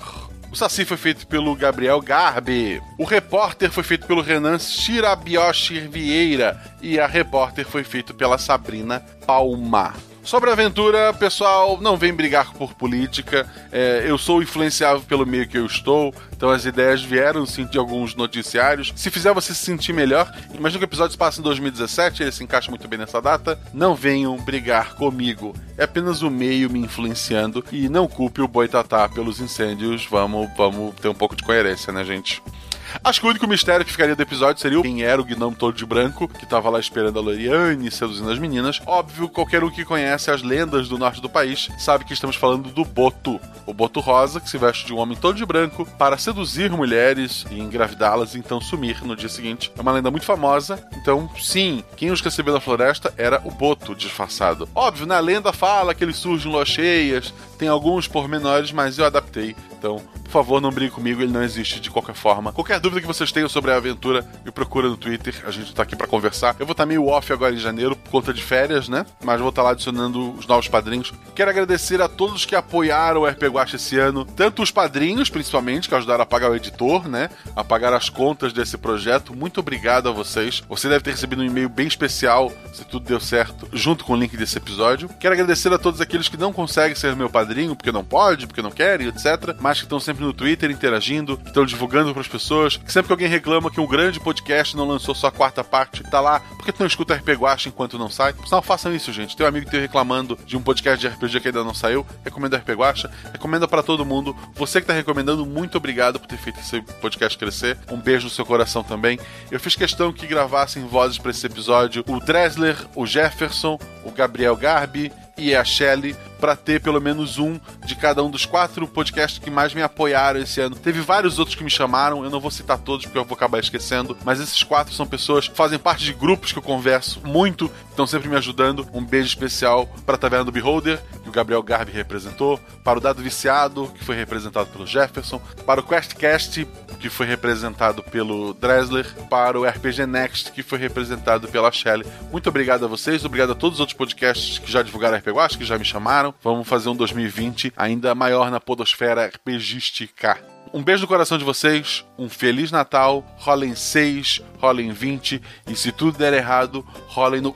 O Saci foi feito pelo Gabriel Garbi. O repórter foi feito pelo Renan Shirabioshi Vieira. E a repórter foi feito pela Sabrina Palma. Sobre a aventura, pessoal, não vem brigar por política. É, eu sou influenciável pelo meio que eu estou, então as ideias vieram sim de alguns noticiários. Se fizer você se sentir melhor, imagina que o episódio se passa em 2017, ele se encaixa muito bem nessa data. Não venham brigar comigo. É apenas o meio me influenciando. E não culpe o Boitatá pelos incêndios. Vamos, vamos ter um pouco de coerência, né, gente? Acho que o único mistério que ficaria do episódio seria o quem era o gnomo todo de branco, que tava lá esperando a Loriane, seduzindo as meninas. Óbvio, qualquer um que conhece as lendas do norte do país sabe que estamos falando do Boto. O Boto Rosa, que se veste de um homem todo de branco para seduzir mulheres e engravidá-las e então sumir no dia seguinte. É uma lenda muito famosa, então sim, quem os recebeu na floresta era o Boto disfarçado. Óbvio, na lenda fala que ele surge em luas cheias, tem alguns pormenores, mas eu adaptei. Então, por favor, não brigue comigo, ele não existe de qualquer forma. Qualquer dúvida que vocês tenham sobre a aventura, me procura no Twitter, a gente tá aqui para conversar. Eu vou estar meio off agora em janeiro por conta de férias, né? Mas vou estar lá adicionando os novos padrinhos. Quero agradecer a todos que apoiaram o RP Guacha esse ano, tanto os padrinhos, principalmente, que ajudaram a pagar o editor, né? A pagar as contas desse projeto. Muito obrigado a vocês. Você deve ter recebido um e-mail bem especial, se tudo deu certo, junto com o link desse episódio. Quero agradecer a todos aqueles que não conseguem ser meu padrinho, porque não pode, porque não querem, etc. Mas que estão sempre no Twitter interagindo, que estão divulgando para as pessoas. Que sempre que alguém reclama que um grande podcast não lançou sua quarta parte, tá lá, porque tu não escuta RP Guacha enquanto não sai? Não façam isso, gente. Tem um amigo teu reclamando de um podcast de RPG que ainda não saiu, recomenda RP Guacha, recomenda para todo mundo. Você que tá recomendando, muito obrigado por ter feito esse podcast crescer. Um beijo no seu coração também. Eu fiz questão que gravassem vozes para esse episódio o Dresler, o Jefferson, o Gabriel Garbi, e a Shelley para ter pelo menos um de cada um dos quatro podcasts que mais me apoiaram esse ano. Teve vários outros que me chamaram, eu não vou citar todos porque eu vou acabar esquecendo, mas esses quatro são pessoas que fazem parte de grupos que eu converso muito, estão sempre me ajudando. Um beijo especial para a Taverna do Beholder, que o Gabriel Garbi representou, para o Dado Viciado, que foi representado pelo Jefferson, para o Questcast, que foi representado pelo Dresler, para o RPG Next, que foi representado pela Shelley. Muito obrigado a vocês, obrigado a todos os outros podcasts que já divulgaram RPG Guacha, que já me chamaram. Vamos fazer um 2020 ainda maior na podosfera RPGística. Um beijo no coração de vocês, um Feliz Natal, rolem 6, rolem 20 e se tudo der errado, rolem no.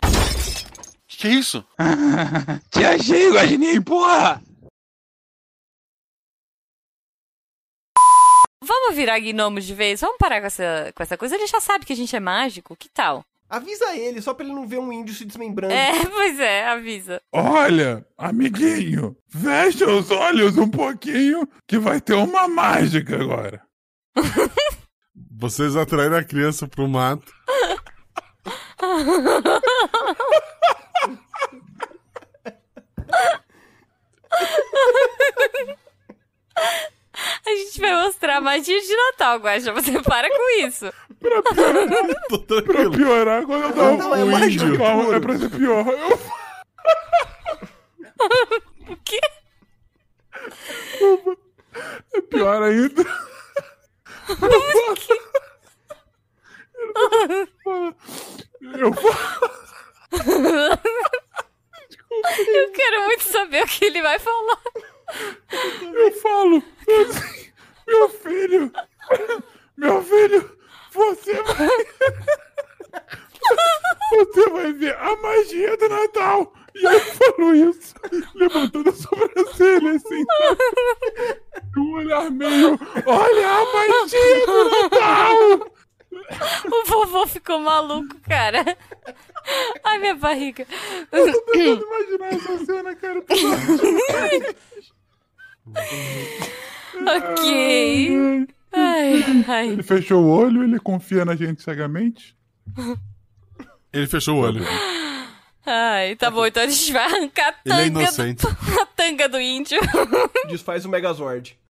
Que isso?
Te achei, Guaxinim, porra!
Vamos virar gnomo de vez? Vamos parar com essa, com essa coisa? Ele já sabe que a gente é mágico? Que tal?
Avisa ele, só pra ele não ver um índio se desmembrando.
É, pois é, avisa.
Olha, amiguinho, fecha os olhos um pouquinho que vai ter uma mágica agora.
Vocês atraíram a criança pro mato.
A gente vai mostrar a magia de Natal, Guaxa. Você para com isso.
Pra piorar, pra piorar quando eu tava
Então
Não,
com
é
o
mágica
um.
índio.
pura.
É pra ser pior. Eu-
O quê?
É pior ainda. Eu
Eu quero muito saber o que ele vai falar.
Eu falo, assim, meu filho, meu filho, você vai. Você vai ver a magia do Natal
E aí falou isso, levantando a sobrancelha, assim. E um olhar meio. Olha a magia do Natal!
O vovô ficou maluco, cara. Ai, minha barriga.
Eu tô tentando imaginar essa cena, cara. pelo amor de Deus.
ok. Ai, ai.
Ele fechou o olho, ele confia na gente cegamente.
Ele fechou o olho.
Ai, tá bom, então a gente vai arrancar a
Ele é
tanga,
inocente.
do, a tanga do índio.
Desfaz o Megazord.